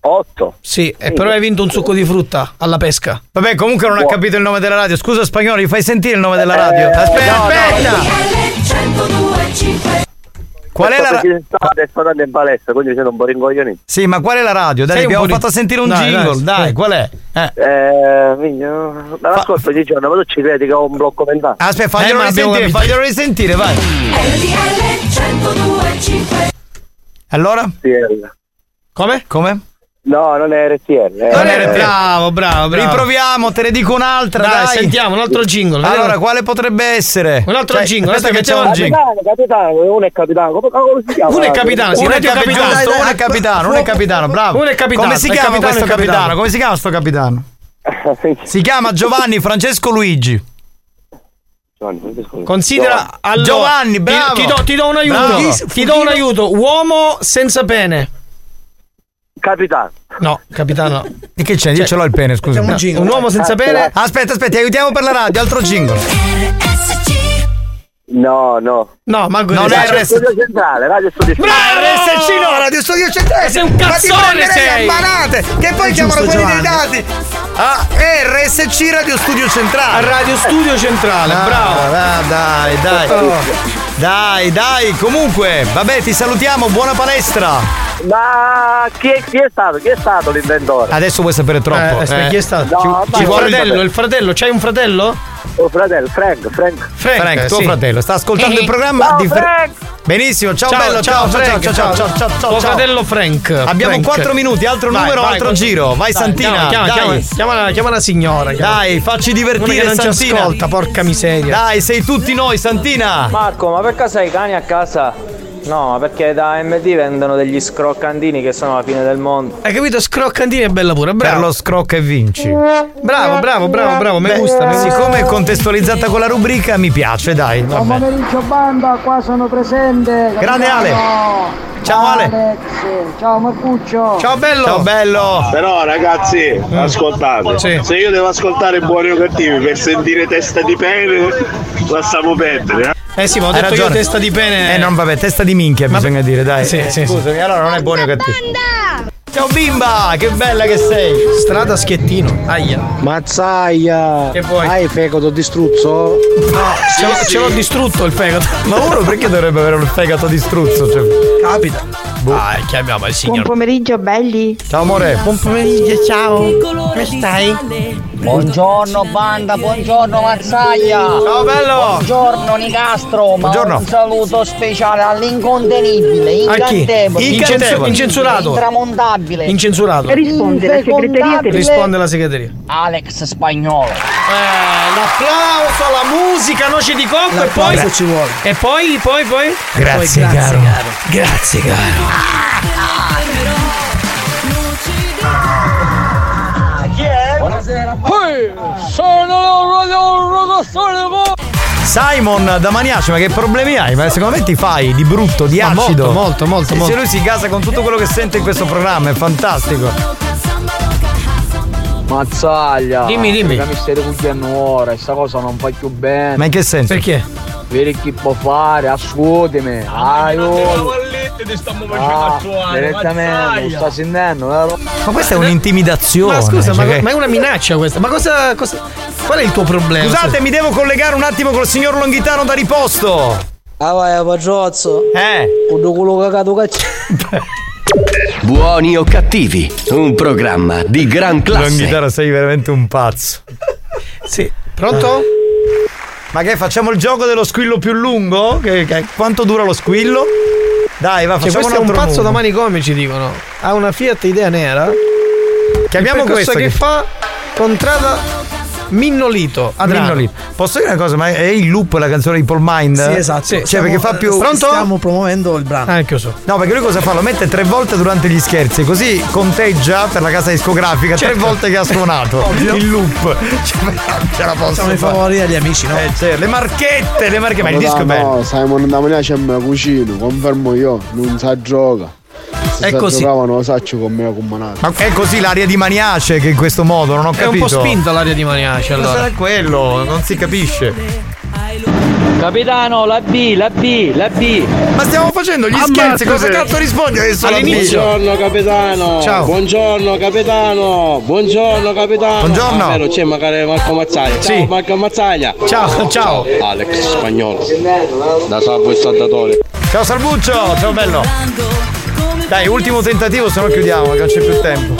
8?
Sì, e Eh, però hai vinto un succo di frutta alla pesca.
Vabbè,
Eh,
comunque non ha capito il nome della radio. Scusa spagnolo, gli fai sentire il nome della radio. Aspetta, aspetta! Qual è la
Eh,
ra-
Perché state state andando in palestra, quindi siete un po' rincoglioniti.
Sì, ma qual è la radio? Dai,
Sei un
abbiamo
po' di-
fatto sentire un
Dai,
jingle. Dai,
dai,
qual è? Eh.
Eh, migno, l'anno scorso ci dicevano, ma tu ci credi che ho un blocco mentale?
Ah, Aspetta, faglielo risentire, faglielo risentire, vai. Allora? Come? Come?
No, non è RTL. eh.
Non è RTL.
Bravo, bravo, bravo.
Riproviamo, te ne dico un'altra. Dai,
Dai, sentiamo, un altro jingle, vediamo.
Allora, quale potrebbe essere?
Un altro jingle,
Cioè, Aspetta, che
aspetta
c'è
che
un
c'è-
jingle.
Capitano, capitano, uno è capitano, come cavolo si chiama?
Uno è capitano, sì, uno è capitano, giusto, uno è capitano, uno è capitano, bravo.
Uno è capitano,
Come si
è
chiama
capitano,
questo
è capitano.
capitano? Come si chiama sto capitano? Si chiama Giovanni Francesco Luigi.
Considera allora,
Giovanni,
ti-
bravo.
Ti, do, ti do un aiuto.
Bravo.
Ti do un aiuto. Uomo senza pene.
Capitano.
No, capitano.
E che c'è? Io ce l'ho il pene, scusa.
un jingle. Cioè, Un uomo senza pene.
Aspetta, aspetta, aiutiamo per la radio, altro jingle.
No, no.
No, ma
Non è
Radio
RS.
Studio Centrale, Radio Studio Centrale.
RSC no, Radio Studio Centrale.
Sei un cazzone,
Ma ti prenderei
sei.
a manate, che poi
È
chiamano
giusto,
quelli dei
Giovanni.
dati. Ah, RSC Radio Studio Centrale.
A Radio Studio Centrale,
Ah,
bravo.
ah, dai, dai.
Oh.
Dai, dai, comunque, vabbè, ti salutiamo, buona palestra.
Ma chi è, chi è stato? Chi è stato l'inventore?
Adesso vuoi sapere troppo.
Eh, aspetta, chi è stato?
No,
Ci-
vai,
il
vai,
fratello,
vai.
il fratello, c'hai un fratello?
Oh, fratello, Frank, Frank.
Frank,
Frank, tuo
sì.
fratello, sta ascoltando
Eh.
il programma
Ciao,
di Fra-
Frank.
Benissimo, ciao,
Ciao,
bello, ciao,
ciao,
ciao,
Frank,
ciao, ciao, ciao, ciao, ciao,
Tuo
ciao.
fratello Frank.
Abbiamo
Frank.
4 minuti, altro
Vai,
numero,
vai,
altro
vai.
giro. Vai
Dai,
Santina,
chiama, chiama,
dai.
chiama, chiama la, chiama la signora. chiama.
Dai, facci divertire,
Una che non ci
Santina.
ascolta, porca miseria.
Dai, sei tutti noi, Santina.
Marco, ma per caso hai cani a casa? No, ma perché da MD vendono degli scroccandini che sono la fine del mondo.
Hai capito? Scroccandini è bella pure,
Per lo scrocca e vinci.
Bravo, bravo, bravo, bravo, mi
Beh,
gusta. mi gusta.
Siccome è contestualizzata con la rubrica, mi piace, dai.
Buon
vabbè.
pomeriggio banda, qua sono presente.
Grande Ale. Ciao, Ale.
Alex. Ciao Marcuccio.
Ciao bello.
Però ragazzi,
Mm.
ascoltate. Se io devo ascoltare buoni o cattivi per sentire testa di pene, lasciamo perdere.
Eh sì, ma ho
Hai
detto io
ragione.
testa di pene.
Eh, non vabbè, testa di minchia bisogna dire, dai.
Sì,
Eh,
sì, sì.
Scusami, allora non è buono o cattivo. Ciao bimba, che bella che sei.
Strada schiettino. Aia.
Mazzaia.
Che vuoi?
Hai fegato distruzzo?
No, ce, l'ho, ce l'ho distrutto il fegato.
Ma uno perché dovrebbe avere un fegato di struzzo? Cioè,
Capita. Dai, Ah, eh, chiamiamo il signor.
pomeriggio belli.
Ciao amore.
Buon pomeriggio, ciao. Come stai?
Buongiorno banda, buongiorno Mazzaglia.
Ciao, bello.
Buongiorno Nicastro. Ma
Buongiorno.
Un saluto speciale all'incontenibile,
A chi?
incantevole,
Incensu- incensurato.
intramontabile.
Incensurato.
Risponde la segreteria tele-
Risponde la segreteria.
Alex Spagnolo.
L'applauso, la musica, noce di cocco e poi.
L'applauso ci vuole.
E poi, poi, poi.
Grazie,
Poi,
caro. Grazie, caro.
Buonasera.
Simon da Maniaci, ma che problemi hai? Ma secondo me ti fai di brutto, di
Ma
acido.
molto, molto, molto,
Sì,
molto.
Se lui si casa con tutto quello che sente in questo programma, è fantastico.
Mazzaglia.
Dimmi, dimmi.
Perché mi stai cugliando ora, questa cosa non fa più bene.
Ma in che senso? Perché? Ah,
Vedi chi può fare, ascoltami. Aiuto. Ah, direttamente, lo sta sentendo, eh, vero?
Ma questa è un'intimidazione.
Ma scusa,
cioè
ma,
che-
ma è una minaccia questa. Ma cosa, cosa- Qual è il tuo problema?
Scusate, mi devo collegare un attimo col signor Longhitano da riposto.
Ah vai, Pagiozzo.
Eh.
Con quello cagato cacciato.
Buoni o cattivi, un programma di gran classe.
Longhitano, sei veramente un pazzo.
Sì. Pronto?
Ma che facciamo il gioco dello squillo più lungo? Che, che- quanto dura lo squillo? Dai, va,
Cioè,
Ah, facciamo
questo è un
altro
pazzo
numero.
da mani comici, dicono. Ha una Fiat idea nera.
Chiamiamo
Il percorso
questo
che,
che-
fa Contrada Minnolito. Adrano.
Minnolito. Posso dire una cosa? Ma è il loop la canzone di Paul Mind?
Sì, esatto.
Cioè, perché fa
eh,
più.
Pronto? Stiamo promuovendo il brano.
Ah, chiuso.
No, perché lui cosa fa? Lo mette tre volte durante gli scherzi, così conteggia per la casa discografica
Certo.
tre volte che ha suonato
Ovvio.
il loop. Cioè, ma non ce la posso
Siamo i
fare.
favori agli amici, no?
Eh, cioè, le marchette, le marchette, ma il
No,
disco è bello.
No, Simon Damania c'è me cucino, confermo io, non sa gioca. Se
È
sa
così.
giocava non lo saccio con me con Manato.
Ma è così l'aria di maniace che in questo modo, non ho
È un
capito.
po' spinta l'aria di maniace
Ma
allora.
sarà quello, non si capisce.
Capitano, la B, la B, la B.
Ma stiamo facendo gli scherzi, cosa cazzo rispondi adesso alla
All'inizio.
B?
Buongiorno capitano.
Ciao.
Buongiorno capitano. Buongiorno capitano.
Buongiorno.
Ah, vero, c'è magari Marco Mazzaglia. Ciao Marco Mazzaglia.
Ciao, ciao.
Alex spagnolo.
eh?
Da salvo il saldatore.
Ciao Salbuccio, ciao bello. Dai, ultimo tentativo, se no chiudiamo, che non c'è più tempo.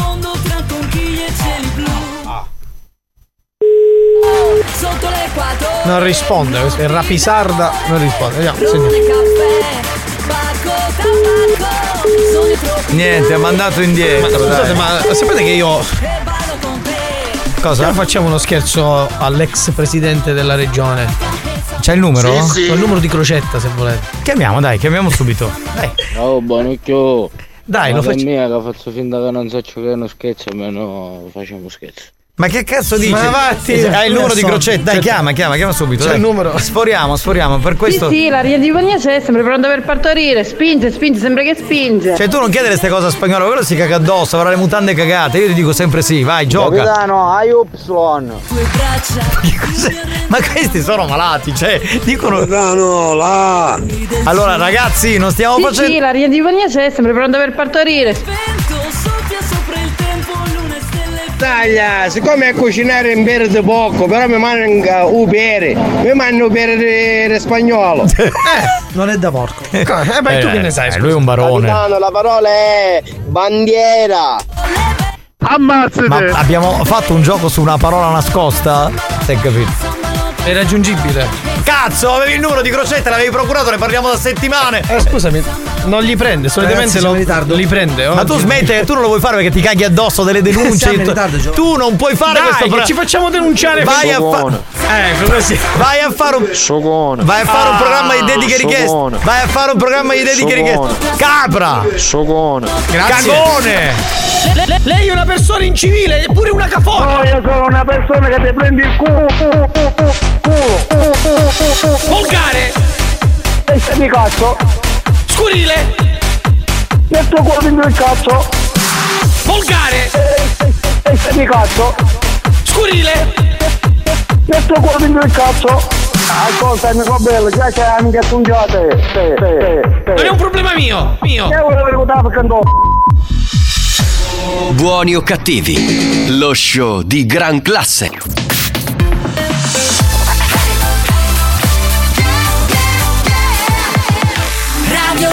Sotto le quattro
Non risponde, è rapisarda, non risponde. Vediamo, sentiamo.
Niente, ha mandato indietro.
Ma scusate,
dai.
ma sapete che io. Cosa? Facciamo uno scherzo all'ex presidente della regione.
C'è il numero?
Sì, sì. Ho il numero di crocetta se volete.
Chiamiamo, dai, chiamiamo subito. Dai.
Oh, Bonucchio.
Dai, lo
Madre
faccio-
mia, che faccio finta che non so che è uno scherzo, almeno facciamo scherzo.
Ma che cazzo dici?
Ma avanti.
Hai il numero di
Adesso.
crocetta? Dai,
C'è-
chiama, chiama, chiama subito.
c'è
dai.
il numero.
Sforiamo, sforiamo. Per questo.
Sì, sì, la linea di compagnia c'è, sempre pronta per partorire. Spinge, spinge, sembra che spinge.
Cioè, tu non chiedere queste cose a spagnolo, quello si caga addosso, avrà le mutande cagate. Io ti dico sempre sì, vai, gioca.
Capitano, AY.
Ma questi sono malati, cioè, dicono. là. Allora, ragazzi, non stiamo
sì,
facendo.
sì, la linea di compagnia c'è, sempre pronta per partorire.
Taglia, siccome a cucinare in verde poco, però mi manca un bere, mi manca un bere spagnolo.
Non è da porco.
Eh,
ma tu che ne sai?
Eh, lui è un barone.
la parola è bandiera.
Ammazzate! Ma abbiamo fatto un gioco su una parola nascosta? Sei capito?
È raggiungibile.
Cazzo, avevi il numero di crocetta, l'avevi procurato, ne parliamo da settimane.
Eh, scusami, non li prende, solitamente
Ragazzi,
lo,
sono in ritardo.
li
oh,
prende.
Ma tu smetti che tu non lo vuoi fare perché ti caghi addosso delle denunce.
Siamo in ritardo, Gio.
tu non puoi fare
Dai,
questo
che
pro-
ci facciamo denunciare
Vai a,
per-
fa-
Eh, così.
vai a fare un Vai a fare un
Ah,
programma di dediche
Sogone.
richieste. Vai a fare un programma di
Sogone.
dediche richieste. Capra!
Sogone.
Grazie. Cagone!
Le- le- lei è una persona incivile, eppure una cafona! No, io sono una persona che ti prendi il culo! Volgare!
Mi cazzo.
Scurile!
Nel tuo cuore dentro il cazzo. Eh,
Volgare!
Mi cazzo.
Scurile!
Nel tuo cuore dentro il cazzo. Ascolta, mi fa bello, già c'è amica tungiate. Sì, sì, sì.
Non è un problema mio! Mio!
Io volevo ricordare perché andò.
Buoni o cattivi, lo show di gran classe.
Radio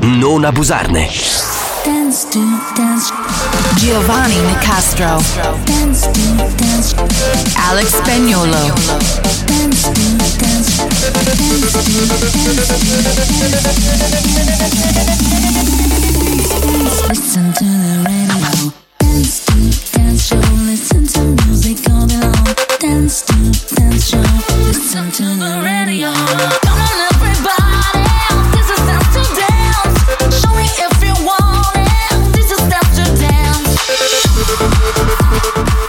non abusarne.
Dance to dance. Giovanni Nicastro. Dance to dance. Alex Spagnolo.
Listen to the radio Dance to dance show Listen to music all day long Dance to dance show Listen to the radio Come on everybody This is dance to dance Show me if you want it This is dance to dance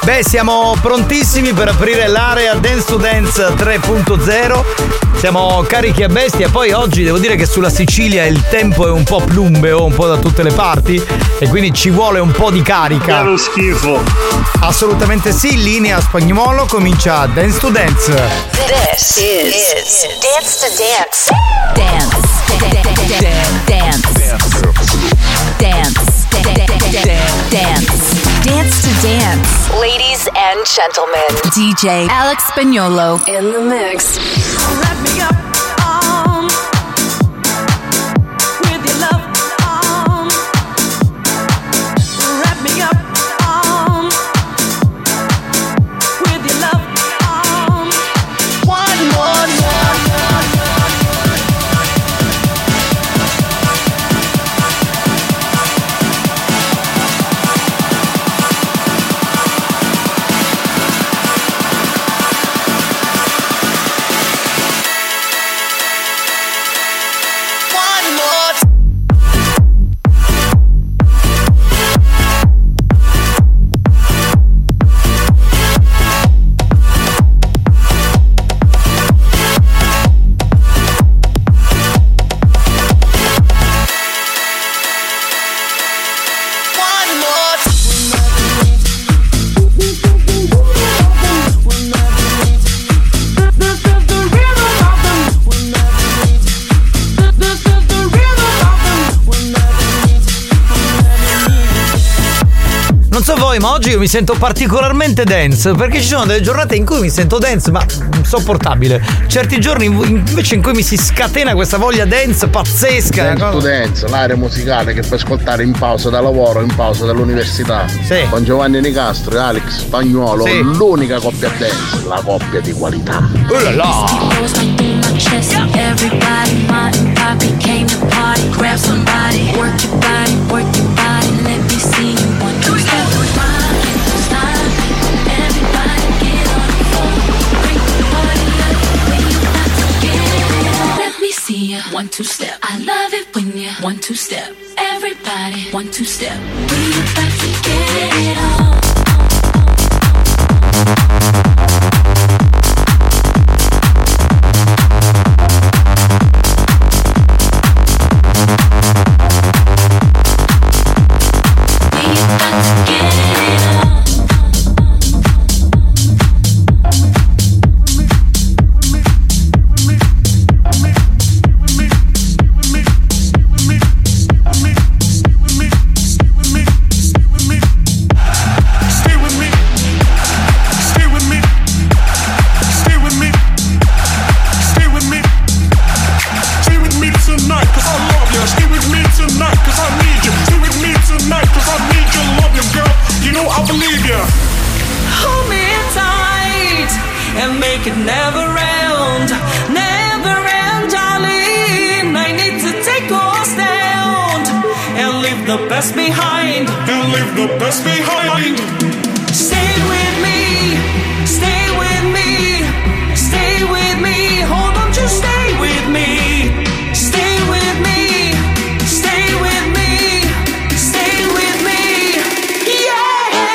Beh, siamo prontissimi per aprire l'area Dance to Dance 3.0. Siamo carichi a bestia. Poi oggi devo dire che sulla Sicilia il tempo è un po' plumbeo, un po' da tutte le parti. E quindi ci vuole un po' di carica. È lo schifo. Assolutamente sì, linea spagnolo comincia Dance to Dance.
This is, Dance to dance. Dance. Dance. Dance. Dance. Dance to dance. Ladies and gentlemen. DJ Alex Spagnolo in the mix.
um, um. um, um. Wrap
sai, ma oggi io mi sento particolarmente dense perché ci sono delle giornate in cui mi sento dense, ma sopportabile. Certi giorni in- invece in cui mi si scatena questa voglia dense pazzesca. è una cosa-
Studenza, l'area musicale che puoi ascoltare in pausa da lavoro, in pausa dall'università. Con Giovanni Nicastro e Alex Spagnuolo,
Sì.
l'unica coppia dance, la coppia di qualità.
Uh
Oh la la. goes right through my chest. Everybody, my and Poppy came to party. Grab somebody, work your body, work your body. Let me see you one two step. Smile, smile. Everybody get on the floor. Bring the party up when you got to get it. Let me see you one two step. I love it when you one two step. Everybody one two step. When you got to get it on.
Stay with me. Stay with me. Stay with me. Stay with me. Stay with me tonight, cause I love you. Stay with me tonight, cause I need you. Stay with me tonight, cause I need your love you, girl. You know I believe you.
Hold me tight and make it never end, never end, darling. I need to take a stand and leave the best behind. And leave the best behind. Stay with me, stay with me, stay with me. Hold on, just stay with me. Stay with me, stay with me, stay with me. Yeah.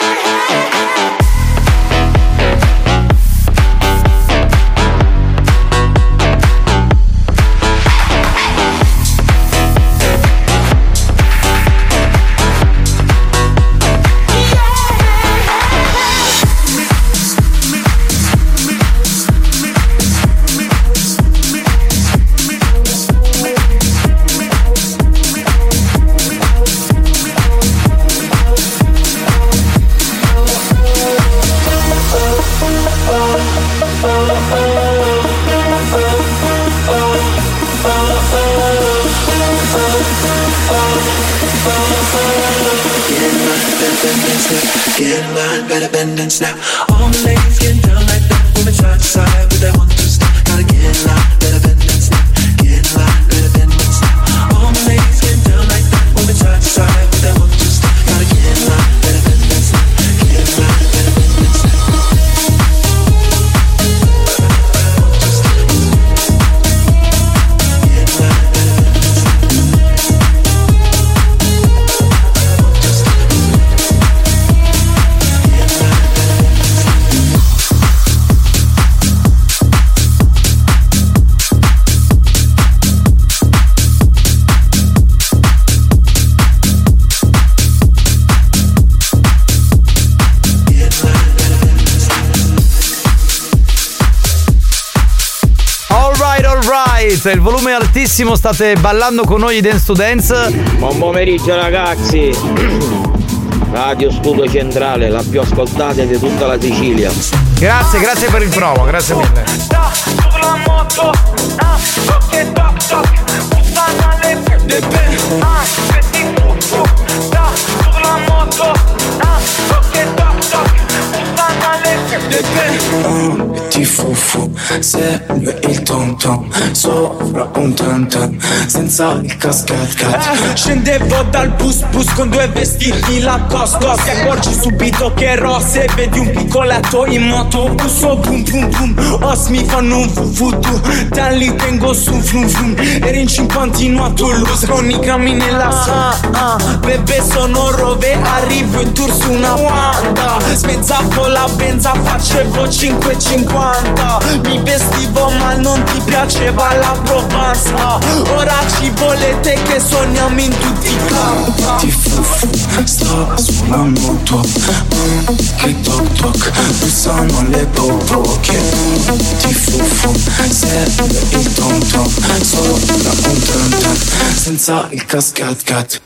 Get in line, better bend and snap. All the ladies getting down like that, moving side to side with that one two step. Gotta get in line, better bend and snap. Get in line, better bend and snap. All the ladies getting down like that, moving side to side with that one two step. Gotta get in line, better bend and snap. Get in line, better bend and snap.
Alright, alright, il volume è altissimo, state ballando con noi dance to dance.
Buon pomeriggio ragazzi! Radio Studio Centrale, la più ascoltata di tutta la Sicilia.
Grazie, grazie per il promo, grazie mille.
Ah,
Un petit fofo, segue il tom tom, sopra un tam tam, senza il cascat
Eh, Scendevo dal bus bus con due vestiti Lacoste Ti accorgi subito che è rossa E vedi un piccoletto in moto Un suo boom boom boom Os mi fanno un vuvutu Te li tengo su flum flum Eri in 50 in a Toulouse Con i grammi nella ah, ah, ah. Bebe sono rove Arrivo in tour su una Wanda Spezzavo la benza Facevo 5,50 Mi vestivo ma non ti piaceva la Provenza Ora ci volete che sogniamo in tutti i campi
Ti fufu, sta sulla moto Mm, Che toc toc, puzzano le provoche Ti fufu, serve il tom tom Sopra un tam tam, senza il cascat cat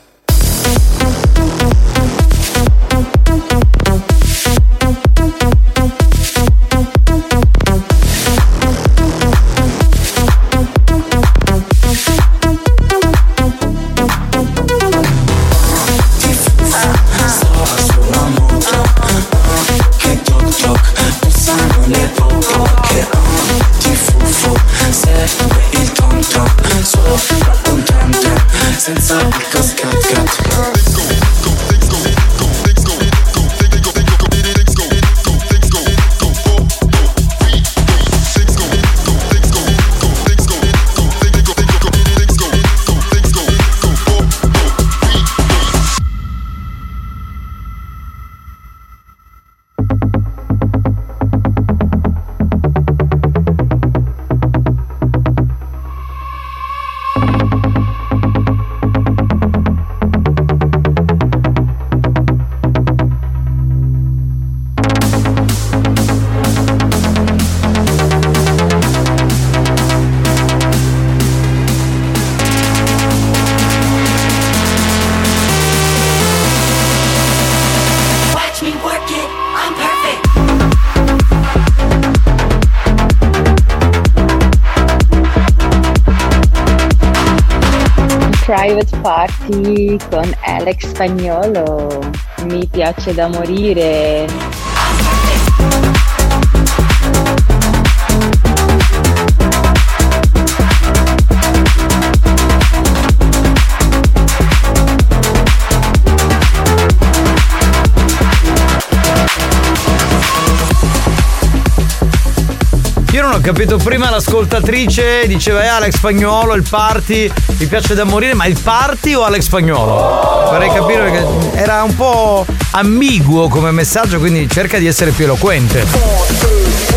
cazzo, cazzo, cazzo, cazzo.
Watch me work it, I'm perfect.
Private Party con Alex Spagnolo. Mi piace da morire.
Io non ho capito prima l'ascoltatrice diceva eh, Alex Spagnuolo, il party, mi piace da morire, ma il party o Alex Spagnuolo? Vorrei capire perché era un po' ambiguo come messaggio, quindi cerca di essere più eloquente.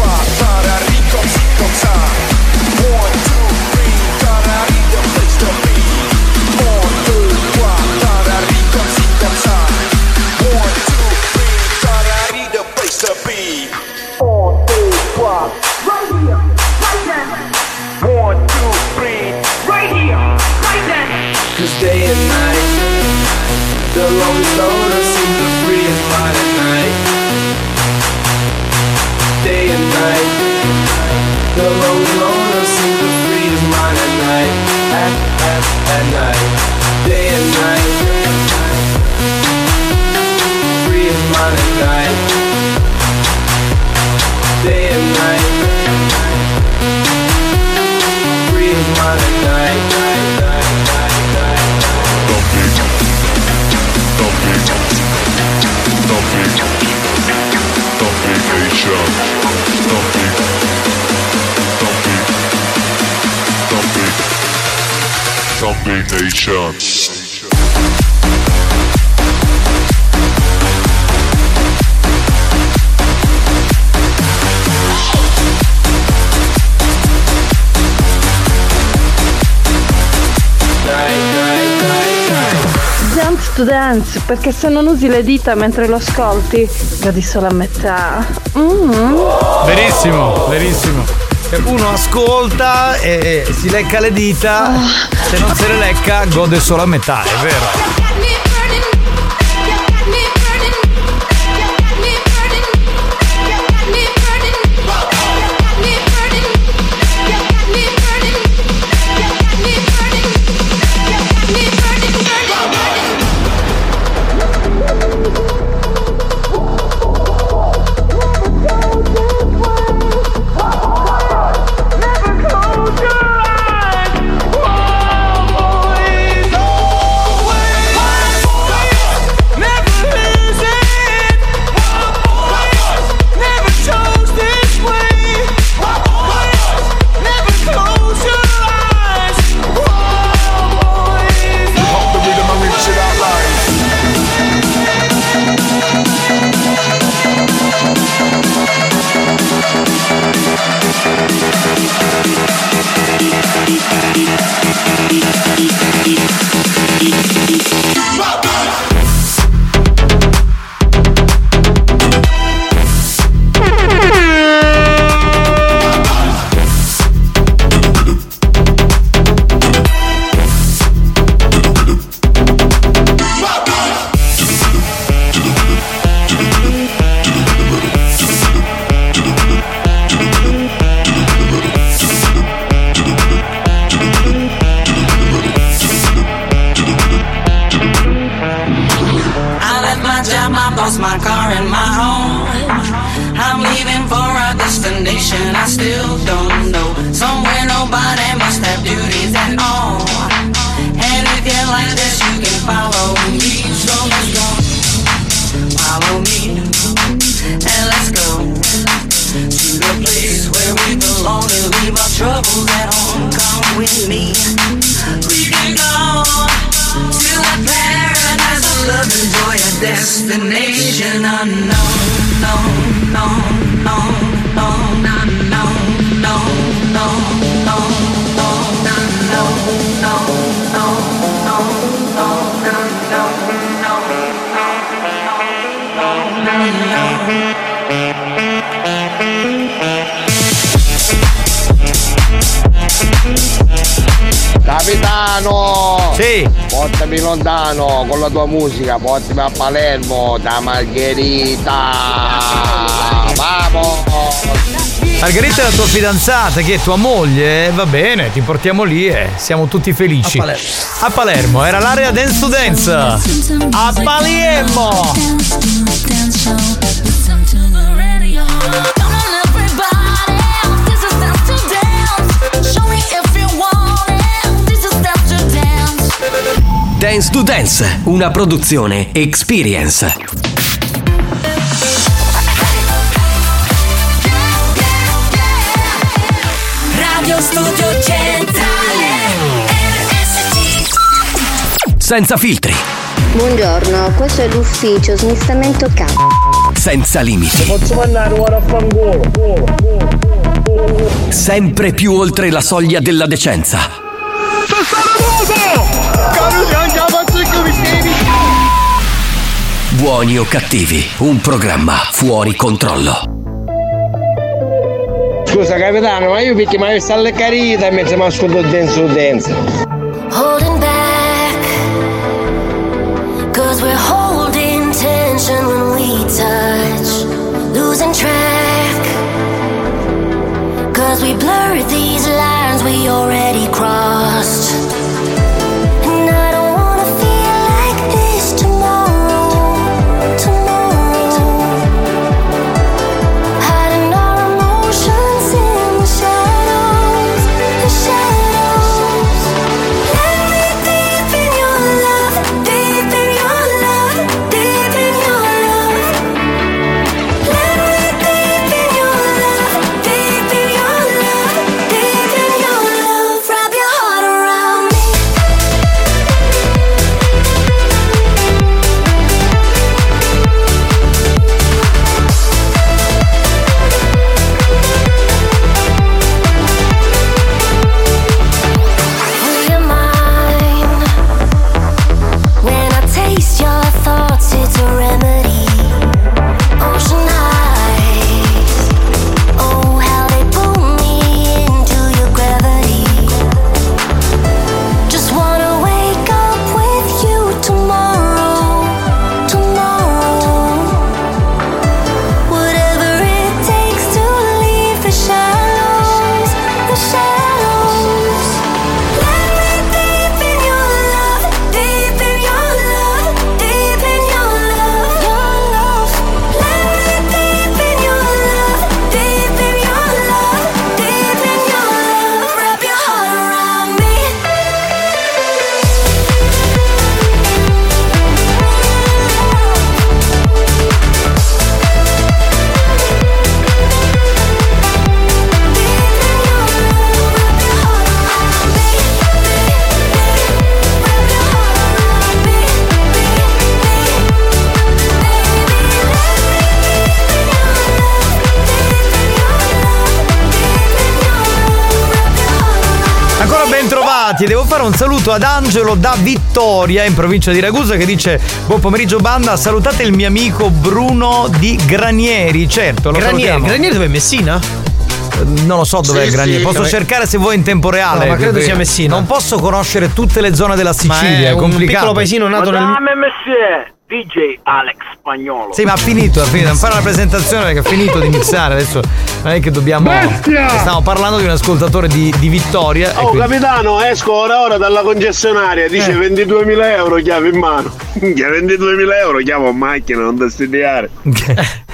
Cause day and night, the lonely loner seems to free and fly at night. Day and night, the lonely loner seems to free his mind at night. At, at, at night, day and night, free his mind at night. Day and night, free his mind at night. night, night, night, night.
Domination.
Dance to dance, perché se non usi le dita mentre lo ascolti, godi solo a metà. Mm.
Verissimo, verissimo. Cioè, Uno ascolta e, e si lecca le dita, se non se le lecca gode solo a metà, è vero.
I left my job, my boss, my car, and my home. I'm leaving for a destination I still don't know. Somewhere nobody must have duties at all. And if you're
like this you can follow me. So let's go. Follow me. And let's go. To the place where we belong and leave our troubles at home. Come with me. We can go to a paradise of love and joy, a destination unknown. No, no, no, no, no, no, no, no, no, no, no, no, no, no, no, no, no, no, no, no, no, no, no.
Capitano!
Sì!
Portami lontano con la tua musica, portami a Palermo, da Margherita! Vamos!
Margherita è la tua fidanzata, che è tua moglie, va bene, ti portiamo lì e siamo tutti felici.
A
Palermo. A Palermo, era l'area Dance to Dance. A Palermo!
Dance to Dance, una produzione Experience.
Radio Studio Centrale RSC
Senza filtri,
Buongiorno, questo è l'ufficio smistamento c***o.
senza limiti,
Posso mandare ora a fangolo?
sempre più oltre la soglia della decenza. Buoni o cattivi, un programma fuori controllo.
Scusa capitano, ma io perché mi avevi sta le carita mentre mi ascolto dance to dance.
Holding back Cause we're holding tension when we touch Losing track Cause we blur these lines we already crossed And I don't wanna feel like this tomorrow Tomorrow Hiding our emotions in the shadows The shadows Let me deep in your love Deep in your love Deep in your love Let me deep in your love Deep in your love Deep in your love Wrap your heart around me Will you mind When I taste your thoughts it's a remedy Ocean eyes Oh how they pull me into your gravity Just wanna wake up with you tomorrow Tomorrow Whatever it takes to leave the shadows The shadows Let me deep in your love Deep in your love Deep in your love Your love Let me deep in your love Deep in your love Deep in your love Wrap your heart around me
Ancora ben trovati, devo fare un saluto ad Angelo da Vittoria in provincia di Ragusa che dice buon pomeriggio banda, salutate il mio amico Bruno di Granieri, certo. Lo
Granieri, Granieri
dove è Messina? Non lo so dov'è
Sì,
Granieri,
sì,
posso
dov'è-
cercare se vuoi in tempo reale.
No, ma credo
perché
sia Messina.
Non posso conoscere tutte le zone della
è
Sicilia, è,
un
complicato.
piccolo paesino nato nel-
Madame Messie, DJ Alex Spagnolo.
Sì, ma ha finito, ha finito. Non fare la presentazione perché ha finito di mixare. Adesso non è che dobbiamo.
Bestia!
Stiamo parlando di un ascoltatore di, di Vittoria. e
Oh
quindi-
capitano, esco ora ora dalla concessionaria, dice 22.000 euro chiave in mano. Minchia, 22.000 euro chiavo a macchina, non da studiare.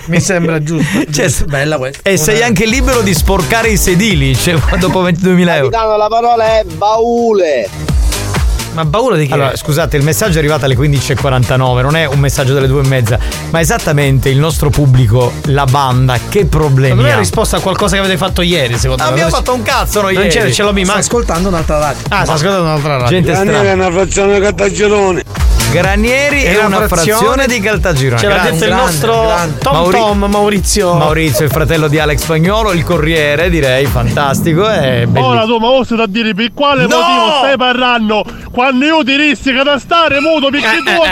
Mi sembra giusto. giusto. Bella questa.
E sei anche libero di sporcare i sedili, cioè, dopo 22.000 euro.
Capitano, la parola è baule.
Ma paura di chi?
Allora, scusate, il messaggio è arrivato alle 15.49, non è un messaggio delle due e mezza, ma esattamente il nostro pubblico, la banda, che
non
problemi
è
ha?
risposta a qualcosa che avete fatto ieri, secondo
Non
me.
Ah, abbiamo fatto un cazzo noi
Non
ieri.
c'era, ce l'ho mi
Sta
manca.
ascoltando un'altra radio.
Ah, sta ascoltando un'altra radio.
Gente strana.
una frazione di Caltagirone.
Granieri è una frazione di Caltagirone.
Ce l'ha
Grande,
detto il
grande,
nostro
grande.
Tom
Mauri-
Tom Maurizio.
Maurizio, il fratello di Alex Spagnolo, il corriere, direi, fantastico e bellissimo.
Ora tu ma osso da dire per quale
No!
motivo stai parlando quando io ti rissi che da stare muto perché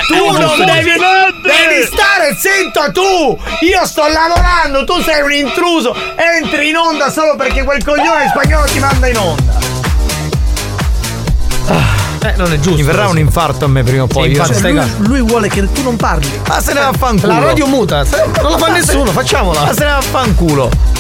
tu,
tu non devi, devi
stare
zitto tu! Io sto lavorando, tu sei un intruso! Entri in onda solo perché quel coglione spagnolo ti manda in onda!
Eh, non è giusto.
Mi verrà un infarto a me prima o poi. io
Cioè,
non stai calmo.
lui, lui vuole che tu non parli.
Ma se ne va a fanculo.
La radio
muta.
non la fa nessuno,
facciamola.
Ma se ne va a fanculo.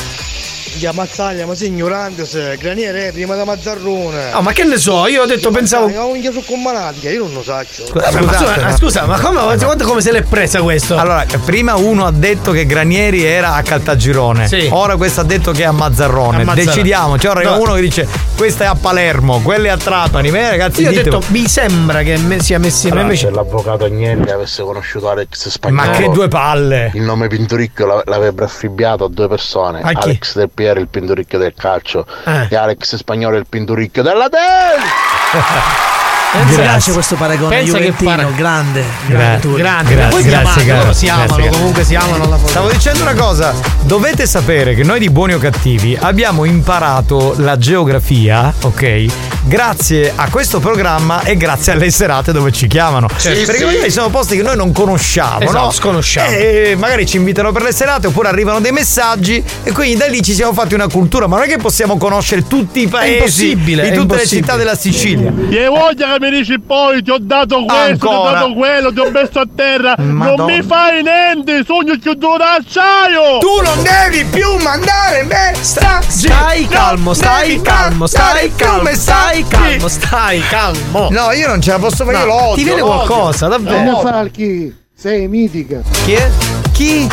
Di ammazzaglia, ma sei ignorante se Graniere è prima da Mazzarrone.
Ah, ma che ne so, io ho detto, pensavo-
Ma unghia su con malatica, io non lo saccio.
Vabbè, Ah, ma scusa, ma scusa, ma come, guarda come se l'è presa questo?
Allora, prima uno ha detto che Granieri era a Caltagirone.
Sì.
Ora questo ha detto che è a
A
Mazzarrone.
Mazzarone.
Decidiamoci. Ora arriva
No.
uno che dice questa è a Palermo, quella è a Trapani. Beh, ragazzi,
Io ho
dite-
detto, mi sembra che me- sia messi
Allora,
ma invece.
se l'avvocato Agnelli avesse conosciuto Alex Spagnolo
Ma che due palle!
Il nome Pinturicchio la- l'avrebbe affibbiato a due persone
A chi?
Alex Del Piero il Pinturicchio del calcio
Eh.
E Alex Spagnolo il Pinturicchio della testa
Mi
Grazie.
piace questo paragone
Pensa che
Juventino,
para-
grande,
Gra-
grande, Tullio.
grande, grazie,
Voi vi
grazie,
amate,
caro.
loro si
Grazie,
amano,
caro.
comunque si amano la
Stavo dicendo una cosa, dovete sapere che noi di buoni o cattivi abbiamo imparato la geografia, ok? Grazie a questo programma e grazie alle serate dove ci chiamano.
Certo.
Perché
Sì, sì.
magari sono posti che noi non conosciamo,
Esatto,
no?
sconosciamo.
E magari ci invitano per le serate oppure arrivano dei messaggi e quindi da lì ci siamo fatti una cultura, ma non è che possiamo conoscere tutti i paesi
impossibile,
di
è
tutte le
impossibile.
città della Sicilia.
Ti hai voglia che mi dici poi ti ho dato questo,
Ancora.
ti ho dato quello, ti ho messo a terra,
Madonna.
non mi fai niente, sogno più duro acciaio!
Tu non devi più mandare me sta
Stai calmo, stai calmo, stai calmo, stai calmo, stai calmo.
No, io non ce la posso fare,
No,
io lo odio.
Ti viene
lo odio.
Eh.
qualcosa, davvero?
Anna Falchi, sei mitica.
Chi è? Chi?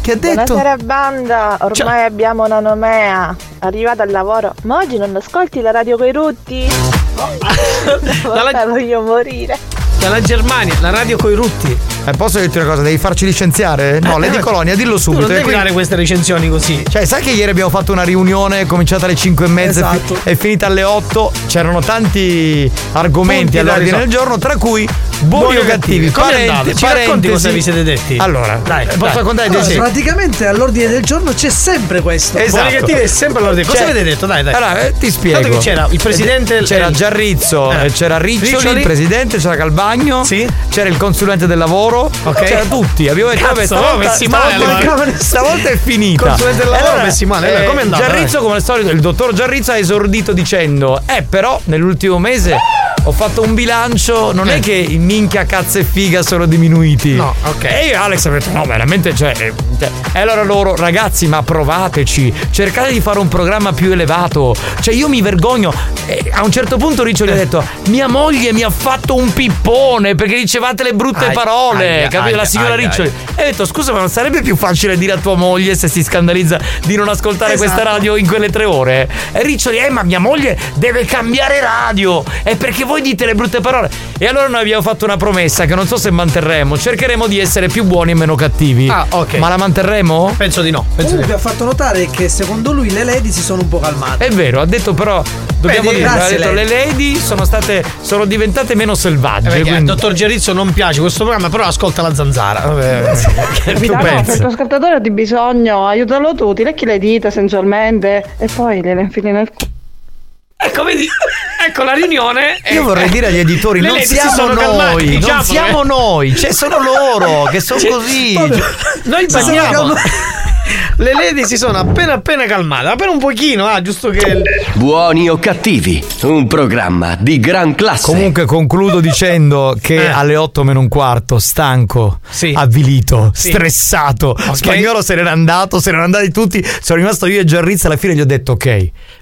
Che ha detto?
Buonasera banda, ormai abbiamo una nomea, arrivata al lavoro. Ma oggi non ascolti la radio coi rutti? Vabbè, voglio morire.
Dalla Germania, la radio coi rutti.
Eh, posso dirti una cosa? Devi farci licenziare? No,
Eh,
Lady
eh,
Colonia, dillo
tu
subito.
non
eh,
devi
qui-
dare queste recensioni così.
Cioè, sai che ieri abbiamo fatto una riunione, è cominciata alle 5 e mezza e
Esatto.
fi- è finita alle 8. C'erano tanti argomenti
Punti da
all'ordine
risolvere.
del giorno, tra cui buoni o cattivi.
Come
Parenti-
andate? Ci racconti
parentesi.
cosa vi siete detti?
Allora,
Dai,
eh, posso
dai.
raccontare?
Allora,
Sì.
praticamente all'ordine del giorno c'è sempre questo.
Esatto.
Cioè,
Cioè, Allora, eh, ti spiego.
Tanto che c'era il presidente-
C'era
eh,
Giarrizzo,
eh,
eh, c'era Riccioli,
Riccioli.
il presidente, c'era Calvagno, c'era il consulente del lavoro,
Ok.
c'era tutti. Abbiamo detto,
Cazzo,
vabbè,
no,
stavolta,
messi male,
stavolta-
allora.
stavolta è finita.
Consulente del
E
lavoro, messi male, allora,
eh,
com'è andata,
Giarrizzo,
dai?
come al solito, il dottor Giarrizzo ha esordito dicendo, eh però nell'ultimo mese... Ho fatto un bilancio, non è che i minchia, cazzo e figa sono diminuiti. No, ok. E io e Alex abbiamo detto, no, veramente, cioè, eh, cioè, E allora loro, ragazzi, ma provateci, cercate di fare un programma più elevato. Cioè, io mi vergogno. E a un certo punto Riccio gli
Eh.
ha detto, mia moglie mi ha fatto un pippone perché dicevate le brutte
Ai-
parole,
aia,
capito? La
aia,
signora
aia,
Riccioli.
aia.
E ho detto, scusa, ma non sarebbe più facile dire a tua moglie se si scandalizza di non ascoltare
Esatto.
questa radio in quelle tre ore? E Riccioli, eh, ma mia moglie deve cambiare radio. È perché voi dite le brutte parole. E allora noi abbiamo fatto una promessa che non so se manterremo. Cercheremo di essere più buoni e meno cattivi.
Ah, ok.
Ma la manterremo?
Penso di no. Penso di
Comunque
no.
ha fatto notare che secondo lui le lady si sono un po' calmate.
È vero, ha detto però. Dobbiamo
Vedi,
dire, ha
grazie,
detto
lady.
le lady sono state. sono diventate meno selvagge.
Eh, perché al
quindi-
dottor Gerizzo non piace questo programma, però ascolta la zanzara. Vabbè, che più
Capitano, se il
pensi?
tuo scattatore ti bisogno, aiutalo tu, ti lecchi le dita essenzialmente e poi le infili nel culo.
Ecco, vedi, ecco la riunione.
Io vorrei dire agli editori: non siamo noi, non
eh.
siamo noi, cioè sono loro che sono così.
Cioè, Noi
Si sono
bagniamo.
calma-
Le lady si sono appena appena calmate, appena un pochino, ah, giusto che.
Buoni o cattivi, un programma di gran classe.
Comunque concludo dicendo
Eh.
che alle 8 meno un quarto, stanco, avvilito,
Sì.
stressato, spagnolo se n'era andato, se n'erano andati tutti, sono rimasto io e Giarrizza, alla fine gli ho detto ok,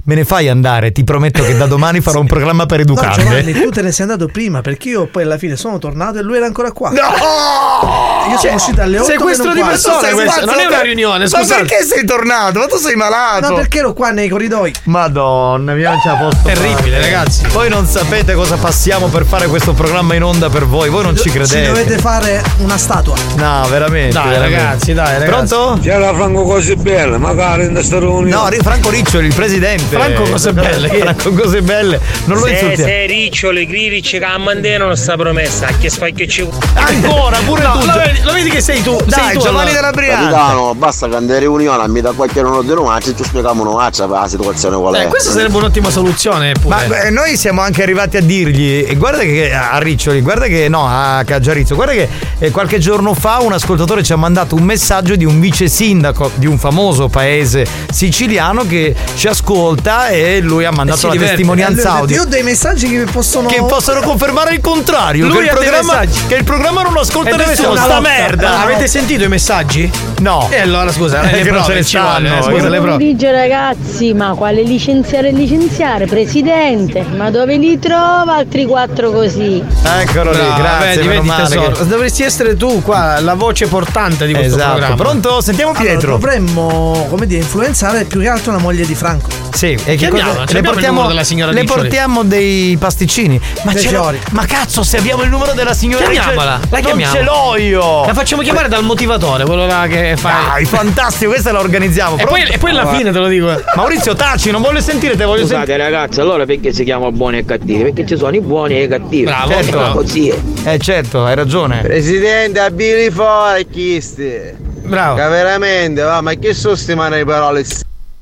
me ne fai andare, ti prometto che da domani farò un programma per
No, Giovanni,
educande.
tu te ne sei andato prima perché io poi alla fine sono tornato e lui era ancora qua.
No! Cioè,
Io sono uscito alle 8
Sequestro di persone, questo. non è una riunione, scusate.
sei tornato? Ma tu sei malato.
No, perché ero qua nei corridoi.
Madonna mia, non ce la posso fare.
Terribile, ragazzi.
Voi non sapete cosa passiamo per fare questo programma in onda per voi. Voi non ci
Ci
credete.
dovete fare una statua.
No, veramente.
Dai,
veramente.
ragazzi, dai, ragazzi.
Pronto?
C'era Franco Cosibella, magari in questa riunione.
No, Ri- Franco Riccioli, il presidente.
Franco Cosebelle.
Franco Cosebelle. Non lo
se
insultiamo.
sei Eh, riccio le gririci che a mantengono sta promessa a chi spacchio ci
Ancora, pure
No,
tu.
lo
vedi, lo vedi che sei tu.
Eh,
sei tu, allora.
Capitano, basta che andare in riunione, mi da qualche uno di romance e ci spieghiamo una faccia per la situazione qual è.
Eh, questa sarebbe un'ottima soluzione.
Ma
Pure.
eh, noi siamo anche arrivati a dirgli, e guarda che a Riccioli, guarda che no, a Caggiarizzo, guarda che eh, qualche giorno fa un ascoltatore ci ha mandato un messaggio di un vice sindaco di un famoso paese siciliano che ci ascolta e lui ha
Eh
mandato la testimonianza
Allora, Io
audio.
ho dei messaggi che possono.
Che possono confermare il contrario.
Lui
che, il
ha dei
programma,
messaggi.
che il programma non lo ascolta
E dove
nessuno.
sono?
Sta
Alla lotta.
merda.
Avete sentito i messaggi?
No.
E allora scusa,
Eh,
le
che non ce
prove
ne
ci vogliono,
stanno,
eh, scusa, le prove.
pomeriggio ragazzi, ma quale licenziare e licenziare? Presidente, ma dove li trova altri quattro così?
Eccolo
Brava,
lì, grazie,
vedi,
meno
vedi,
male
tesoro.
che-
Dovresti essere tu qua la voce portante di questo
Esatto.
programma.
Pronto? Sentiamo
Allora, dovremmo, come dire, influenzare più che altro la moglie di Franco.
Sì, e che
Chiamiamola,
cosa-
ce l'abbiamo
le
il
portiamo,
numero della signora
le
Riccioli?
portiamo dei pasticcini. Ma,
Dei
ce l'ho-
fiori.
ma cazzo, se abbiamo il numero della signora
Chiamiamola,
Riccioli,
la
non
chiamiamo.
ce l'ho io.
La facciamo chiamare dal motivatore, quello là che fa.
Dai, fantastico, questa la organizziamo.
E poi, e poi alla fine te lo dico. eh.
Maurizio, taci, non voglio sentire te, voglio
Scusate ragazzi, allora perché si chiama buoni e cattivi? Perché ci sono i buoni e i cattivi.
Bravo,
Certo,
bravo.
così è.
sentire. Eh certo, hai ragione.
Presidente, abbili fuori chisti.
Bravo.
Che veramente, va, ma che sono queste mani parole?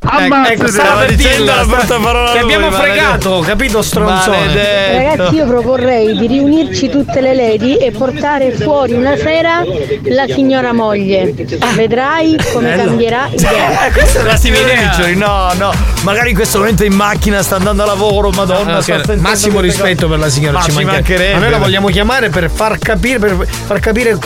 Ammazzati.
Ecco,
Stava dicendo la brutta parola
Che
lui,
abbiamo
guarda,
fregato,
capito stronzone?
Ragazzi io proporrei di riunirci tutte le lady e portare fuori una sera la signora moglie. Vedrai come cambierà idea.
Eh, questa è la
Ottima
signora
idea.
Riccioli, no, no. Magari in questo momento in macchina sta andando a lavoro, madonna.
No,
sta
scherzo.
sentendo
Ah, massimo
queste
rispetto
cose.
per la signora,
Ma
ci mancherebbe. Ma noi la vogliamo chiamare per far capire, per far capire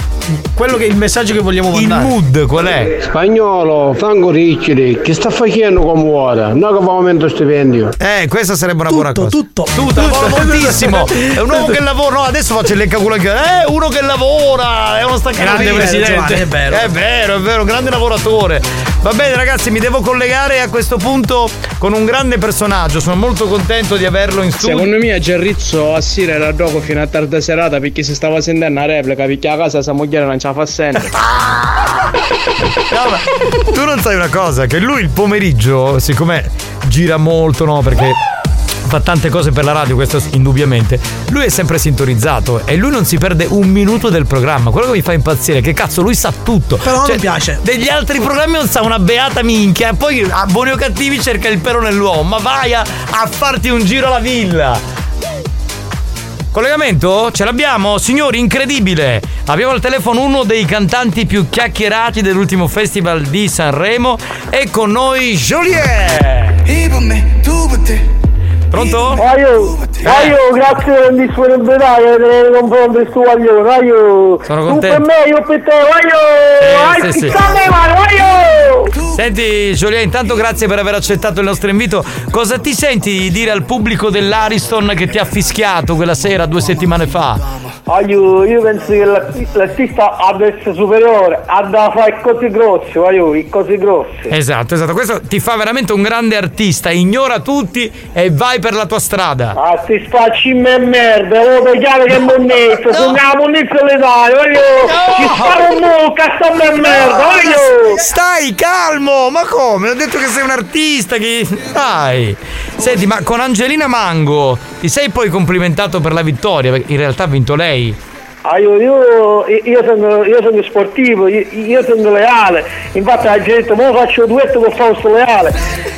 quello che il messaggio che vogliamo mandare.
mood qual è?
Spagnolo, Franco Riccioli, che sta facendo come ora? Noi che abbiamo aumentato stipendio.
Eh, questa sarebbe una buona cosa. Tutto, tutto,
tutto.
moltissimo. È un uomo che lavora. No, adesso faccio le calcolo anche. Eh, uno che lavora, è uno staccato.
Grande
libero,
presidente.
Giovanni, È vero, è vero, è vero, grande lavoratore. Va bene, ragazzi, mi devo collegare a questo punto con un grande personaggio. Sono molto contento di averlo in studio.
Secondo me a Gerrizzo a Sira era dopo fino a tarda serata perché si stava sentendo una replica perché a casa sa moglie non ce la fa sempre.
No, ma tu non sai una cosa, che lui il pomeriggio, siccome gira molto, no? Perché fa tante cose per la radio, questo indubbiamente, lui è sempre sintonizzato e lui non si perde un minuto del programma. Quello che mi fa impazzire è che cazzo lui sa tutto.
Però non piace.
Cioè, Degli altri programmi non sa una beata minchia, poi a buoni o cattivi cerca il pelo nell'uomo, ma vai a, a farti un giro alla villa. Collegamento? Ce l'abbiamo? Signori, incredibile! Abbiamo al telefono uno dei cantanti più chiacchierati dell'ultimo festival di Sanremo e con noi Joliet! Pronto?
Aio, aio, Ah, grazie per il disponibilità che avete nei confronti di sto aio, aio.
Sono
Tu per
contento. Eh,
me, io per te,
Sì,
aio. Aio,
sì, sì.
chissà mano, aio.
Senti Joliet, intanto grazie per aver accettato il nostro invito. Cosa ti senti dire al pubblico dell'Ariston che ti ha fischiato quella sera due settimane fa?
Aio, io penso che l'artista- l'artista adesso superiore, ha da fare cose grosse, aio, i cose grosse.
Esatto, esatto, questo ti fa veramente un grande artista, ignora tutti e vai per la tua strada.
Ah, ti spacci in me merda, lo chiaro che è monnezza, sono una monnezza l'Italia, voglio, ti sparo un mucca, sta me merda, voglio.
Stai calmo, ma come? Ho detto che sei un artista, che... Dai! Senti, ma con Angelina Mango ti sei poi complimentato per la vittoria, perché in realtà ha vinto lei.
Ah, io, io- io sono, io sono sportivo, io, io sono leale, infatti ha detto, mo faccio duetto con Fausto Leale,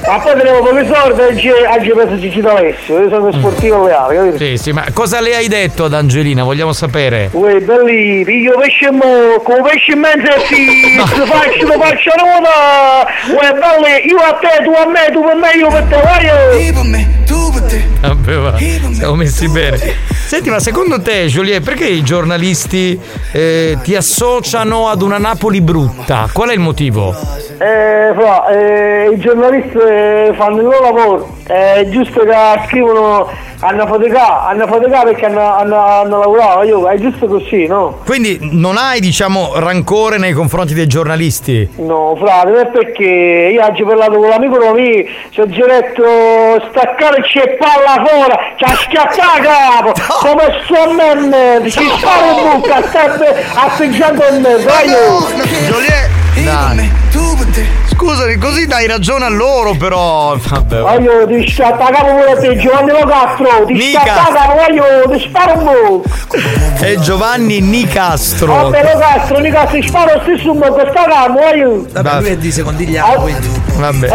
ma poi tenevo pochi soldi e oggi oggi penso ci ci Alessio, io sono sportivo leale, capito?
Sì, sì, ma cosa le hai detto ad Angelina? Vogliamo sapere.
Uè, belli, piglio pesce mo, con pesce in mezzo e ti faccio la faccia nuova, uè, belli, io a te, tu a me, tu per me, io per te, vai!
Vabbè, va. Siamo messi bene. Senti, ma secondo te, Joliet, perché i giornalisti eh, ti associano ad una Napoli brutta? Qual è il motivo?
Eh, fra, eh, i giornalisti eh, fanno il loro lavoro, è giusto che scrivono hanno faticato, hanno faticato perché hanno, hanno- hanno lavorato, io, è giusto così, no?
Quindi non hai, diciamo, rancore nei confronti dei giornalisti?
No, frate, non è perché io oggi ho parlato con l'amico mio, ci ho diretto staccare c'è palla fuori, ci ha schiacciato il capo, come sto menne, ci spara in bocca, stai affiggiando il mezzo, dai!
Joliet, Scusami, così dai ragione a loro però. Vabbè.
Voglio ti scatta capo pure te, Giovanni Locastro, ti
Mica.
scatta capo, voglio, ti sparo un po'.
È Giovanni Nicastro.
Vabbè Locastro, Nicastro, ti sparo stesso un po', sta capo, voglio.
Vabbè, lui è
di
secondigliano,
quindi.
Voglio,
Vabbè.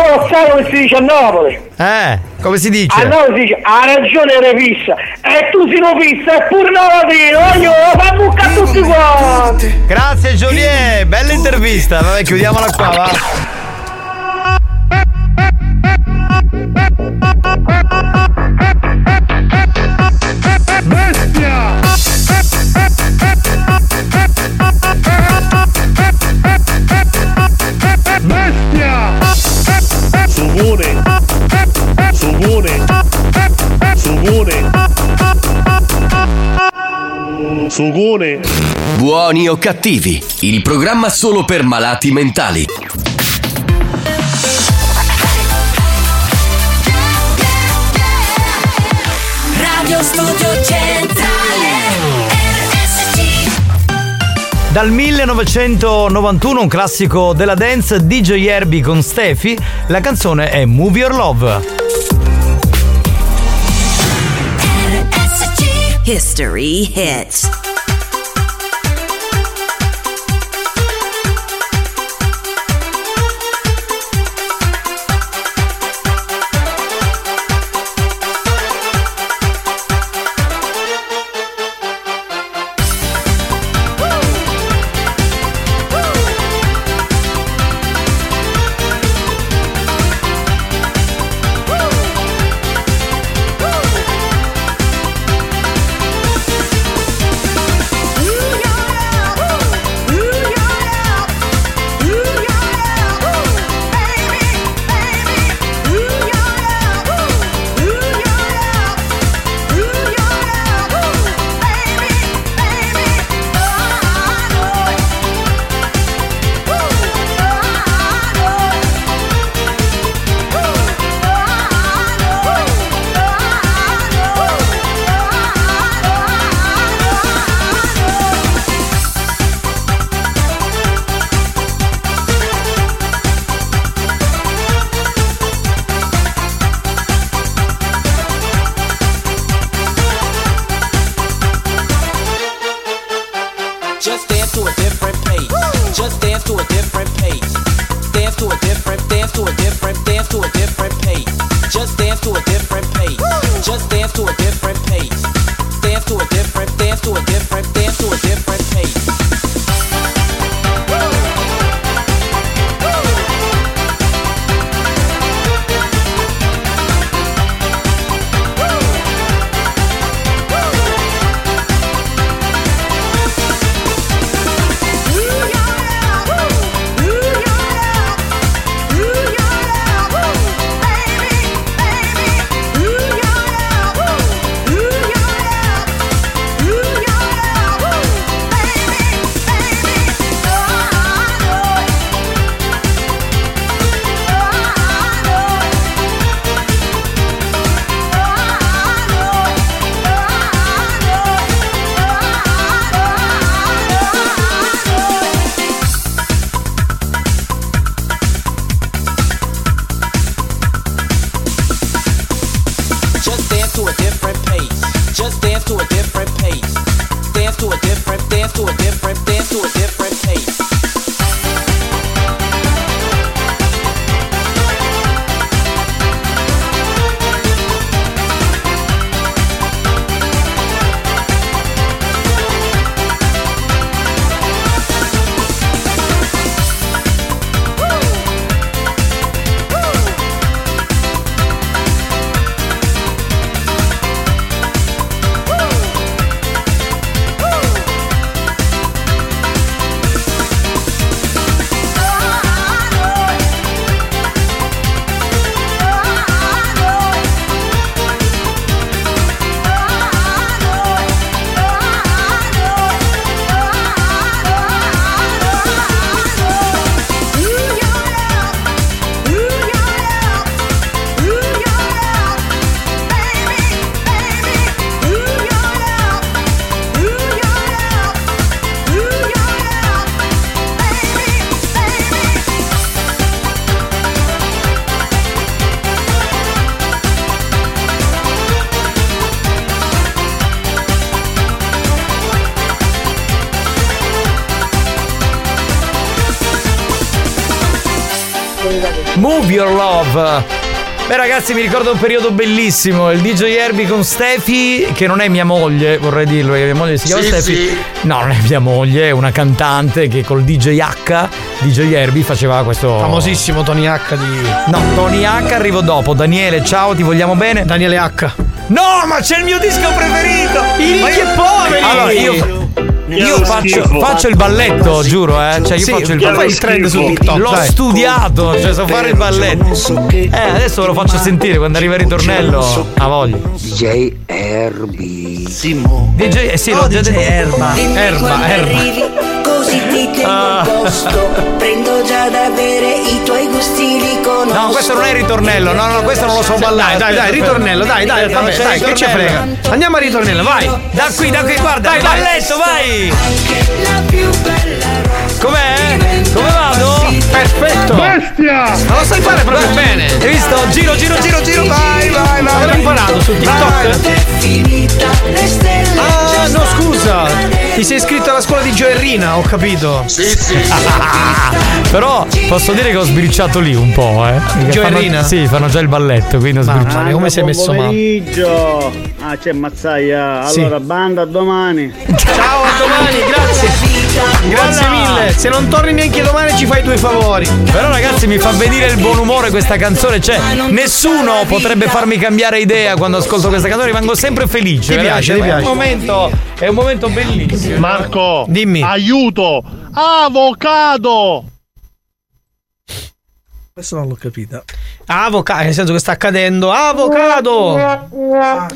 oh, sai come si dice a Napoli?
Eh, come si dice?
A Napoli si dice, ha ragione Repissa, e tu sei una pizza, è pure Napolino, voglio, fa bucca a tutti quanti.
Grazie Joliet, bella intervista. Vabbè, chiudiamola qua, va.
Bestia! Bestia! Subone! Subone! Subone! Sugone!
Buoni o cattivi, il programma solo per malati mentali.
Radio Studio Centrale RSC
Dal 1991, un classico della dance, DJ Herbie con Steffi, la canzone è Move Your Love.
History hits.
Just dance to a different pace. Just dance to a different pace. Dance to a different, dance to a different, dance to a different pace. Just dance to a different pace. Just dance to a different pace. Dance to a different, dance to a different, dance to a different pace. Just dance to a different pace. Just dance to a different pace. Dance to a different, dance to a different, dance to a different pace.
Move Your Love. Beh ragazzi mi ricordo un periodo bellissimo, il DJ Herbie con Steffi, che non è mia moglie, vorrei dirlo, perché mia moglie si chiama
Sì,
Steffi.
sì.
No, non è mia moglie, è una cantante che col DJ H, DJ Herbie faceva questo...
Famosissimo Tony H di.
No, Tony H arrivo dopo. Daniele, ciao, ti vogliamo bene.
Daniele H.
No, ma c'è il mio disco preferito!
I
Ma
ricchi
io-
e poveri!
Allora, io.
Schifo.
Io faccio, faccio il balletto, giuro, eh. Cioè, io
Sì,
faccio il
fai
balletto.
il trend su TikTok,
L'ho
dai.
studiato, cioè so fare il balletto. Eh, adesso ve lo faccio sentire quando arriva il ritornello. Ah, A voglia. DJ Herbie. DJ, eh sì, l'ho già detto. Erba.
Dimmi quando
Erba,
arrivi, così ti tengo
Ah.
a posto. Prendo già da bere i tuoi gusti li conosco.
No, questo non è il ritornello, no, no, questo non lo so ballare.
Dai, dai, ritornello, dai, dai,
Aspetta,
vabbè,
c'è il
dai, che ci frega.
ritornello.
Andiamo a ritornello, vai.
Da qui, da qui, guarda,
Dai,
dai,
vai.
balletto, vai! Com'è? Come vado? Perfetto!
Bestia!
Ma lo sai fare proprio bene.
Hai visto? Giro, giro, giro, giro, vai, vai, vai!
L'ho imparato su TikTok. Ah, no, scusa. Ti sei iscritto alla scuola di Gioerrina, ho capito. Sì, sì.
Però posso dire che ho sbirciato lì un po', eh. Perché
Gioerrina?
Fanno, sì, fanno già il balletto, quindi ho sbirciato.
mia, come sei messo male?
pomeriggio. Ah, c'è Mazzaia.
Sì.
Allora, banda a domani.
Ciao, a domani, grazie. Grazie mille. Se non torni neanche domani ci fai due favori.
Ah. Però ragazzi mi fa venire il buon umore questa canzone, cioè nessuno potrebbe farmi cambiare idea quando ascolto questa canzone, rimango sempre felice.
Ti piace, ti
veramente.
piace.
È un momento, è un momento bellissimo.
Marco,
dimmi.
Aiuto! Avocado!
Questo non l'ho capito.
Avocado, nel senso che sta accadendo.
Oh.
Avocado!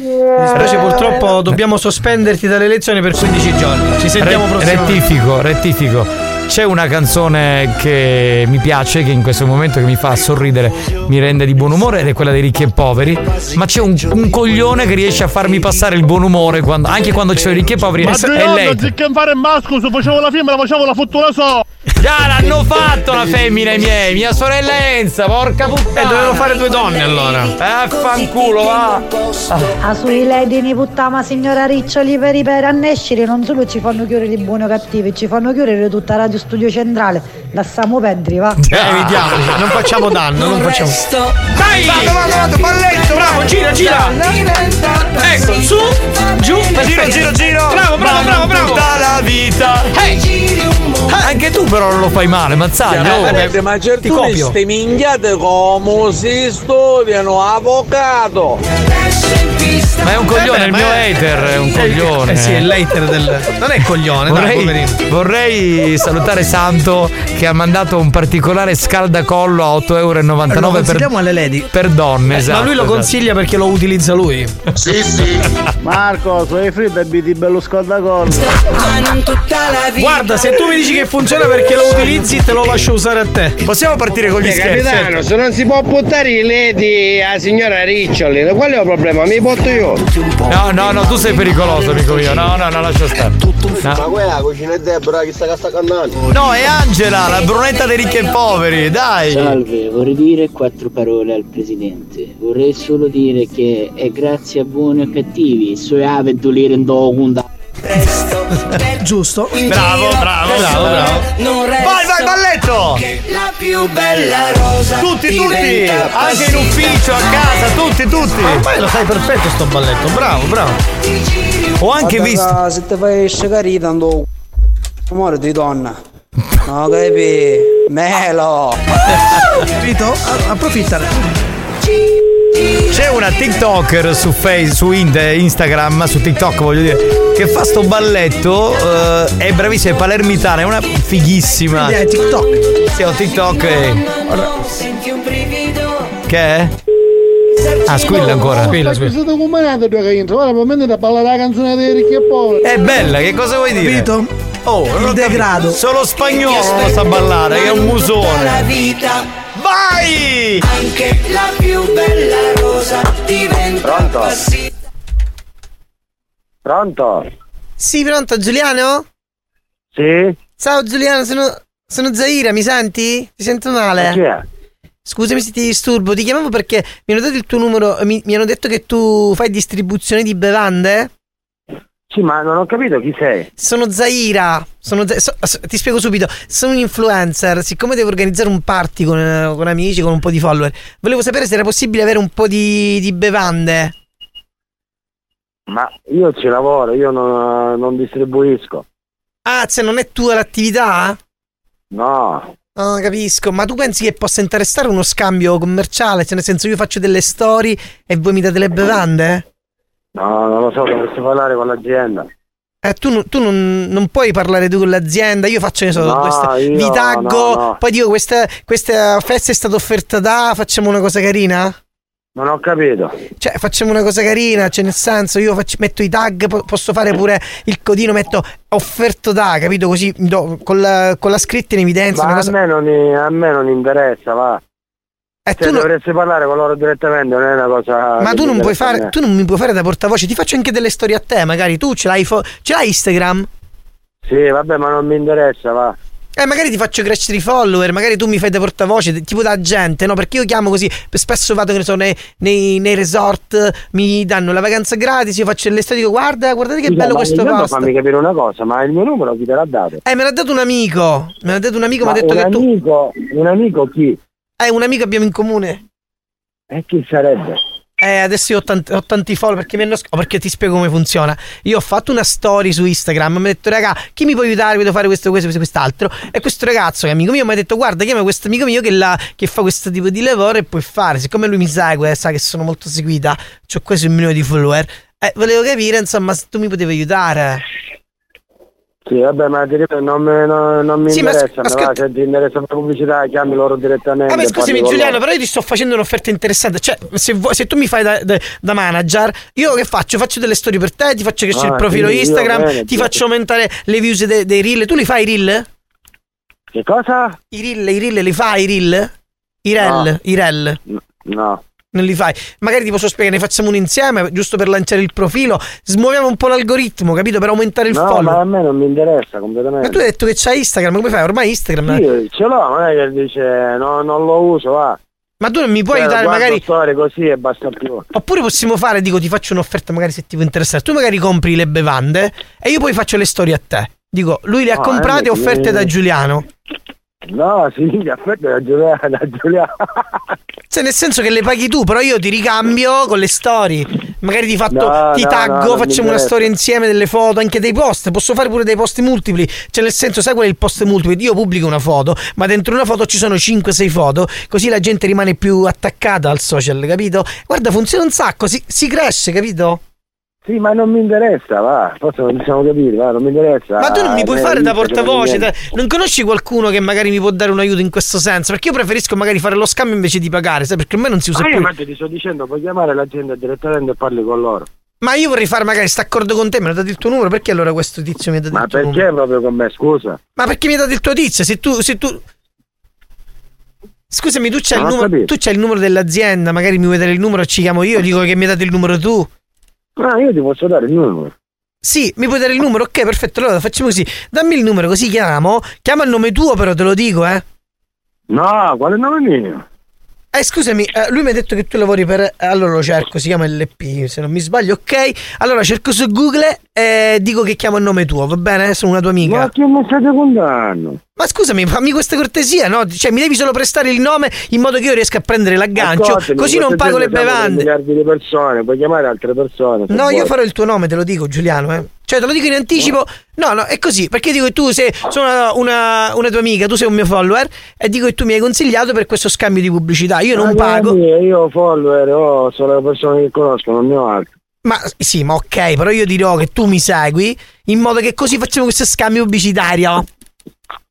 Invece purtroppo dobbiamo sospenderti dalle lezioni per 15 giorni. Ci sentiamo
Re-
prossimamente.
Rettifico, rettifico. C'è una canzone che mi piace, che in questo momento che mi fa sorridere, mi rende di buon umore ed è quella dei ricchi e poveri. Ma c'è un, un coglione che riesce a farmi passare il buon umore quando- anche quando c'è i ricchi e poveri.
Ma
e
due
lei.
anni anziché fare masco, se facevo la firma la facevo la fottuta so!
Già l'hanno fatto la femmina i miei, mia sorella Enza, porca puttana.
Eh, dovevano fare due donne allora.
Affanculo, va.
Ah,
A sui lady ne puttama signora Riccioli per i per annescire non solo ci fanno chiudere di buoni o cattivi, ci fanno chiudere tutta Radio Studio Centrale. La stiamo pendri, va.
Eh, evitiamoli, non facciamo danno, non facciamo.
Dai!
Vado, vado, vado,
balletto!
Bravo, gira, gira! Ecco, su, giù,
Giro,
perfetto.
giro, giro.
Bravo, bravo, bravo, bravo!
Tutta la vita. Anche tu però non lo fai male, mazzaglio.
Veramente, ma
ti
certe
copio.
queste minchiate come si studiano avvocato
Eh Ma è un coglione, il mio hater è un coglione.
Eh sì, è l'hater del. Non è coglione, dai,
Vorrei,
poverino.
vorrei salutare Santo che ha mandato un particolare scaldacollo a 8,99
Eh, lo
euro per,
consigliamo alle lady.
per donne.
Eh,
esatto,
ma lui lo
esatto.
consiglia perché lo utilizza lui. Sì, sì.
Marco, sei freddo e di bello scaldacorno.
Guarda, se tu mi dici che funziona perché lo utilizzi, te lo lascio usare a te.
Possiamo partire con
Eh,
certo.
capitano, se non si può buttare i ledi a signora Riccioli, qual è il problema? Mi butto io.
No, no, no, tu sei pericoloso, amico mio. No, no, no, lascia stare. No.
quella cucina è Debra che sta cannando.
No, è Angela, la brunetta dei ricchi e poveri, dai!
Salve, vorrei dire quattro parole al presidente. Vorrei solo dire che è grazie a buoni o cattivi, sue ave dolire in dogunda.
Giusto?
Bravo, bravo, bravo, bravo.
Vai, vai, balletto!
La più bella rosa.
Tutti, tutti!
diventa
Anche in
apposita.
ufficio, a casa, tutti, tutti!
Ma ormai lo sai perfetto sto balletto, bravo, bravo.
Ho anche visto.
se ti fai sciacarita andò amore di donna no capi melo
Capito? A- Approfittane.
C'è una TikToker su Facebook, su Ind- Instagram, su TikTok voglio dire, che fa sto balletto, eh, è bravissima, è palermitana, è una fighissima.
Eh,
Quindi è TikTok.
Sì, ho TikTok e...
Senti un brivido.
Che è? Ah, squilla ancora. Squilla,
Sono stato combinato due che entro. Ora per me da ballare la canzone dei ricchi e poveri.
È bella, che cosa vuoi dire?
Capito?
Oh, non ho capito. Solo spagnolo non sa ballare, che è un
La
musone.
vita.
Vai!
Anche la più bella rosa diventa
Pronto?
apposita.
Pronto?
Sì, pronto, Giuliano?
Sì?
Ciao Giuliano, sono, sono Zaira, mi senti? Ti sento male?
Chi è?
Scusami se ti disturbo, ti chiamavo perché mi hanno dato il tuo numero, mi, mi hanno detto che tu fai distribuzione di bevande?
Sì, ma non ho capito chi sei.
Sono Zaira. Sono Za- so- so- ti spiego subito. Sono un influencer. Siccome devo organizzare un party con, eh, con amici, con un po' di follower, volevo sapere se era possibile avere un po' di, di bevande.
Ma io ci lavoro, io non, non distribuisco.
Ah, se non è tua l'attività?
No.
Ah, capisco. Ma tu pensi che possa interessare uno scambio commerciale? Cioè, nel senso, io faccio delle storie e voi mi date le bevande?
No, non lo so, dovresti parlare con l'azienda.
Eh, tu, non- tu non, non puoi parlare tu con l'azienda, io faccio ne so,
No,
questa-
io-
vi taggo,
no, no.
poi dico questa, questa festa è stata offerta da, facciamo una cosa carina?
Non ho capito.
Cioè facciamo una cosa carina, cioè nel senso io faccio- metto i tag, po- posso fare pure il codino, metto offerto da, capito? Così mi do- con, la, con la scritta in evidenza.
Ma
Una
a
cosa...
me, non, a me non interessa, va.
E
tu dovresti parlare con loro direttamente, non è una cosa.
Eh, Ma
Ah, che
tu
mi
non, puoi
interessa a me.
fare, tu non mi puoi fare da portavoce, ti faccio anche delle storie a te, magari tu ce l'hai, fo- ce l'hai Instagram?
Sì, vabbè, ma non mi interessa, va.
Eh, magari ti faccio crescere i follower, magari tu mi fai da portavoce, de- tipo da agente, no? Perché io chiamo così, spesso vado, che ne so, nei, nei- nei resort, mi danno la vacanza gratis, io faccio le storie, dico, guarda, guardate che
Scusa,
bello
ma
questo
intanto
posto.
Fammi capire una cosa, ma il mio numero chi te l'ha dato?
Eh, me l'ha dato un amico, me l'ha dato un amico, mi ha
Ma
detto
un
che tu...
amico, un amico chi?
Eh, un amico abbiamo in comune.
E chi sarebbe?
Eh, adesso io ho tanti, ho tanti follower perché mi hanno... sc- oh, perché ti spiego come funziona. Io ho fatto una story su Instagram, mi ha detto, raga, chi mi può aiutare? Voglio fare questo, questo, questo, quest'altro. E questo ragazzo che è amico mio mi ha detto, guarda, chiama questo amico mio che, la- che fa questo tipo di lavoro e puoi fare. Siccome lui mi segue, sa che sono molto seguita, ho quasi un milione di follower. Eh, volevo capire, insomma, se tu mi potevi aiutare.
Sì, vabbè, ma ti ripeto, non, me- no- non mi
Sì, ma
interessa,
sc- ma
va, se ti interessa la pubblicità chiami loro direttamente.
Ah, beh, scusami
parli con
Giuliano,
loro.
però io ti sto facendo un'offerta interessante. Cioè, se, vuoi- se tu mi fai da, da- da manager, io che faccio? Faccio delle storie per te, ti faccio crescere
Ah,
il profilo
quindi io,
Instagram,
bene, certo.
ti
sì.
faccio aumentare le views de- dei reel. Tu li fai i reel?
Che cosa? Ah.
I reel, i reel, li fai i reel? I reel,
No.
i reel.
No.
Non li fai. Magari ti posso spiegare, ne facciamo uno insieme, giusto per lanciare il profilo. Smuoviamo un po' l'algoritmo, capito? Per aumentare il
no,
follow.
ma a me non mi interessa completamente.
Ma tu hai detto che c'hai Instagram, come fai? Ormai Instagram.
Io ce l'ho, non è che dice no, non lo uso, va.
Ma tu non mi puoi
Cioè,
aiutare,
guardo
magari-
storie così e basta più.
Oppure possiamo fare, dico, ti faccio un'offerta magari se ti può interessare. Tu magari compri le bevande e io poi faccio le storie a te. Dico, lui le ha
No,
comprate
eh,
offerte
eh.
da Giuliano.
No, sì, aspetta, da Giuliano, da Giuliano.
Cioè, nel senso che le paghi tu, però io ti ricambio con le storie. Magari ti, fatto,
No,
ti
no, no,
taggo,
non mi
facciamo una
interessa.
storia insieme, delle foto, anche dei post. Posso fare pure dei post multipli. Cioè, nel senso, sai qual è il post multiplo? Io pubblico una foto, ma dentro una foto ci sono 5-6 foto, così la gente rimane più attaccata al social, capito? Guarda, funziona un sacco, si, si cresce, capito?
Sì, ma non mi interessa, va. Forse non ci siamo capiti, va, non mi interessa.
Ma tu non mi
Eh,
puoi
me
fare da
dice che non
portavoce,
mi viene.
da- non conosci qualcuno che magari mi può dare un aiuto in questo senso? Perché io preferisco magari fare lo scambio invece di pagare, sai? Perché a me non si usa
Ma Ah, io
più.
infatti ti sto dicendo, puoi chiamare l'azienda direttamente e parli con loro.
Ma io vorrei fare magari sta accordo con te, mi hanno dato il tuo numero, perché allora questo tizio mi ha dato
Ma
il tuo numero?
perché proprio con me, scusa?
Ma perché mi ha dato il tuo tizio? Se tu. Se tu... Scusami, tu c'hai,
Non
il
ho
numero,
capito.
tu c'hai il numero dell'azienda, magari mi vuoi dare il numero, ci chiamo io, dico che mi hai dato il numero tu.
Ah, io ti posso dare il numero.
Sì, mi puoi dare il numero, ok, perfetto, allora facciamo così. Dammi il numero così chiamo, chiama il nome tuo però, te lo dico, eh.
No, quale nome mio?
Eh, scusami, eh, lui mi ha detto che tu lavori per. eh, Allora lo cerco, si chiama LP, se non mi sbaglio, ok. Allora cerco su Google e dico che chiamo il nome tuo, va bene? Sono una tua amica. Ma
che mi state contando?
Ma scusami, fammi questa cortesia, no? Cioè, mi devi solo prestare il nome in modo che io riesca a prendere l'aggancio,
Ascoltami,
così non
questa
pago le
gente siamo tre
bevande.
miliardi di persone, puoi chiamare altre persone. se
No,
vuoi.
io farò il tuo nome, te lo dico, Giuliano, eh. Cioè, te lo dico in anticipo. No, no, è così. Perché io dico che tu sei sono una, una- una tua amica, tu sei un mio follower, e dico che tu mi hai consigliato per questo scambio di pubblicità. Io non
Ma
pago.
guardi, Io follower, ho solo le persone che conosco, non ne ho altri.
Ma sì, ma ok, però io dirò che tu mi segui in modo che così facciamo questo scambio pubblicitario.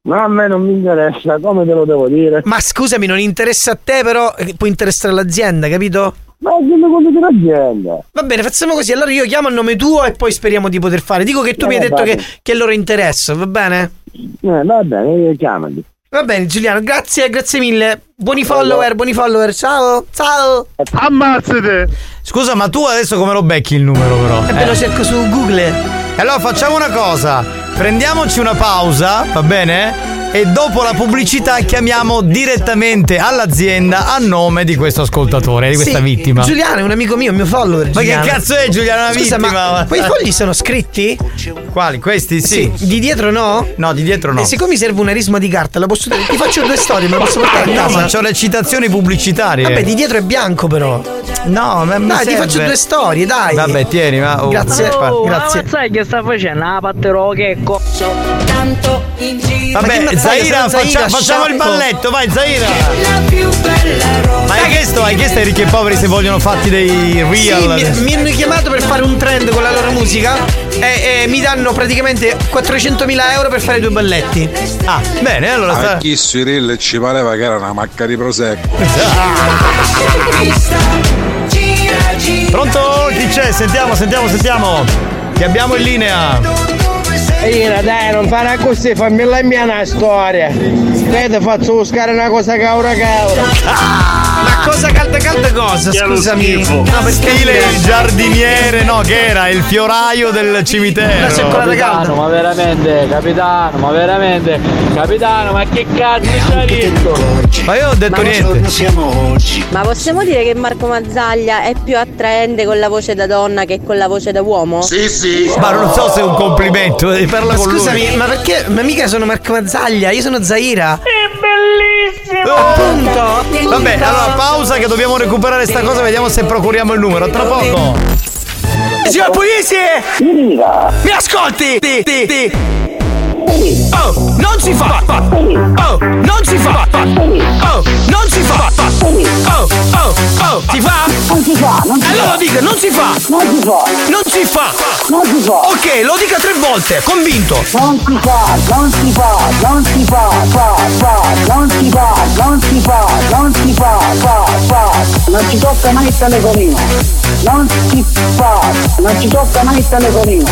Ma a me non mi interessa, come te lo devo dire?
Ma scusami, non interessa a te, però eh, può interessare l'azienda, capito?
Ma dimmi quello dell'azienda.
Va bene, facciamo così. Allora io chiamo a nome tuo e poi speriamo di poter fare. Dico che tu
Eh,
mi hai detto
va
che,
bene.
che loro interessa, va bene?
Eh, va bene, eh, chiamali.
Va bene, Giuliano, grazie, grazie mille. Buoni follower, buoni follower. Ciao, ciao.
Ammazzate.
Scusa, ma tu adesso come lo becchi il numero, però? Eh.
E ve lo Eh, cerco su Google.
E allora facciamo una cosa: prendiamoci una pausa, va bene? e dopo la pubblicità chiamiamo direttamente all'azienda a nome di questo ascoltatore, di questa
Sì,
vittima.
Giuliano è un amico mio, un mio follower.
Ma che
Giuliano.
cazzo è Giuliano, una
Scusa,
vittima?
Ma quei fogli sono scritti?
Quali? Questi sì.
Di dietro no?
No, di dietro no.
E siccome mi serve una risma di carta, la posso. Ti faccio due storie, ma la posso portare a
Ah, No,
casa?
ma c'ho le citazioni pubblicitarie.
Vabbè, di dietro è bianco, però.
No, ma mi
Dai, ti
serve.
faccio due storie, dai.
Vabbè, tieni, ma. oh,
Grazie.
fa-
grazie.
sai che sta facendo? Ah, patterò che cozzo. Tanto in giro.
Vabbè, Zaira, faccia- facciamo il balletto, vai Zaira! Ma hai chiesto, hai chiesto ai ricchi e poveri se vogliono fatti dei
Sì,
real?
mi, mi hanno chiamato per fare un trend con la loro musica e, e mi danno praticamente 400.000 euro per fare due balletti.
Ah, bene, allora
A chi Cyril ci pareva che era una macca di prosecco.
Pronto? Chi c'è? Sentiamo, sentiamo, sentiamo! Che abbiamo in linea!
Irina dai non fare così fammi la mia una storia Dai ti faccio buscare una cosa caura caura
Ah, Ma cosa calda calda cosa? Scusami. No, perché
Stile il giardiniere, no, che era il fioraio del cimitero.
Capitano, ma veramente, capitano, ma veramente, capitano, ma che cazzo c'è detto?
Ma io ho detto niente.
siamo oggi.
Ma possiamo dire che Marco Mazzaglia è più attraente con la voce da donna che con la voce da uomo?
Sì, sì.
Ma non so se è un complimento, devi
Ma
parlare con lui.
scusami, ma perché? Ma mica sono Marco Mazzaglia, io sono Zaira.
Bellissimo!
Appunto.
Eh. Vabbè, allora pausa che dobbiamo recuperare sta cosa, vediamo se procuriamo il numero. Tra poco.
Signor Pugliese! Mi ascolti? Ti, ti, ti. Oh, non si fa! Oh, non si fa! Oh, non si fa! Oh, oh, oh, si fa? Non si fa! Allora dica, non si fa! Non si fa! Non si fa! Non si fa! Ok, lo dica tre volte, convinto! Non si fa! Non si fa! Non si fa! Fa! Fa! Non si fa! Non si fa! Non si fa! Fa! Fa! Non si tocca mai il telefonino! Non si fa! Non si tocca mai il telefonino!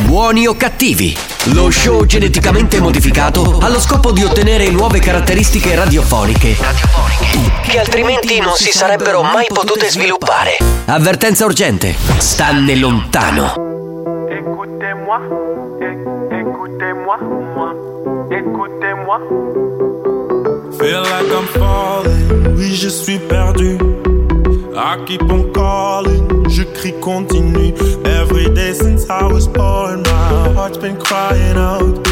Buoni o cattivi, lo show geneticamente modificato allo scopo di ottenere nuove caratteristiche radiofoniche che altrimenti non si sarebbero mai potute sviluppare. Avvertenza urgente, stanne lontano.
Écoutez-moi, é- écoutez-moi, moi, écoutez-moi.
Feel like I'm falling, oui je suis perdu. I keep on calling, je crie continue. Every day since I was born, my heart's been crying out.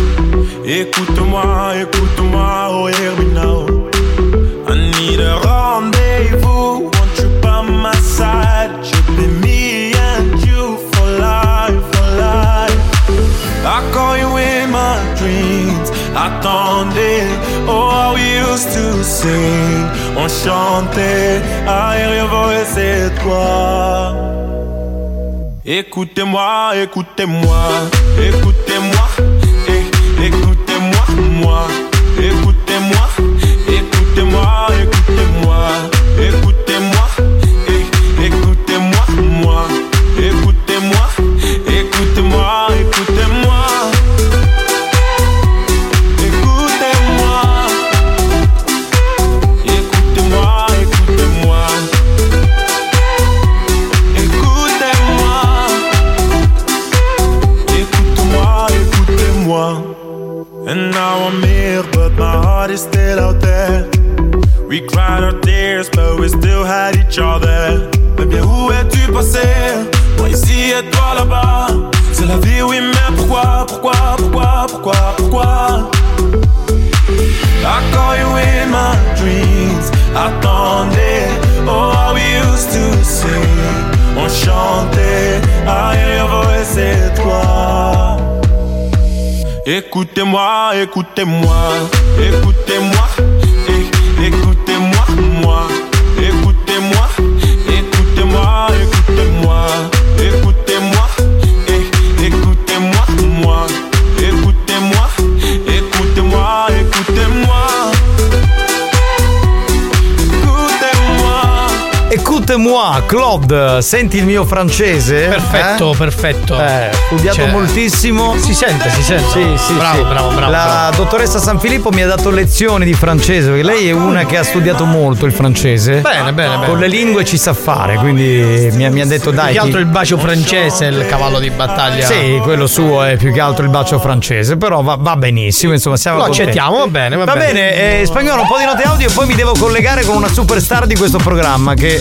Écoute-moi, écoute-moi, oh here we now. I need a rendezvous, want you by my side. Should be me and you for life, for life. I call you in my dreams. Attendez, oh, how we used to sing. On chantait, I hear your voice et toi. Écoutez-moi, écoutez-moi, écoutez-moi, eh, écoutez-moi, moi, écoutez-moi, écoutez-moi, écoutez-moi, écoutez-moi, eh, écoutez-moi, moi, écoutez-moi, écoutez-moi, écoutez-moi, écoutez-moi, écoutez-moi, écoutez-moi, écoutez-moi. Écoute-moi, écoutez-moi. And now I'm here, but my heart is still out there. We cried our tears, but we still had each other. Mais bien, où es-tu passé? Moi ici et toi là-bas. C'est la vie, oui, mais pourquoi, pourquoi, pourquoi, pourquoi, pourquoi? I call you in my dreams. Attendez, oh, how we used to sing. On chantait, I hear your voice et toi. Écoutez-moi, écoutez-moi, écoutez-moi, eh, écoutez-moi, moi, écoutez-moi, écoutez-moi, écoutez-moi, écoutez-moi, eh, écoutez-moi, moi, écoutez-moi,
Écoute-moi, Claude, senti il mio francese?
Perfetto, perfetto.
Eh, studiato
Cioè,
moltissimo. Si sente, si sente. Sì, sì,
Bravo,
sì.
bravo, bravo,
La
bravo. Ah.
dottoressa San Filippo mi ha dato lezioni di francese, perché lei è una che ha studiato molto il francese.
Bene, bene, bene.
Con le lingue ci sa fare, quindi mi ha, mi ha detto
Più
dai.
che
chi-
altro il bacio francese, il cavallo di battaglia.
Sì, quello suo è più che altro il bacio francese, però va, va benissimo, insomma, siamo
Lo
contenti.
accettiamo, va bene, va bene.
eh, spagnolo, un po' di note audio e poi mi devo collegare con una superstar di questo programma che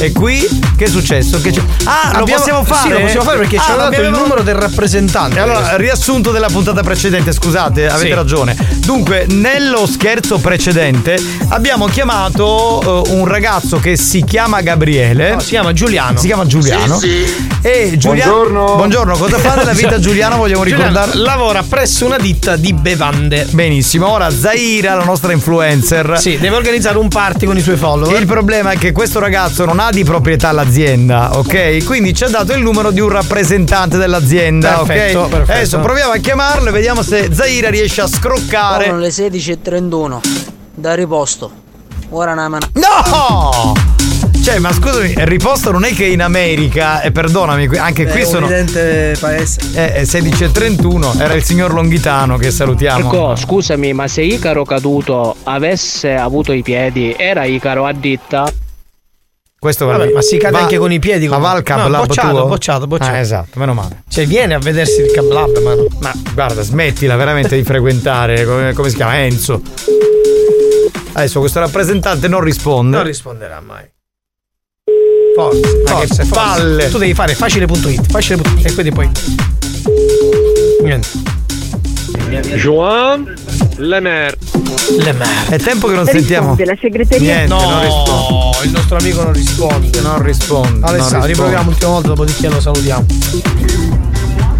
è qui. Che è successo? Che c'è- Ah, lo
Abbiamo-
possiamo fare?
Sì, lo possiamo fare perché
Ah,
ci hanno
non mi
dato il
avevano-
numero del rappresentante.
E Allora, riassunto della puntata precedente, scusate, avete
Sì.
ragione. Dunque, nello scherzo precedente abbiamo chiamato eh, un ragazzo che si chiama Gabriele. si chiama Giuliano. Si chiama Giuliano.
Sì,
E Giuliano.
Buongiorno.
Buongiorno, cosa fa nella vita Giuliano? Vogliamo
Giuliano
ricordare.
Lavora presso una ditta di bevande.
Benissimo, ora Zaira, la nostra influencer.
Sì, deve organizzare un party con i suoi follower.
Il problema è che questo ragazzo non ha di proprietà l'azienda, ok? Quindi ci ha dato il numero di un rappresentante dell'azienda,
Perfetto,
Ah, ok?
perfetto.
Adesso proviamo a chiamarlo e vediamo se Zaira riesce a scroccare.
Sono le 16.31 da riposto. Ora una mano.
No! Cioè, ma scusami, il riposto non è che in America, e perdonami, qui- anche
Beh,
qui
un
sono.
evidente paese.
Eh, eh, 16.31, era il signor Longhitano che salutiamo.
Marco, scusami, ma se Icaro caduto avesse avuto i piedi, era Icaro a ditta?
Questo
Vabbè,
veramente-
ma si cade
va-
anche con i piedi,
Ma va al Cap
No,
Lab
bocciato,
tuo?
bocciato, bocciato.
Ah, esatto, meno male.
Cioè, viene a vedersi il cablab, ma.
Ma guarda, smettila veramente di frequentare, come, come si chiama? Enzo. Adesso questo rappresentante non risponde.
Non risponderà mai. Forse,
Ma che
forse, forse.
palle.
Tu devi fare facile.it, facile.it e quindi poi. Niente.
Joan Lemer.
Lemer.
È tempo che non sentiamo.
la segreteria.
Niente, non risponde.
il nostro amico non risponde.
Non risponde.
Alessandro, riproviamo l'ultima volta, dopodiché lo salutiamo.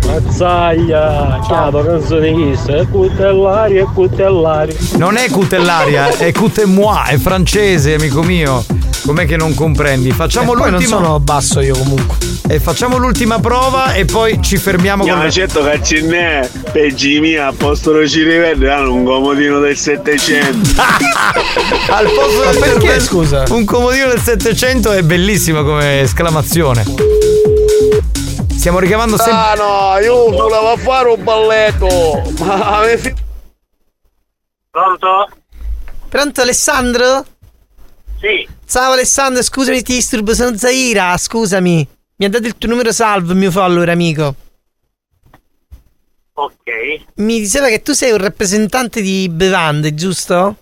Mazzaglia, ciao, canzonista, cutellaria, cutellaria.
Non è cutellaria, eh, è cutemois, è francese, amico mio. Com'è che non comprendi? Facciamo
E poi non
l'ultima.
sono basso io comunque.
E facciamo l'ultima prova e poi ci fermiamo con
certo che ce n'è, peggi mia, apostolo ci rivede, hanno ah, un comodino del 700.
Al posto del
perché,
cervello- Un comodino del 700 è bellissimo come esclamazione. Stiamo richiamando sempre.
Ah no, io volevo fare un balletto, ma avevi...
Pronto? Pronto Alessandro?
Sì.
Ciao Alessandro, scusami ti disturbo, sono Zaira, scusami. Mi ha dato il tuo numero salvo, il mio follower amico.
Ok,
Mi diceva che tu sei un rappresentante di bevande, giusto?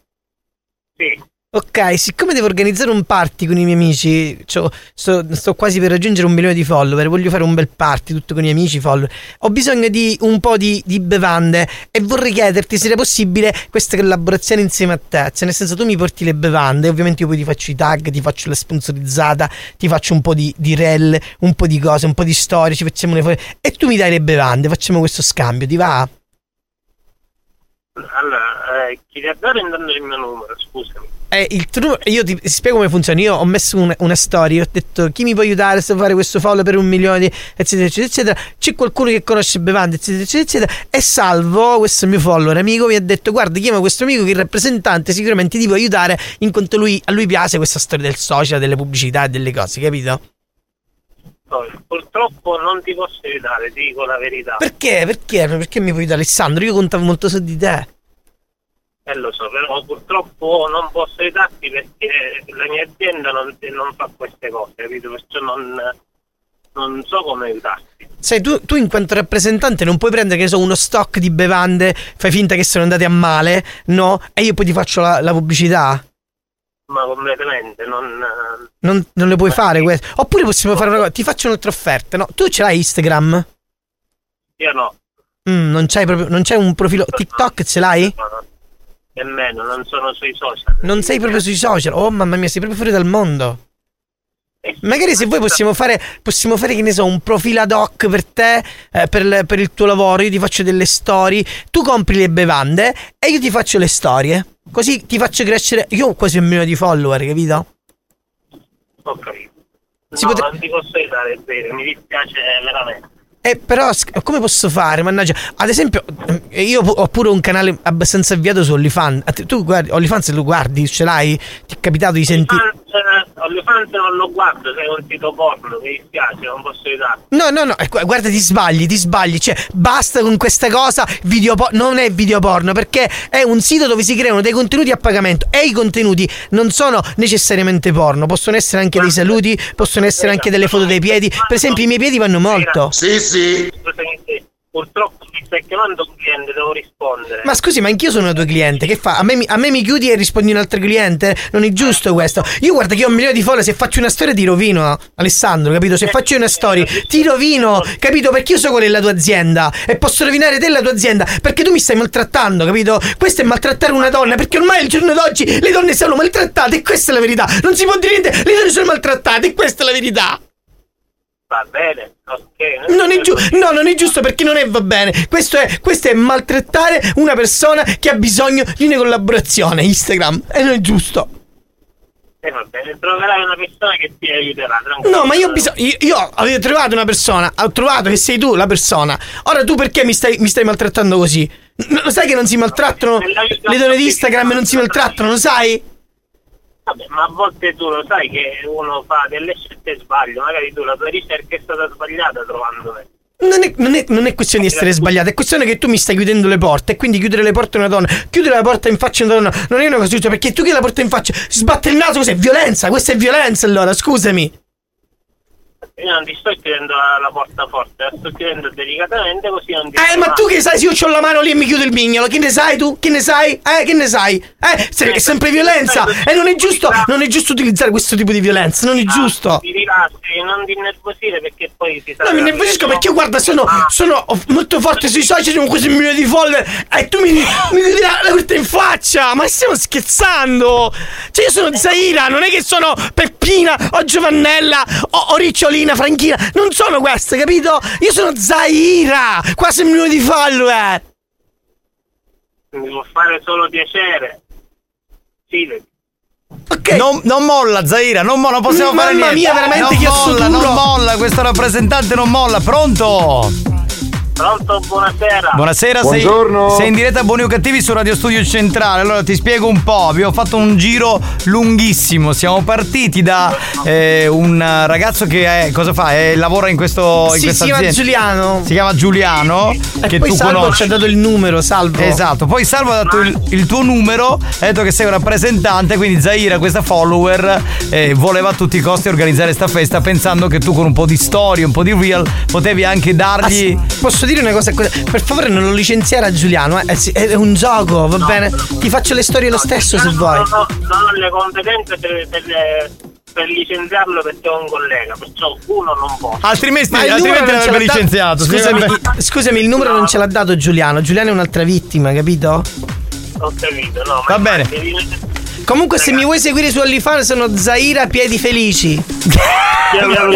sì.
Ok, siccome devo organizzare un party con i miei amici, c'ho- sto, sto quasi per raggiungere un milione di follower, voglio fare un bel party tutto con i miei amici follower, ho bisogno di un po' di, di bevande e vorrei chiederti se è possibile questa collaborazione insieme a te, cioè nel senso tu mi porti le bevande, ovviamente io poi ti faccio i tag, ti faccio la sponsorizzata, ti faccio un po' di, di reel, un po' di cose, un po' di storie, ci facciamo le foto e tu mi dai le bevande, facciamo questo scambio, ti va?
Allora, eh, chi ti ha dato intanto il mio numero, scusami.
Eh, il tuo numero- io ti, ti spiego come funziona. Io ho messo un- una storia, ho detto chi mi può aiutare a fare questo follow per un milione, di- eccetera, eccetera, eccetera. C'è qualcuno che conosce Bevande, eccetera, eccetera, eccetera. E salvo questo mio follower amico mi ha detto: Guarda, chiama questo amico che è il rappresentante, sicuramente ti può aiutare. In quanto lui, a lui piace questa storia del social, delle pubblicità e delle cose, capito?
Poi, purtroppo non ti posso aiutare, ti dico la verità.
Perché? Perché? Perché mi puoi aiutare, Alessandro? Io contavo molto su di te.
Eh, lo so, però purtroppo non posso aiutarti perché la mia azienda non, non fa queste cose, capito? Perciò non, non so come aiutarti.
Sai, tu, tu in quanto rappresentante non puoi prendere, che ne so, uno stock di bevande, fai finta che sono andate a male, no? E io poi ti faccio la, la pubblicità.
Ma completamente non. eh,
Non, non le puoi fare queste. Oppure possiamo fare una cosa, ti faccio un'altra offerta, no? Tu ce l'hai Instagram?
Io no,
Mm, non c'hai proprio, non c'è un profilo TikTok, ce l'hai?
nemmeno, non sono sui social.
Non sei proprio sui social. Oh mamma mia, sei proprio fuori dal mondo. Magari se vuoi possiamo fare, possiamo fare, che ne so, un profilo ad hoc per te, eh, per, il- per il tuo lavoro, io ti faccio delle storie, tu compri le bevande e io ti faccio le storie. Così ti faccio crescere, io ho quasi un milione di follower, capito?
Ok.
Si
no,
pote-
non ti posso aiutare, è vero, mi dispiace veramente.
Eh, però sc- come posso fare? Mannaggia, ad esempio, eh, io pu- ho pure un canale Ah, abbastanza avviato su OnlyFans. A te- Tu guardi, OnlyFans lo guardi, ce l'hai? Ti è capitato di sentire?
Ah, OnlyFans non lo guardo, sei un sito porno, mi dispiace, non posso aiutarti.
No, no, no, eh, gu- guarda, ti sbagli, ti sbagli. Cioè, basta con questa cosa. Video por- non è video porno, perché è un sito dove si creano dei contenuti a pagamento e i contenuti non sono necessariamente porno. Possono essere anche dei saluti, possono essere anche delle foto dei piedi. Per esempio, i miei piedi vanno molto.
Sì, sì. Purtroppo mi stai chiamando un cliente, devo rispondere.
Ma scusi, ma anch'io sono il tuo cliente. Che fa? A me, mi- a me mi chiudi e rispondi a un altro cliente? Non è giusto questo. Io guarda che ho un milione di follower. Se faccio una storia ti rovino, Alessandro, capito? Se faccio una storia ti rovino, capito? Perché io so qual è la tua azienda e posso rovinare te e la tua azienda perché tu mi stai maltrattando, capito? Questo è maltrattare una donna perché ormai al giorno d'oggi le donne sono maltrattate e questa è la verità. Non si può dire niente, le donne sono maltrattate e questa è la verità.
Va bene, ok. eh?
Non è giusto, no, non è giusto perché non è va bene. Questo è, questo è maltrattare una persona che ha bisogno di una collaborazione. Instagram, e non è giusto.
Eh, va bene, troverai una persona che ti aiuterà, tranquillo.
No, ma io ho bisogno. Io, io avevo trovato una persona, ho trovato che sei tu la persona. Ora tu perché mi stai, mi stai maltrattando così? N- Lo sai che non si maltrattano le donne di Instagram non si maltrattano, lo sai?
Vabbè, ma a volte tu lo sai che uno fa delle scelte e sbaglio, magari tu la tua ricerca è stata sbagliata trovando me.
Non è, non è- non è questione di essere sbagliata, è questione che tu mi stai chiudendo le porte. E quindi chiudere le porte a una donna, chiudere la porta in faccia a una donna non è una cosa giusta perché tu che la porta in faccia sbatte il naso, cos'è violenza? Questa è violenza allora, scusami.
Io non ti sto chiedendo la, la porta forte, la sto chiedendo delicatamente così non ti...
Eh, ma tu che sai se io ho la mano lì e mi chiudo il mignolo? Che ne sai tu? Che ne sai? Eh, che ne sai? Eh, se- è sempre violenza. E non è giusto, non è giusto utilizzare questo tipo di violenza, non è giusto.
Ti rilassi, non ti innervosire perché poi si sa...
No, mi nervosisco perché io guarda, sono, sono molto forte sui social, sono quasi un milione di follower e tu mi, mi chiudi la, la porta in faccia! Ma stiamo scherzando! Cioè io sono Zaira, non è che sono Peppina o Giovannella o, o Ricciolina, Franchina, non sono queste, capito? Io sono Zaira, quasi un milione di follower!
Mi può fare solo piacere. Sì,
Non, non molla, Zaira, non molla, non possiamo
Mamma
fare niente.
mia, veramente,
non
che
molla,
assoduro.
non molla, questo rappresentante non molla, pronto?
pronto, buonasera.
Buonasera, sei, sei in diretta a Buoni o Cattivi su Radio Studio Centrale. Allora ti spiego un po', abbiamo fatto un giro lunghissimo. Siamo partiti da eh, un ragazzo che è- cosa fa? Eh, lavora in, questo, in
Sì,
questa
si chiama
azienda.
Giuliano.
Si chiama Giuliano.
E
che
poi
tu
Salvo
conosci.
ci ha dato il numero, Salvo.
Esatto, poi Salvo ha dato il, il tuo numero, ha detto che sei un rappresentante, quindi Zaira, questa follower, eh, voleva a tutti i costi organizzare sta festa pensando che tu con un po' di storie, un po' di real, potevi anche
Ah,
dargli...
Posso dire una cosa? Per favore non lo licenziare a Giuliano, eh. Eh, sì, è un gioco, va bene? Ti faccio le storie lo stesso se vuoi.
Non ho, non ho le competenze per, per- per licenziarlo perché ho un collega, perciò uno non posso.
Altrimenti,
Ma il numero
altrimenti
non ce
l'avrebbe
l'ha dato-
licenziato.
Scusami,
Scusami.
scusami, il numero non ce l'ha dato Giuliano. Giuliano è un'altra vittima, capito?
Ho capito, no,
Va bene.
devi-
Comunque, se mi vuoi seguire su OnlyFans, sono Zaira Piedi Felici.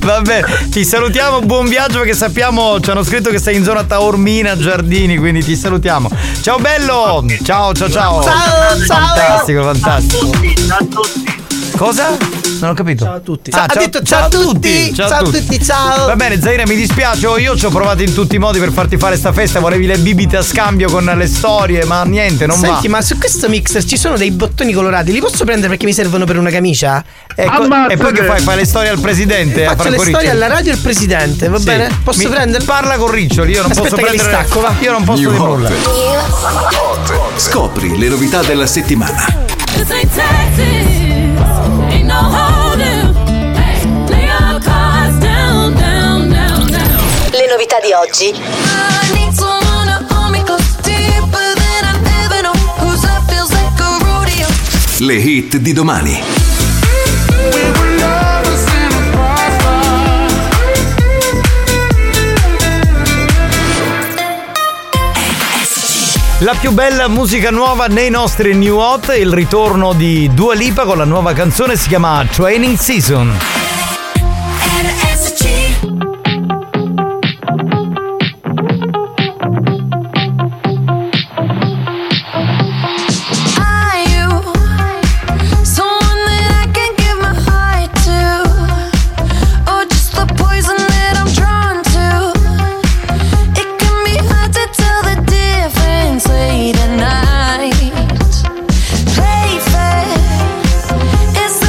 Vabbè, ti salutiamo, buon viaggio perché sappiamo, ci hanno scritto che sei in zona Taormina, Giardini, quindi ti salutiamo. Ciao bello! Ciao ciao ciao!
Ciao, ciao.
Fantastico, fantastico.
A tutti, a tutti.
Cosa? Non ho capito. Ah, Ciao a tutti.
Ha detto ciao a tutti, ciao a tutti, ciao.
Va bene, Zaira, mi dispiace, oh, io ci ho provato in tutti i modi per farti fare sta festa, volevi le bibite a scambio con le storie, ma niente, non
Senti,
va.
ma su questo mixer ci sono dei bottoni colorati. Li posso prendere perché mi servono per una camicia?
Ecco, e poi che fai? Fai le storie al presidente? a
eh, Faccio le
Franco
storie
Ricci?
alla radio e al presidente, va
Sì.
bene? Posso
Mi-
prendere?
Parla con Riccioli, io non
Aspetta
posso
che li
prendere
stacco, va.
Io non posso
New
dire
Hot.
nulla.
Scopri le novità della settimana.
This ain't Texas, ain't no holding. Hey, lay your cards down, down, down, down. Le novità di oggi.
Le hit di domani.
La più bella musica nuova nei nostri new hot, il ritorno di Dua Lipa con la nuova canzone si chiama Training Season.
Are you someone that I can give my heart to? Or just the poison that I'm drawn to? It can be hard to tell the difference late at night. Play fair,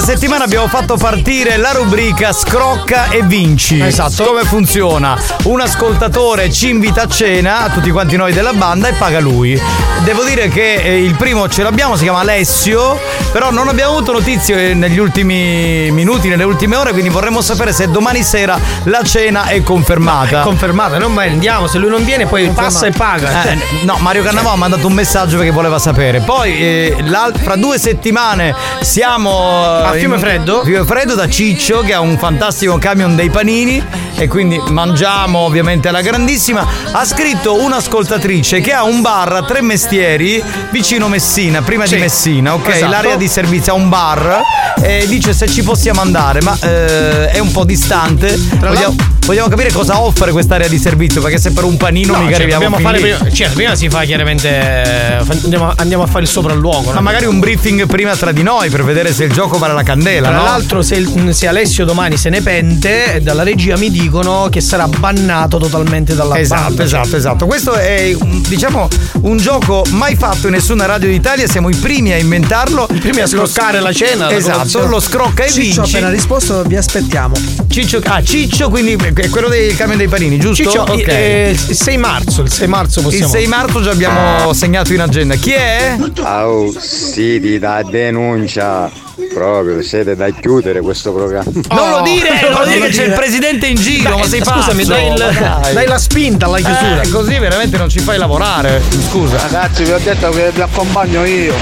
settimana abbiamo fatto partire la rubrica Scrocca e vinci. Esatto. Come funziona? Un ascoltatore ci invita a cena, a tutti quanti noi della banda, e paga lui. Devo dire che eh, il primo ce l'abbiamo, si chiama Alessio, però non abbiamo avuto notizie eh, negli ultimi minuti, nelle ultime ore, quindi vorremmo sapere se domani sera la cena è confermata.
Confermata, non ma andiamo, se lui non viene poi passa e paga. Cioè,
Eh, no, Mario Cannavò ha mandato un messaggio perché voleva sapere. Poi, eh, l'al- fra due settimane siamo a
Fiume Freddo?
Fiume Freddo da Ciccio, che ha un fantastico camion dei panini. E quindi mangiamo ovviamente alla grandissima. Ha scritto un'ascoltatrice che ha un bar a tre mestieri vicino Messina, prima
Sì.
di Messina, ok?
Esatto.
L'area di servizio ha un bar e dice se ci possiamo andare, ma eh, è un po' distante. Vogliamo, vogliamo capire cosa offre quest'area di servizio, perché se per un panino mica
cioè,
arriviamo
dobbiamo
fin
fare
lì.
prima, cioè, prima si fa chiaramente. eh, fa- Andiamo, andiamo a fare il sopralluogo.
Ma magari un briefing prima tra di noi per vedere se il gioco vale la candela.
Tra
no?
l'altro, se, il- mm, se Alessio domani se ne pente, eh, dalla regia mi dicono che sarà bannato totalmente dalla
Esatto,
banda.
esatto, esatto. Questo è un- diciamo un gioco mai fatto in nessuna radio d'Italia, siamo i primi a inventarlo. I
primi a scroccare la cena, la
Esatto,
colazione.
lo scrocca e
Ciccio ha
vinci.
appena risposto, vi aspettiamo.
Ciccio, ah, Ciccio, quindi è quello del camion dei panini, giusto?
Ciccio,
Ok.
i- eh, il 6 marzo, il 6 marzo
Il
possiamo.
6 marzo già abbiamo segnato in agenda. Chi è?
Au, siti da denuncia. Proprio siete da chiudere questo programma.
Non lo dire, Oh, non lo dire che c'è il presidente in giro,
Dai,
ma sei pazzo.
scusami, dai il- dai la spinta alla chiusura.
Eh, così veramente non ci fai lavorare. Scusa.
Ragazzi, vi ho detto che vi accompagno io.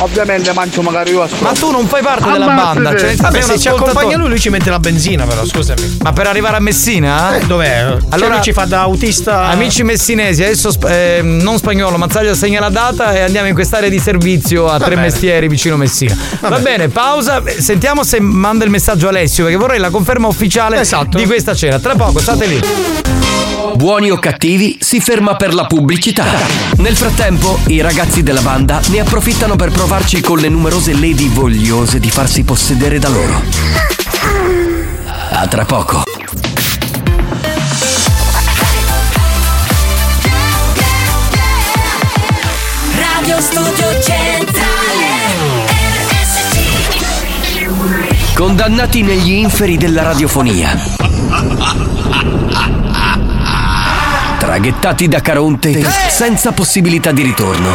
Ovviamente mangio magari io a
Ma tu non fai parte della
Ammazzate.
banda. Cioè,
Vabbè,
sei un
se ci
ascoltatore.
accompagna lui, lui ci mette la benzina, però, scusami.
Ma per arrivare a Messina?
Eh, dov'è? Cioè, lui ci fa da autista.
Amici messinesi, adesso sp- eh, non spagnolo, Mazzaglio segna la data e andiamo in quest'area di servizio a
Va
Tre
bene.
Mestieri vicino Messina. Va, bene. pausa, eh, sentiamo se manda il messaggio Alessio perché vorrei la conferma ufficiale
Esatto.
di questa cena. Tra poco, state lì.
Buoni o cattivi si ferma per la pubblicità. Nel frattempo, i ragazzi della banda ne approfittano per provarci con le numerose lady vogliose di farsi possedere da loro. A tra poco.
Radio Studio Centrale RSC
Condannati negli inferi della radiofonia. Traghettati da Caronte senza possibilità di ritorno.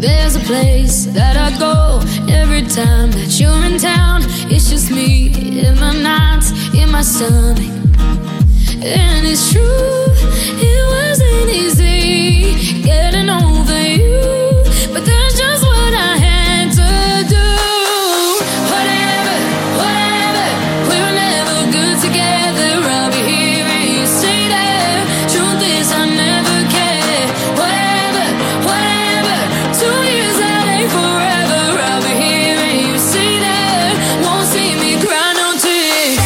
there's a place that I go every time that you're in town. It's just me in my nights, in my stomach. And it's true, it wasn't easy getting over you. But that's just what I had to do. Whatever, whatever, we were never good together. I'll be here and you stay there. Truth is, I never care. Whatever, whatever, two years that ain't forever. I'll be here and you stay there. Won't see me cry no tears.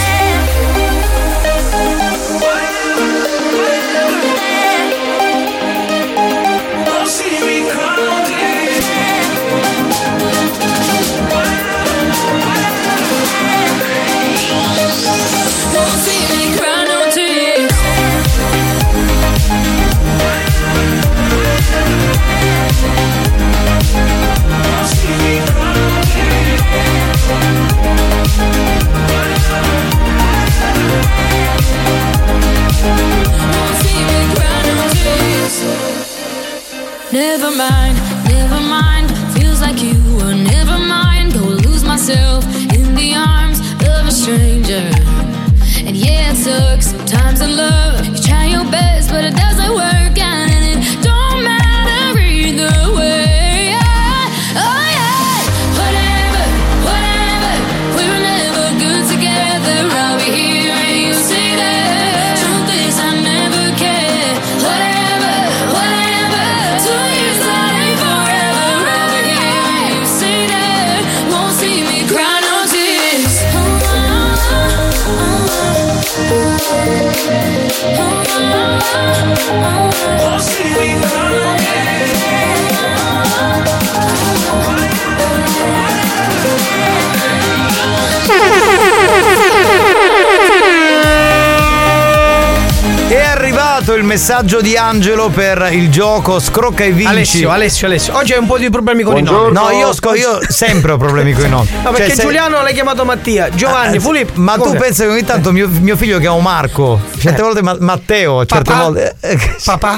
Never mind, never mind. Feels like you were never mind. Go lose myself in the arms of a stranger. And yeah, it sucks sometimes in love. You try your best, but it doesn't work. And it don't matter either way. Yeah. Oh, yeah. Whatever, whatever. We were never good together. I'll be here and you stay there. Truth is, I never care. Whatever, whatever. Two years that ain't forever. I'll be here and you stay there. Won't see me cry no tears. Oh, oh, oh, oh.
arrivato il messaggio di Angelo per il gioco Scrocca e vinci.
Alessio, Alessio, Alessio. Oggi hai un po' di problemi con i
No,
nomi.
io, sco- io sempre ho problemi con i nomi.
No, Ah, perché
Cioè, se-
Giuliano l'hai chiamato Mattia, Giovanni,
Eh,
Filippo.
Ma tu
come?
pensi che ogni tanto mio, mio figlio chiamo Marco, certe volte Ma- Matteo, certe
Eh. Papà?
volte. Papà?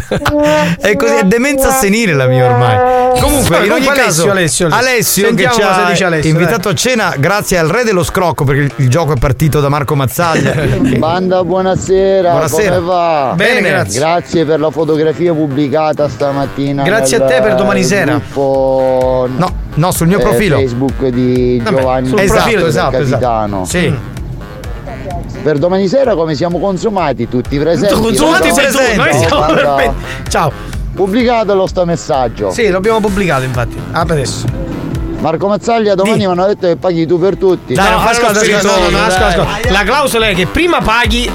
è così, è demenza senile la mia ormai. Comunque, in ogni
Comunque Alessio,
caso,
Alessio, Alessio.
Alessio
Sentiamo
che ci
cosa
ha
dice Alessio,
invitato a cena grazie al re dello scrocco, perché il- il gioco è partito da Marco Mazzaglia.
Banda, buonasera.
Buonasera.
Come va?
Bene, grazie.
per la fotografia pubblicata stamattina.
Grazie
nel
a te per domani sera.
gruppo-
No, no, sul mio
eh,
profilo.
Facebook di
Vabbè,
Giovanni
sul
Esatto,
profilo,
del
esatto, esatto.
capitano.
Mm.
Sì.
Per domani sera come siamo consumati tutti presenti?
consumati
Ciao,
sei tu,
ciao,
noi siamo
banda.
perfetti. Ciao.
Pubblicatelo sto messaggio.
Sì, l'abbiamo pubblicato infatti. Ah, per adesso.
Marco Mazzaglia domani mi hanno detto che paghi tu per tutti.
Dai, no, ascolta, ascolta, no, no, ascolta, ascolta. La clausola è che prima paghi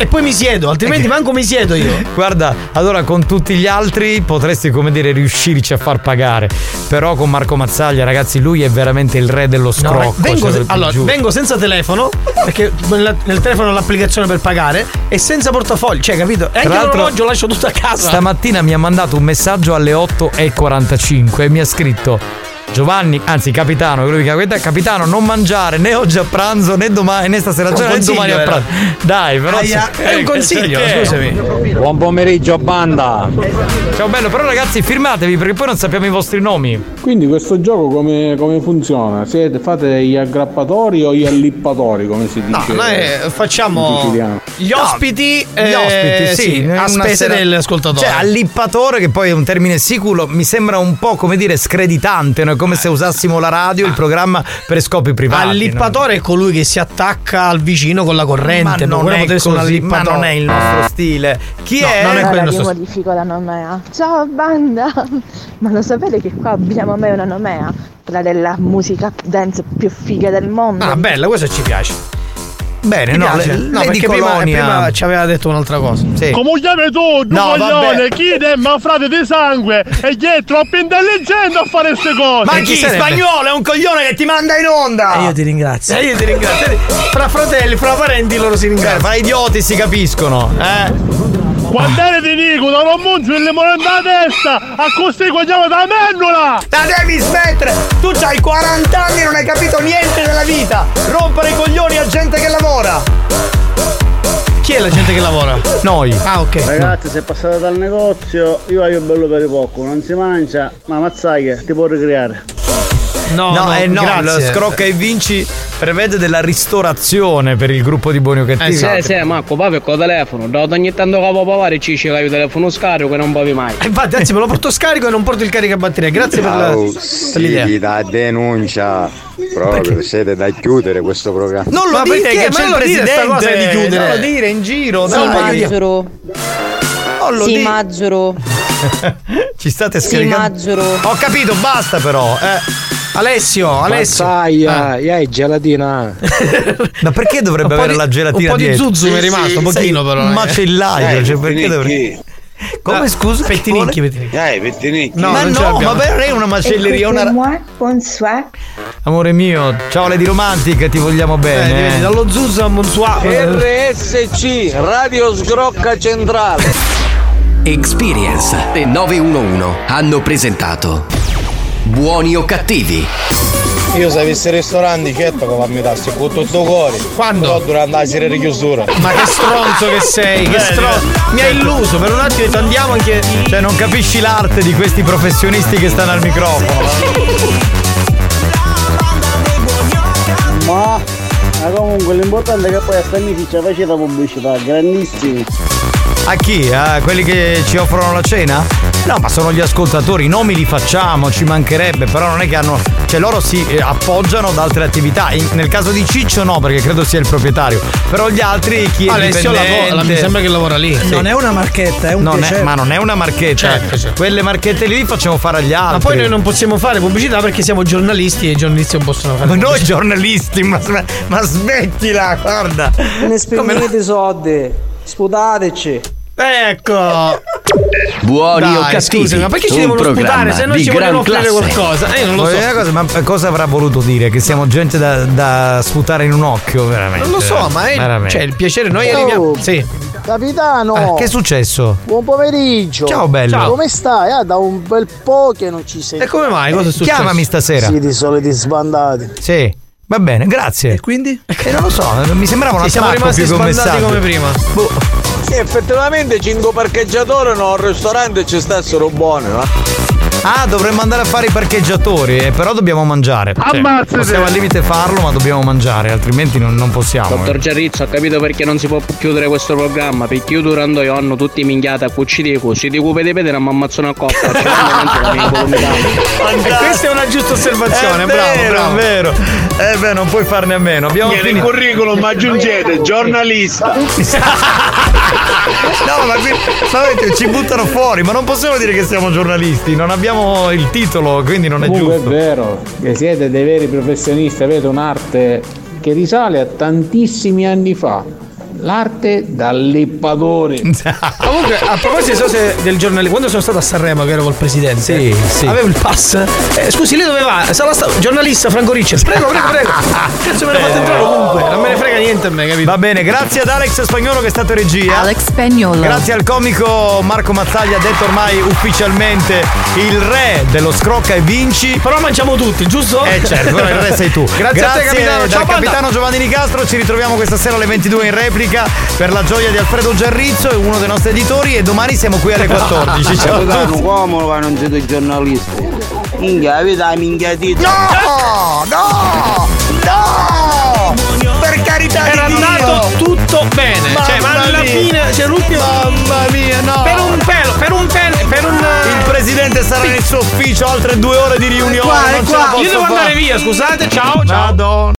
e poi mi siedo, altrimenti manco mi siedo io.
Eh Guarda, allora con tutti gli altri potresti, come dire, riuscirci a far pagare. Però con Marco Mazzaglia, ragazzi, lui è veramente il re dello
No, eh,
scrocco.
vengo,
cioè, ve lo
allora,
giuro.
vengo senza telefono, perché nel nel telefono ho l'applicazione per pagare, e senza portafoglio, cioè, capito? E anche
Tra l'altro-
l'orologio lascio tutto a casa.
Stamattina mi ha mandato un messaggio alle 8.45 e mi ha scritto Giovanni, anzi capitano, che lui mi chiama, "Guarda, capitano non mangiare né oggi a pranzo né domani né stasera a
Un
cena né
consiglio
domani a
era.
pranzo. Dai, però
Aia, è un consiglio, eh,
perché?
scusami.
Buon pomeriggio banda.
Ciao bello, però ragazzi firmatevi perché poi non sappiamo i vostri nomi.
Quindi questo gioco come, come funziona? Siete, fate gli aggrappatori o gli allippatori come si dice?
noi eh,
in
facciamo
siciliano?
gli ospiti, eh,
Gli ospiti, sì,
a
una
spese
sera-
dell'ascoltatore.
Cioè, allippatore, che poi è un termine sicuro, mi sembra un po' come dire screditante, no? è come se usassimo la radio, il programma per scopi privati.
Allippatore è colui che si attacca al vicino con la corrente,
Ma non
quello
è
potrebbe essere un
così, ma
allippatore.
non è il nostro stile. Chi è?
Non
Allora,
è quello il
io
nostro stile.
modifico la nomea. Ciao banda! Ma lo sapete che qua abbiamo ormai una nomea? Quella della musica dance più figa del mondo.
Ah, bella, questo ci piace.
Bene,
Ti
no,
piace?
le-
no,
lei
perché
di
prima,
Colonia.
prima ci aveva detto un'altra cosa. Sì.
Come chiami tu, tu
No,
coglione?
vabbè.
Chi è ma frate di sangue? E chi è troppo intelligente a fare queste cose?
Ma chi? Spagnolo è un coglione che ti manda in onda!
E io ti ringrazio.
Eh,
E eh, io ti ringrazio. Fra fratelli, fra parenti loro Eh, si ringraziano.
Fra idioti si capiscono, eh?
Quando eri ti dico, da non mungio il limone dalla testa, a così cogliamo da mennola!
La devi smettere! Tu hai 40 anni e non hai capito niente della vita! Rompere i coglioni a gente che lavora! Chi è la gente che lavora?
Noi.
Ah, ok.
Ragazzi, se passate dal negozio, io voglio bello per poco, non si mangia, ma mazzaglia, ti può ricreare.
No,
no, eh, no,
grazie.
il scrocca e vinci prevede della ristorazione per il gruppo di buoni o
Eh,
cattivi.
Eh,
Eh,
sì, sì, Marco, papi col telefono, da ogni tanto capo papare ci dice che hai il telefono scarico che non papi mai.
Eh, Infatti, anzi, me lo porto scarico e non porto il
Eh,
caricabatteria. Grazie per, la,
Ciao,
per l'idea.
sì, da denuncia. Proprio siete da chiudere questo programma.
Non lo
Ma
dire
perché?
che
Ma
c'è il
non lo dire sta
presidente
cosa di chiudere.
Non lo dire in giro,
Sì,
dai.
Maggioro.
lo
Sì,
di-
Maggioro.
Ci state
Sì,
scaricando.
Maggioro.
Ho capito, basta però. eh. Alessio, Alessio.
Mazzaglia,
Ah.
hai gelatina.
Ma perché dovrebbe avere la gelatina
un po' di
dietro?
zuzzo mi è
Sì,
rimasto,
sì,
un pochino
sei
però,
Un
eh.
macellaio,
Dai,
cioè perché
Pettinicchi.
dovrebbe... Come scusa?
Pettinicchi, Pettinicchi.
Dai, Pettinicchi.
No,
ma
non ce
no, ma
l'abbiamo.
per lei è una macelleria, una...
Bonsoir.
Amore mio, ciao Lady Romantic, ti vogliamo
Eh,
bene.
vedi, dallo Zuzzo a Monsuà.
RSC Radio Sgrocca Centrale Experience e 911 hanno presentato Buoni o cattivi?
Io se avessi ristoranti, certo che va a mettersi con tutto cuore. Quando? Però durante la sera di chiusura.
Ma che stronzo che sei, che
Beh,
stronzo. Mi ha illuso, per un attimo ho detto andiamo anche.
Cioè, non capisci l'arte di questi professionisti che stanno al microfono.
Ma, ma comunque l'importante è che poi a Stanificio faceva pubblicità, grandissimi.
A chi? A quelli che ci offrono la cena? No, ma sono gli ascoltatori, i nomi li facciamo, ci mancherebbe, però non è che hanno. Cioè loro si eh, appoggiano ad altre attività. In- nel caso di Ciccio no, perché credo sia il proprietario. Però gli altri chi è
Alessio
dipendente-
lavora, mi sembra che lavora lì.
Eh, Non è
una marchetta, è
Non è- ma non è una marchetta. Quelle marchette lì facciamo fare agli altri.
Ma poi noi non possiamo fare pubblicità perché siamo giornalisti e i giornalisti non possono fare.
Ma noi
pubblicità.
giornalisti, ma, ma smettila, guarda.
Ne spendete soldi, sputateci.
Ecco.
Buoni
Dai,
o cattivi?
scusi, ma perché ci
Un
devono
programma
sputare? Se noi
di
ci vogliono
gran
offrire
classe.
qualcosa. Eh, io non lo
Voglio dire
so.
una cosa, ma cosa avrà voluto dire? Che siamo gente da, da sputare in un occhio, veramente.
Non lo so, ma è,
Veramente.
cioè, il piacere noi arriviamo. Sì.
Capitano!
Oh.
Eh, che è successo?
Buon pomeriggio!
Ciao, bello. Ciao.
Come stai? Ah, da un bel po' che non ci Eh, sei.
E come mai? Cosa è successo? Chiamami stasera.
Siete i soliti sbandati.
Sì. Va bene, grazie. E
quindi?
non lo so, mi sembrava una
Sì, siamo rimasti sbandati come prima.
Boh.
Sì, effettivamente 5 parcheggiatori no, al ristorante ci stassero buoni, no?
Ah, dovremmo andare a fare i parcheggiatori, eh, però dobbiamo mangiare. Cioè,
Ammazzate!
Possiamo al limite farlo, ma dobbiamo mangiare, altrimenti non, non possiamo. eh.
Dottor Giarrizzo, ha capito perché non si può chiudere questo programma? Perché io durando io hanno tutti minchiati a cucire così di cupe di pete non mi ammazzano a coppa. Cioè,
E Eh, questa è una giusta osservazione,
È
bravo,
vero,
bravo. vero. Eh beh, non puoi farne a meno. Abbiamo
Nel
finito.
curriculum aggiungete giornalista.
No, ma qui sapete, ci buttano fuori, ma non possiamo dire che siamo giornalisti, non abbiamo il titolo, quindi non è
Comunque
giusto.
è vero, che siete dei veri professionisti, avete un'arte che risale a tantissimi anni fa. L'arte dal lippadore.
Comunque, a proposito so se del giornalismo, quando sono stato a Sanremo che ero col presidente, avevo il pass. Eh, scusi, lei dove va? Sala sta- giornalista Franco Ricciardi. Prego, prego, prego. Cazzo, me ne fate entrare ovunque. Non me ne frega niente a me, capito?
Va bene, grazie ad Alex Spagnolo che è stato in regia.
Alex Spagnolo.
Grazie al comico Marco Mazzaglia, detto ormai ufficialmente il re dello scrocca e vinci.
Però mangiamo tutti, giusto?
Eh certo, però il re sei tu.
Grazie a te, capitano.
dal
Ciao, banda.
capitano Giovanni Nicastro, ci ritroviamo questa sera alle 22 in replica per la gioia di Alfredo Giarrizzo, è uno dei nostri editori e domani siamo qui alle 14. Ciao a tutti.
Capitano, come lo non siete giornalisti? Minchia, avete la minchiatita.
No, no, no! Per carità
Era
di Dio!
andato tutto bene. cioè, ma
Mamma
alla
mia.
fine c'è Ruppio.
Mamma mia, no!
Per un pelo, per un pelo, per un.
Il presidente sarà nel suo ufficio altre due ore di riunione.
Qua,
non
qua.
ce la
Io
posso
devo andare
fare.
via, scusate, ciao, ciao.
Madonna.